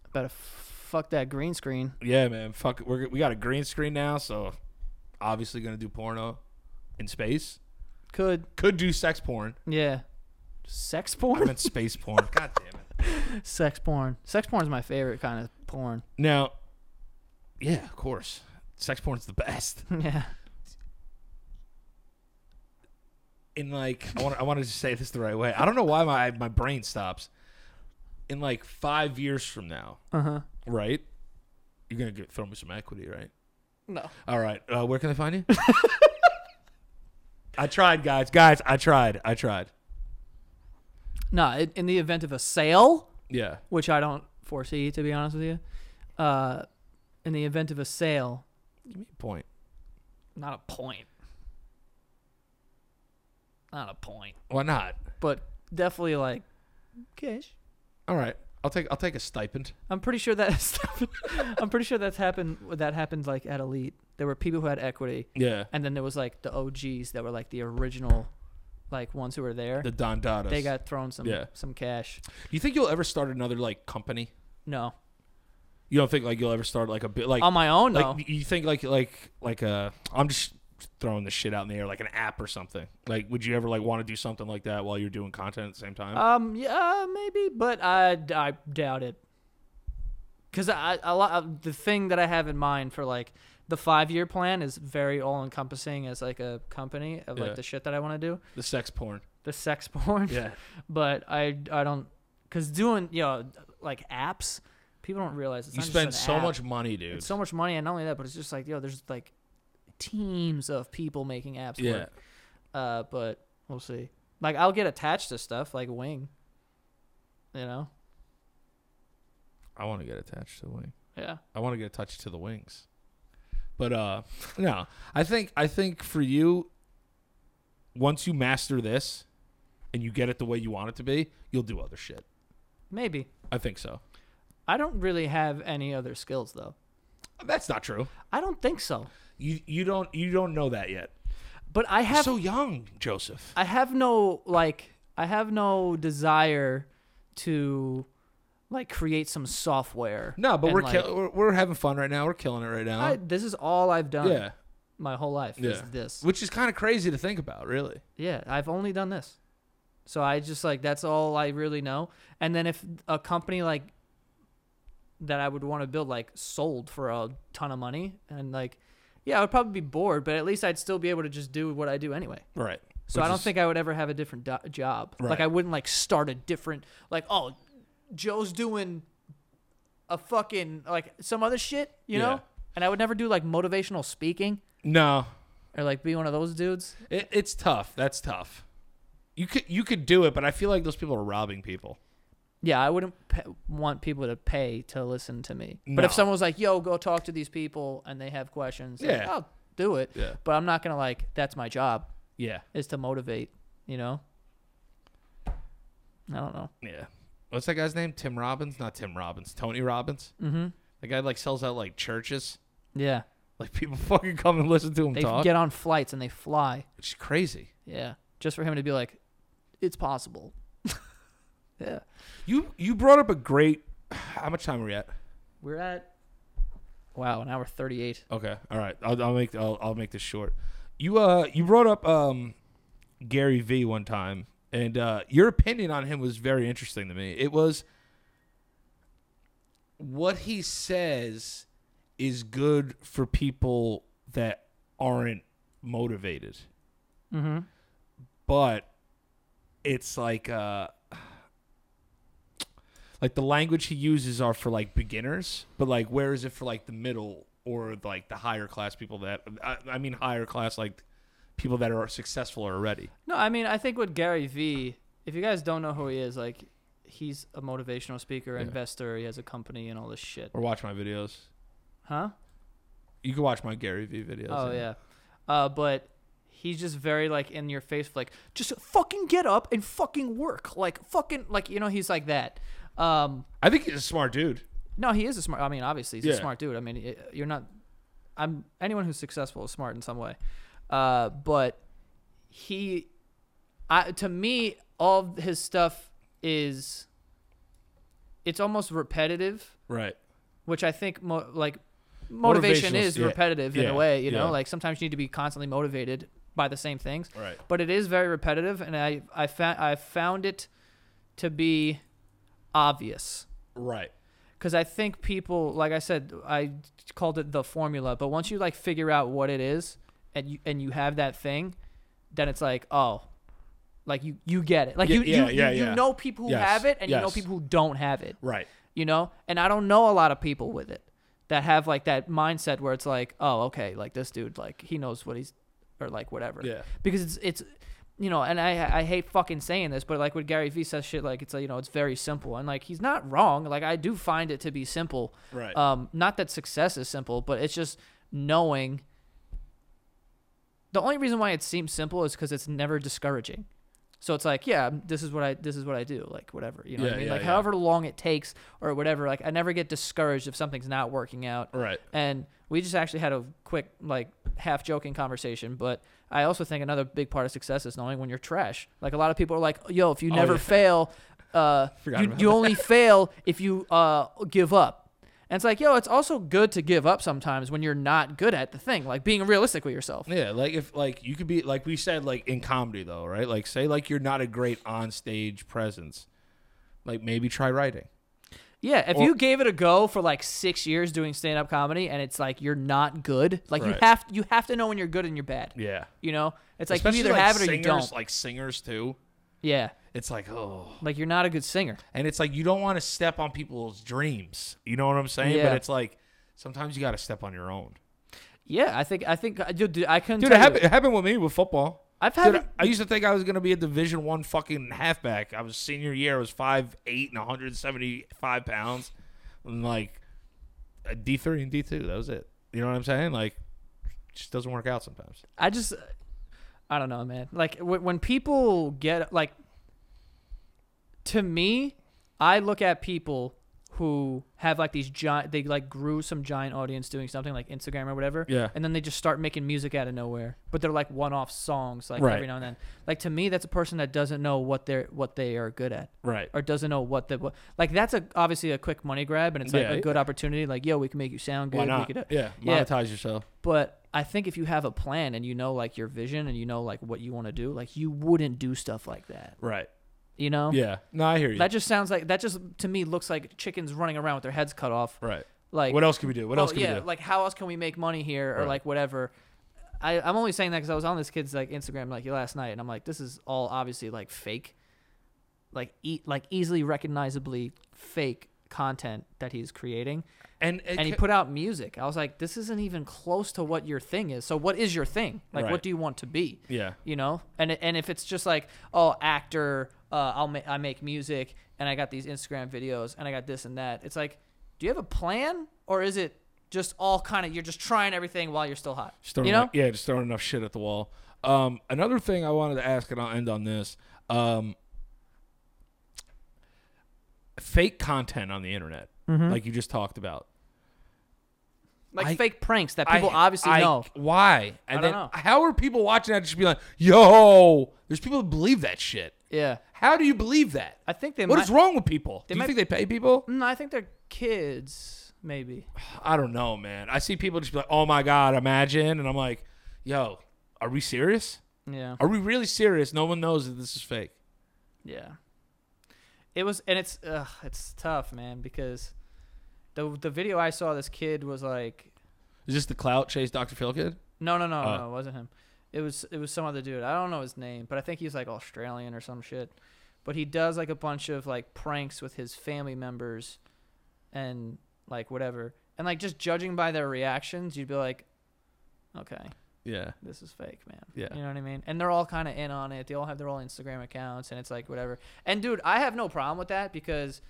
S1: About to fuck that green screen.
S2: Yeah, man. Fuck. We're, we got a green screen now, so obviously gonna do porno in space.
S1: Could
S2: Could do sex porn.
S1: yeah. Sex
S2: I
S1: porn.
S2: meant space porn. God damn it.
S1: Sex porn. Sex porn is my favorite kind of porn.
S2: Now, yeah, of course, sex porn's the best.
S1: yeah.
S2: In like, I want I wanted to say this the right way. I don't know why my my brain stops. In like five years from now,
S1: Uh huh.
S2: right? You're gonna get, throw me some equity, right?
S1: No.
S2: All right. Uh, where can they find you? I tried, guys. Guys, I tried. I tried.
S1: No. In, in the event of a sale,
S2: Yeah.
S1: which I don't foresee, to be honest with you, uh, in the event of a sale,
S2: Give me a point.
S1: not a point. Not a point,
S2: Why not?
S1: but definitely like cash.
S2: All right. I'll take I'll take a stipend.
S1: I'm pretty sure that's. I'm pretty sure that's happened. That happened like at Elite. There were people who had equity,
S2: Yeah.
S1: and then there was like the OGs that were like the original, like ones who were there.
S2: The Don Dadas.
S1: they got thrown some
S2: Yeah.
S1: some cash.
S2: Do you think you'll ever start another like company?
S1: No,
S2: You don't think like you'll ever start like a bit like
S1: on my own though.
S2: like you think like like like uh I'm just throwing this shit out in the air like an app or something. Like would you ever like want to do something like that while you're doing content at the same time?
S1: um, yeah, maybe, but I, I doubt it. Cause I a lot of the thing that I have in mind for like the five year plan is very all encompassing as like a company of
S2: Yeah.
S1: like the shit that I want to do.
S2: the sex porn.
S1: The sex porn.
S2: Yeah.
S1: but I I don't because doing you know like apps, people don't realize it's
S2: you
S1: not
S2: spend
S1: just an
S2: so
S1: app.
S2: much money, dude.
S1: it's so much money, and not only that, but it's just like yo, there's like teams of people making apps.
S2: yeah.
S1: Work. Uh, but we'll see. Like I'll get attached to stuff like Wing. You know.
S2: I want to get attached to the wing.
S1: Yeah.
S2: I want to get attached to the wings. But uh no, I think I think for you once you master this and you get it the way you want it to be, you'll do other shit.
S1: Maybe.
S2: I think so.
S1: I don't really have any other skills though.
S2: That's not true.
S1: I don't think so.
S2: You you don't you don't know that yet.
S1: But I
S2: You're
S1: have
S2: so young, Joseph.
S1: I have no like I have no desire to like create some software.
S2: No, but
S1: and,
S2: we're,
S1: like,
S2: kill- we're we're having fun right now. We're killing it right now.
S1: I, this is all I've done
S2: yeah,
S1: my whole life is
S2: Yeah.
S1: this.
S2: which is kind of crazy to think about, really.
S1: Yeah, I've only done this. So I just like that's all I really know. And then if a company like that I would want to build like sold for a ton of money and like yeah, I would probably be bored, but at least I'd still be able to just do what I do anyway.
S2: Right.
S1: So I don't think I would ever have a different do- job. Like
S2: Right.
S1: I wouldn't like start a different like oh, Joe's doing a fucking like some other shit, you
S2: Yeah.
S1: know? And I would never do like motivational speaking
S2: no.
S1: or like be one of those dudes.
S2: It, it's tough. That's tough. You could you could do it, but I feel like those people are robbing people.
S1: Yeah, I wouldn't pa want people to pay to listen to me. But if
S2: No.
S1: someone was like, "Yo, go talk to these people," and they have questions, like,
S2: Yeah.
S1: I'll do it.
S2: Yeah.
S1: But I'm not gonna like. That's my job
S2: Yeah.
S1: is to motivate. You know. I don't know.
S2: Yeah. What's that guy's name? Tim Robbins? Not Tim Robbins. Tony Robbins.
S1: Mm-hmm.
S2: The guy like sells out like churches.
S1: Yeah,
S2: Like people fucking come and listen to him
S1: they
S2: talk.
S1: get on flights and they fly.
S2: It's crazy.
S1: Yeah, just for him to be like, "It's possible." yeah,
S2: You you brought up a great. How much time are we at?
S1: we're at. Wow, an hour thirty-eight.
S2: Okay. All right. I'll, I'll make I'll, I'll make this short. You uh you brought up um Gary V one time and uh your opinion on him was very interesting to me. It was what he says is good for people that aren't motivated.
S1: Mm-hmm.
S2: but it's like uh like the language he uses are for like beginners but like where is it for like the middle or like the higher class people that i, I mean higher class like people that are successful already
S1: No, I mean, I think with Gary Vee, if you guys don't know who he is, like, he's a motivational speaker, investor, he has a company and all this shit.
S2: or watch my videos
S1: Huh?
S2: you can watch my gary vee videos
S1: Oh, yeah. Uh, but he's just very, like, in your face, like, just fucking get up and fucking work. Like, fucking, like, you know, he's like that. Um,
S2: i think he's a smart dude
S1: no, he is a smart, I mean, obviously, he's
S2: Yeah.
S1: a smart dude. I mean, y- you're not, I'm, anyone who's successful is smart in some way. Uh, but he, I, to me, all of his stuff is it's almost repetitive,
S2: right
S1: which I think mo- like motivation
S2: Motivational-
S1: is
S2: yeah,
S1: repetitive in
S2: yeah,
S1: a way. You
S2: yeah.
S1: know, like sometimes you need to be constantly motivated by the same things.
S2: Right.
S1: But it is very repetitive, and I I found I found it to be obvious
S2: right
S1: because I think people, like I said, I called it the formula. But once you like figure out what it is, and you and you have that thing, then it's like, oh, like you you get it. Like
S2: Yeah,
S1: you
S2: yeah,
S1: you,
S2: yeah,
S1: you,
S2: yeah.
S1: you know people who
S2: Yes,
S1: have it, and you know
S2: yes.
S1: people who don't have it.
S2: right
S1: You know, and I don't know a lot of people with it that have like that mindset where it's like, oh, okay, like this dude, like he knows what he's, or like whatever.
S2: Yeah.
S1: Because it's it's. You know, and I I hate fucking saying this, but like when Gary Vee says shit like it's like, you know it's very simple, and like he's not wrong. Like I do find it to be simple,
S2: Right.
S1: Um, not that success is simple, but it's just knowing. The only reason why it seems simple is because it's never discouraging. So it's like, yeah, this is what I this is what I do, like whatever, you know what
S2: Yeah,
S1: I mean?
S2: yeah,
S1: like
S2: yeah.
S1: however long it takes or whatever, like I never get discouraged if something's not working out.
S2: Right.
S1: And we just actually had a quick like half joking conversation, but I also think another big part of success is knowing when you're trash. Like a lot of people are like, "Yo, if you never
S2: Oh, yeah.
S1: fail, uh,
S2: Forgot
S1: you,
S2: about
S1: you only fail if you uh, give up." And it's like, yo, it's also good to give up sometimes when you're not good at the thing, like being realistic with yourself.
S2: Yeah, like if like you could be like we said like in comedy though, right? Like say like you're not a great on stage presence. Like maybe try writing.
S1: Yeah, if
S2: Or-
S1: you gave it a go for like six years doing stand up comedy and it's like you're not good, like you
S2: Right.
S1: have you have to know when you're good and you're bad.
S2: Yeah.
S1: You know, it's like
S2: Especially
S1: you either
S2: like
S1: have it or
S2: singers,
S1: you don't.
S2: like singers too.
S1: yeah,
S2: It's like, oh.
S1: like you're not a good singer.
S2: And it's like you don't want to step on people's dreams. You know what I'm saying?
S1: Yeah.
S2: But it's like sometimes you got to step on your own.
S1: Yeah, I think I think uh, dude, dude, I couldn't.
S2: Dude, it
S1: tell you.
S2: happened, it happened with me with football.
S1: I've
S2: Dude,
S1: had.
S2: I, I used to think I was going to be a Division One fucking halfback. I was senior year. I was five eight and 175 pounds, and like a D three and D two. That was it. You know what I'm saying? Like, just doesn't work out sometimes.
S1: I just, I don't know, man. Like w- when people get like, to me, I look at people who have like these giant, they like grew some giant audience doing something like Instagram or whatever.
S2: Yeah.
S1: And then they just start making music out of nowhere, but they're like one-off songs, like
S2: Right.
S1: every now and then. Like to me, that's a person that doesn't know what they're what they are good at.
S2: Right.
S1: Or doesn't know what the what, like that's a obviously a quick money grab and it's like
S2: Yeah,
S1: a good opportunity. Like yo, we can make you sound good.
S2: Why not?
S1: We could, uh,
S2: yeah, monetize yourself.
S1: but I think if you have a plan and you know like your vision and you know like what you want to do, like you wouldn't do stuff like that.
S2: Right.
S1: You know?
S2: Yeah. No, I hear you.
S1: That just sounds like that just to me looks like chickens running around with their heads cut off.
S2: right.
S1: Like
S2: what else can we do? What
S1: oh,
S2: else can
S1: yeah,
S2: we do?
S1: like how else can we make money here or
S2: Right.
S1: like whatever. I, I'm only saying that because I was on this kid's like Instagram like last night and I'm like, this is all obviously like fake, like e- like easily recognizably fake content that he's creating
S2: and it
S1: and he
S2: ca-
S1: put out music. I was like, this isn't even close to what your thing is. So what is your thing? Like,
S2: Right.
S1: what do you want to be?
S2: Yeah.
S1: You know, and it- and if it's just like, oh, actor, uh, I'll ma- I make music and I got these Instagram videos and I got this and that. It's like, do you have a plan or is it just all kind of you're just trying everything while you're still hot?
S2: Just throwing
S1: you know?
S2: enough- yeah, just throwing enough shit at the wall. Um, another thing I wanted to ask, and I'll end on this: um, fake content on the internet,
S1: Mm-hmm.
S2: like you just talked about.
S1: Like
S2: I-
S1: fake pranks that people
S2: I-
S1: obviously
S2: I-
S1: know.
S2: why, and
S1: I
S2: then
S1: don't know.
S2: how are people watching that? Just be like, "Yo, there's people that believe that shit."
S1: Yeah.
S2: How do you believe that?
S1: I think they
S2: What
S1: might
S2: is wrong with people?
S1: They
S2: do you
S1: might-
S2: think they pay people?
S1: Mm, I think they're kids, maybe.
S2: I don't know, man. I see people just be like, "Oh my god, imagine," and I'm like, "Yo, are we serious?
S1: Yeah.
S2: Are we really serious? No one knows that this is fake."
S1: Yeah. It was, and it's ugh, it's tough, man, because the the video I saw, this kid was like,
S2: Is this the clout chase Dr. Phil kid?
S1: no, no, no,
S2: Oh.
S1: no, it wasn't him. It was it was some other dude. I don't know his name, but I think he's like Australian or some shit. But he does like a bunch of like pranks with his family members, and like whatever, and like just judging by their reactions, you'd be like, okay,
S2: Yeah.
S1: this is fake, man.
S2: Yeah.
S1: You know what I mean? And they're all kind of in on it. They all have their own Instagram accounts, and it's like whatever. And dude, I have no problem with that because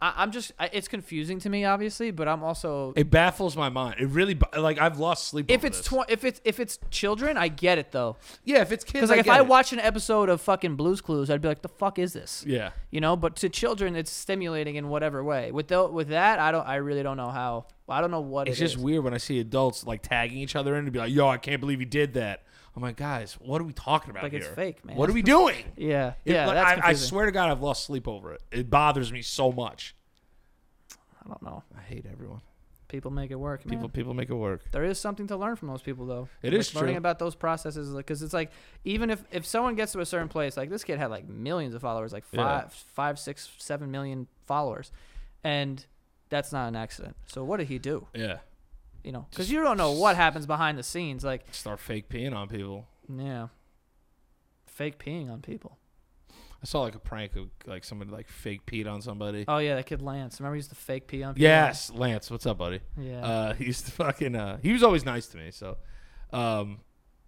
S1: I, I'm just I, it's confusing to me, obviously, but I'm also
S2: It baffles my mind. It really ba- like I've lost sleep.
S1: if
S2: over
S1: it's
S2: this.
S1: tw- if it's if it's children, I get it though.
S2: yeah, if it's kids,
S1: Because like if
S2: get
S1: I
S2: it.
S1: watch an episode of fucking Blue's Clues, I'd be like, the fuck is this?
S2: yeah,
S1: You know, but to children, it's stimulating in whatever way. With tho- with that, I don't. I really don't know how. I don't know what
S2: it's
S1: it
S2: just
S1: is.
S2: weird when I see adults like tagging each other in to be like, "Yo, I can't believe you did that." I'm like, guys, what are we talking about
S1: Like,
S2: here?
S1: it's fake, man.
S2: What are we doing?
S1: Yeah,
S2: It-
S1: yeah.
S2: like,
S1: that's
S2: I, I
S1: confusing.
S2: swear to God, I've lost sleep over it. It bothers me so much.
S1: I don't know.
S2: I hate everyone.
S1: People make it work. man.
S2: People, people make it work.
S1: there is something to learn from those people though
S2: It
S1: It
S2: is
S1: is learning
S2: true.
S1: about those processes because it's like even if if someone gets to a certain place like this kid had like millions of followers like
S2: Yeah.
S1: five, five, six, seven million followers and that's not an accident so what did he do
S2: Yeah,
S1: you know because you don't know what happens behind the scenes like
S2: start fake peeing on people.
S1: yeah fake peeing on people
S2: I saw like a prank of like somebody like fake peed on somebody.
S1: oh yeah that kid lance remember he used to fake pee on people
S2: Yes, Lance, what's up, buddy?
S1: yeah
S2: Uh, he used to fucking. Uh, he was always nice to me. So, um,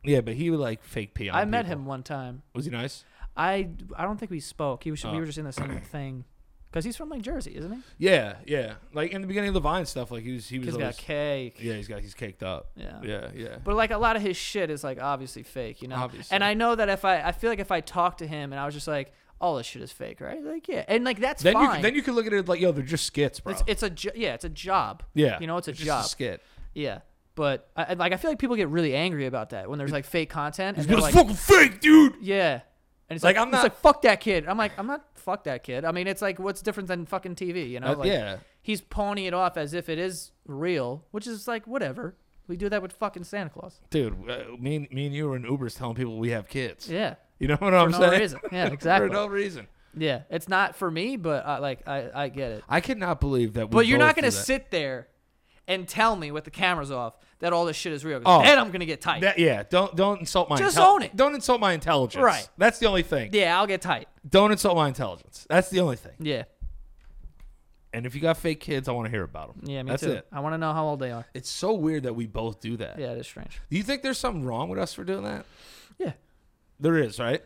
S2: yeah, but he would like fake pee on.
S1: i met
S2: people.
S1: him one time
S2: Was he nice?
S1: i i don't think we spoke he was
S2: Oh.
S1: we were just in the same thing because he's from like jersey isn't he
S2: Yeah, yeah. Like in the beginning of the Vine stuff, like he was. He was
S1: he's got
S2: always.
S1: cake
S2: yeah, he's got. He's caked up.
S1: Yeah.
S2: Yeah, yeah.
S1: But like a lot of his shit is like obviously fake, you know.
S2: Obviously.
S1: And I know that if I, I feel like if I talked to him and I was just like, all this shit is fake, right? Like yeah, and like that's
S2: then
S1: fine.
S2: you then you can look at it like, yo, they're just skits, bro.
S1: it's, it's a jo- yeah, it's a job.
S2: yeah,
S1: you know, it's a
S2: just
S1: job.
S2: skit.
S1: Yeah, but I, I- like I feel like people get really angry about that when there's like fake content and
S2: It's
S1: they're
S2: like,
S1: like,
S2: fucking fake, dude.
S1: yeah, and it's
S2: Like,
S1: like,
S2: I'm
S1: I'm
S2: not-
S1: it's like fuck that kid. I'm like I'm not fuck that kid. I mean it's like what's different than fucking TV, you know?
S2: Uh,
S1: like,
S2: yeah.
S1: he's pawning it off as if it is real, which is like whatever. We do that with fucking Santa Claus.
S2: Dude, uh, me, and- me and you were in Ubers telling people we have kids.
S1: Yeah.
S2: You know what I'm
S1: no
S2: saying?
S1: reason. Yeah, exactly.
S2: For no reason.
S1: Yeah, it's not for me, but I, like I, I get it.
S2: I cannot believe that. We
S1: But you're
S2: both
S1: not
S2: do
S1: gonna
S2: that.
S1: sit there and tell me with the cameras off that all this shit is real. 'cause
S2: Oh.
S1: then I'm gonna get tight.
S2: That, yeah, don't don't insult my.
S1: Just
S2: intel-
S1: own it.
S2: Don't insult my intelligence.
S1: Right.
S2: That's the only thing.
S1: yeah, I'll get tight.
S2: Don't insult my intelligence. That's the only thing.
S1: Yeah,
S2: And if you got fake kids, I want to hear about them.
S1: yeah, me
S2: That's
S1: too.
S2: it.
S1: I want to know how old they are.
S2: It's so weird that we both do that.
S1: Yeah, it is strange.
S2: Do you think there's something wrong with us for doing that?
S1: Yeah,
S2: There is, right?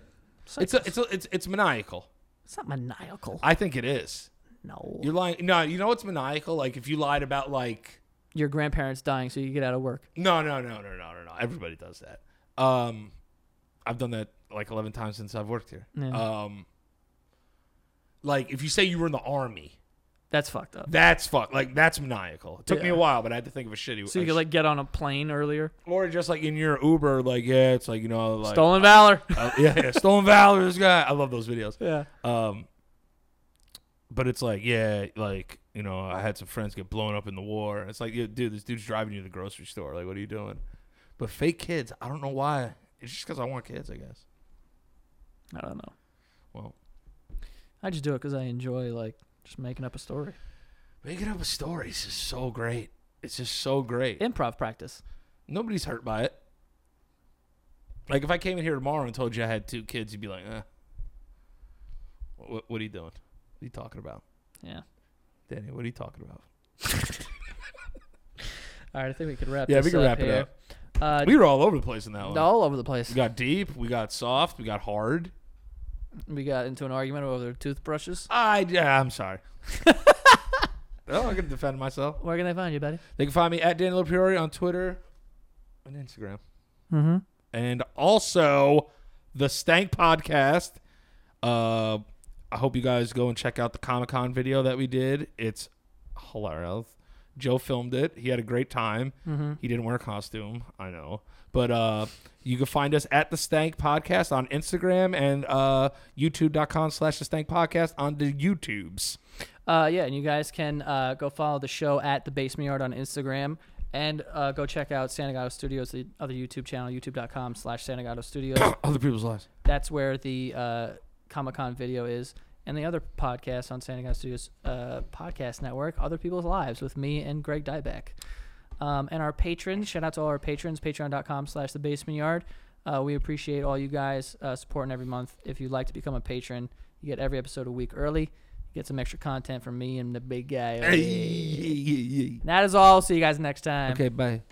S1: it's
S2: It's a, it's a, it's it's maniacal.
S1: it's not maniacal.
S2: I think it is.
S1: no,
S2: You're lying. No, you know what's maniacal? Like if you lied about like
S1: your grandparents dying so you get out of work.
S2: no no no no no no no. Everybody does that. Um, I've done that like eleven times since I've worked here.
S1: Yeah.
S2: Um, like if you say you were in the army,
S1: That's fucked up.
S2: that's fuck. Like that's maniacal. It took me a
S1: Yeah.
S2: while, but I had to think of a shitty.
S1: So you
S2: a
S1: could like get on a plane earlier.
S2: or just like in your Uber, like yeah, it's like you know, like
S1: Stolen valor.
S2: uh, yeah, yeah, stolen valor. This guy, I love those videos.
S1: yeah.
S2: Um, but it's like yeah, like you know, I had some friends get blown up in the war. It's like, yeah, dude, this dude's driving you to the grocery store. Like, what are you doing? But fake kids, I don't know why. It's just because I want kids, I guess.
S1: I don't know.
S2: Well.
S1: I just do it because I enjoy like just making up a story.
S2: Making up stories is so great. It's just so great.
S1: Improv practice.
S2: Nobody's hurt by it. Like if I came in here tomorrow and told you I had two kids, you'd be like, eh. What, what are you doing? What are you talking about?
S1: Yeah.
S2: Danny, what are you talking about?
S1: All right, I think we could wrap.
S2: Yeah,
S1: this
S2: we can wrap it
S1: here.
S2: up.
S1: Uh,
S2: We were all over the place in that one.
S1: all over the place.
S2: We got deep, we got soft, we got hard.
S1: We got into an argument over toothbrushes.
S2: I yeah, I'm sorry. oh, I can defend myself.
S1: Where can they find you, buddy?
S2: They can find me at Daniel Priori on Twitter and Instagram.
S1: Mm-hmm.
S2: and also the Stank Podcast. Uh, I hope you guys go and check out the Comic Con video that we did. It's hilarious. Joe filmed it. He had a great time. He didn't wear a costume. I know. But uh, you can find us at the Stank Podcast on Instagram and uh, youtube.com slash the Stank Podcast on the YouTubes.
S1: Uh, yeah, and you guys can uh, go follow the show at the Basement Yard on Instagram, and uh, go check out Santagato Studios, the other YouTube channel, youtube.com slash Santagato Studios.
S2: Other people's lives.
S1: That's where the uh, Comic Con video is, and the other podcast on Santagato Studios uh, podcast network, Other People's Lives, with me and Greg Dybeck. Um, and our patrons, shout out to all our patrons, patreon.com slash the basement yard. Uh, we appreciate all you guys uh, supporting every month. If you'd like to become a patron, you get every episode a week early. You get some extra content from me and the big guy. over there. And that is all. See you guys next time.
S4: Okay, bye.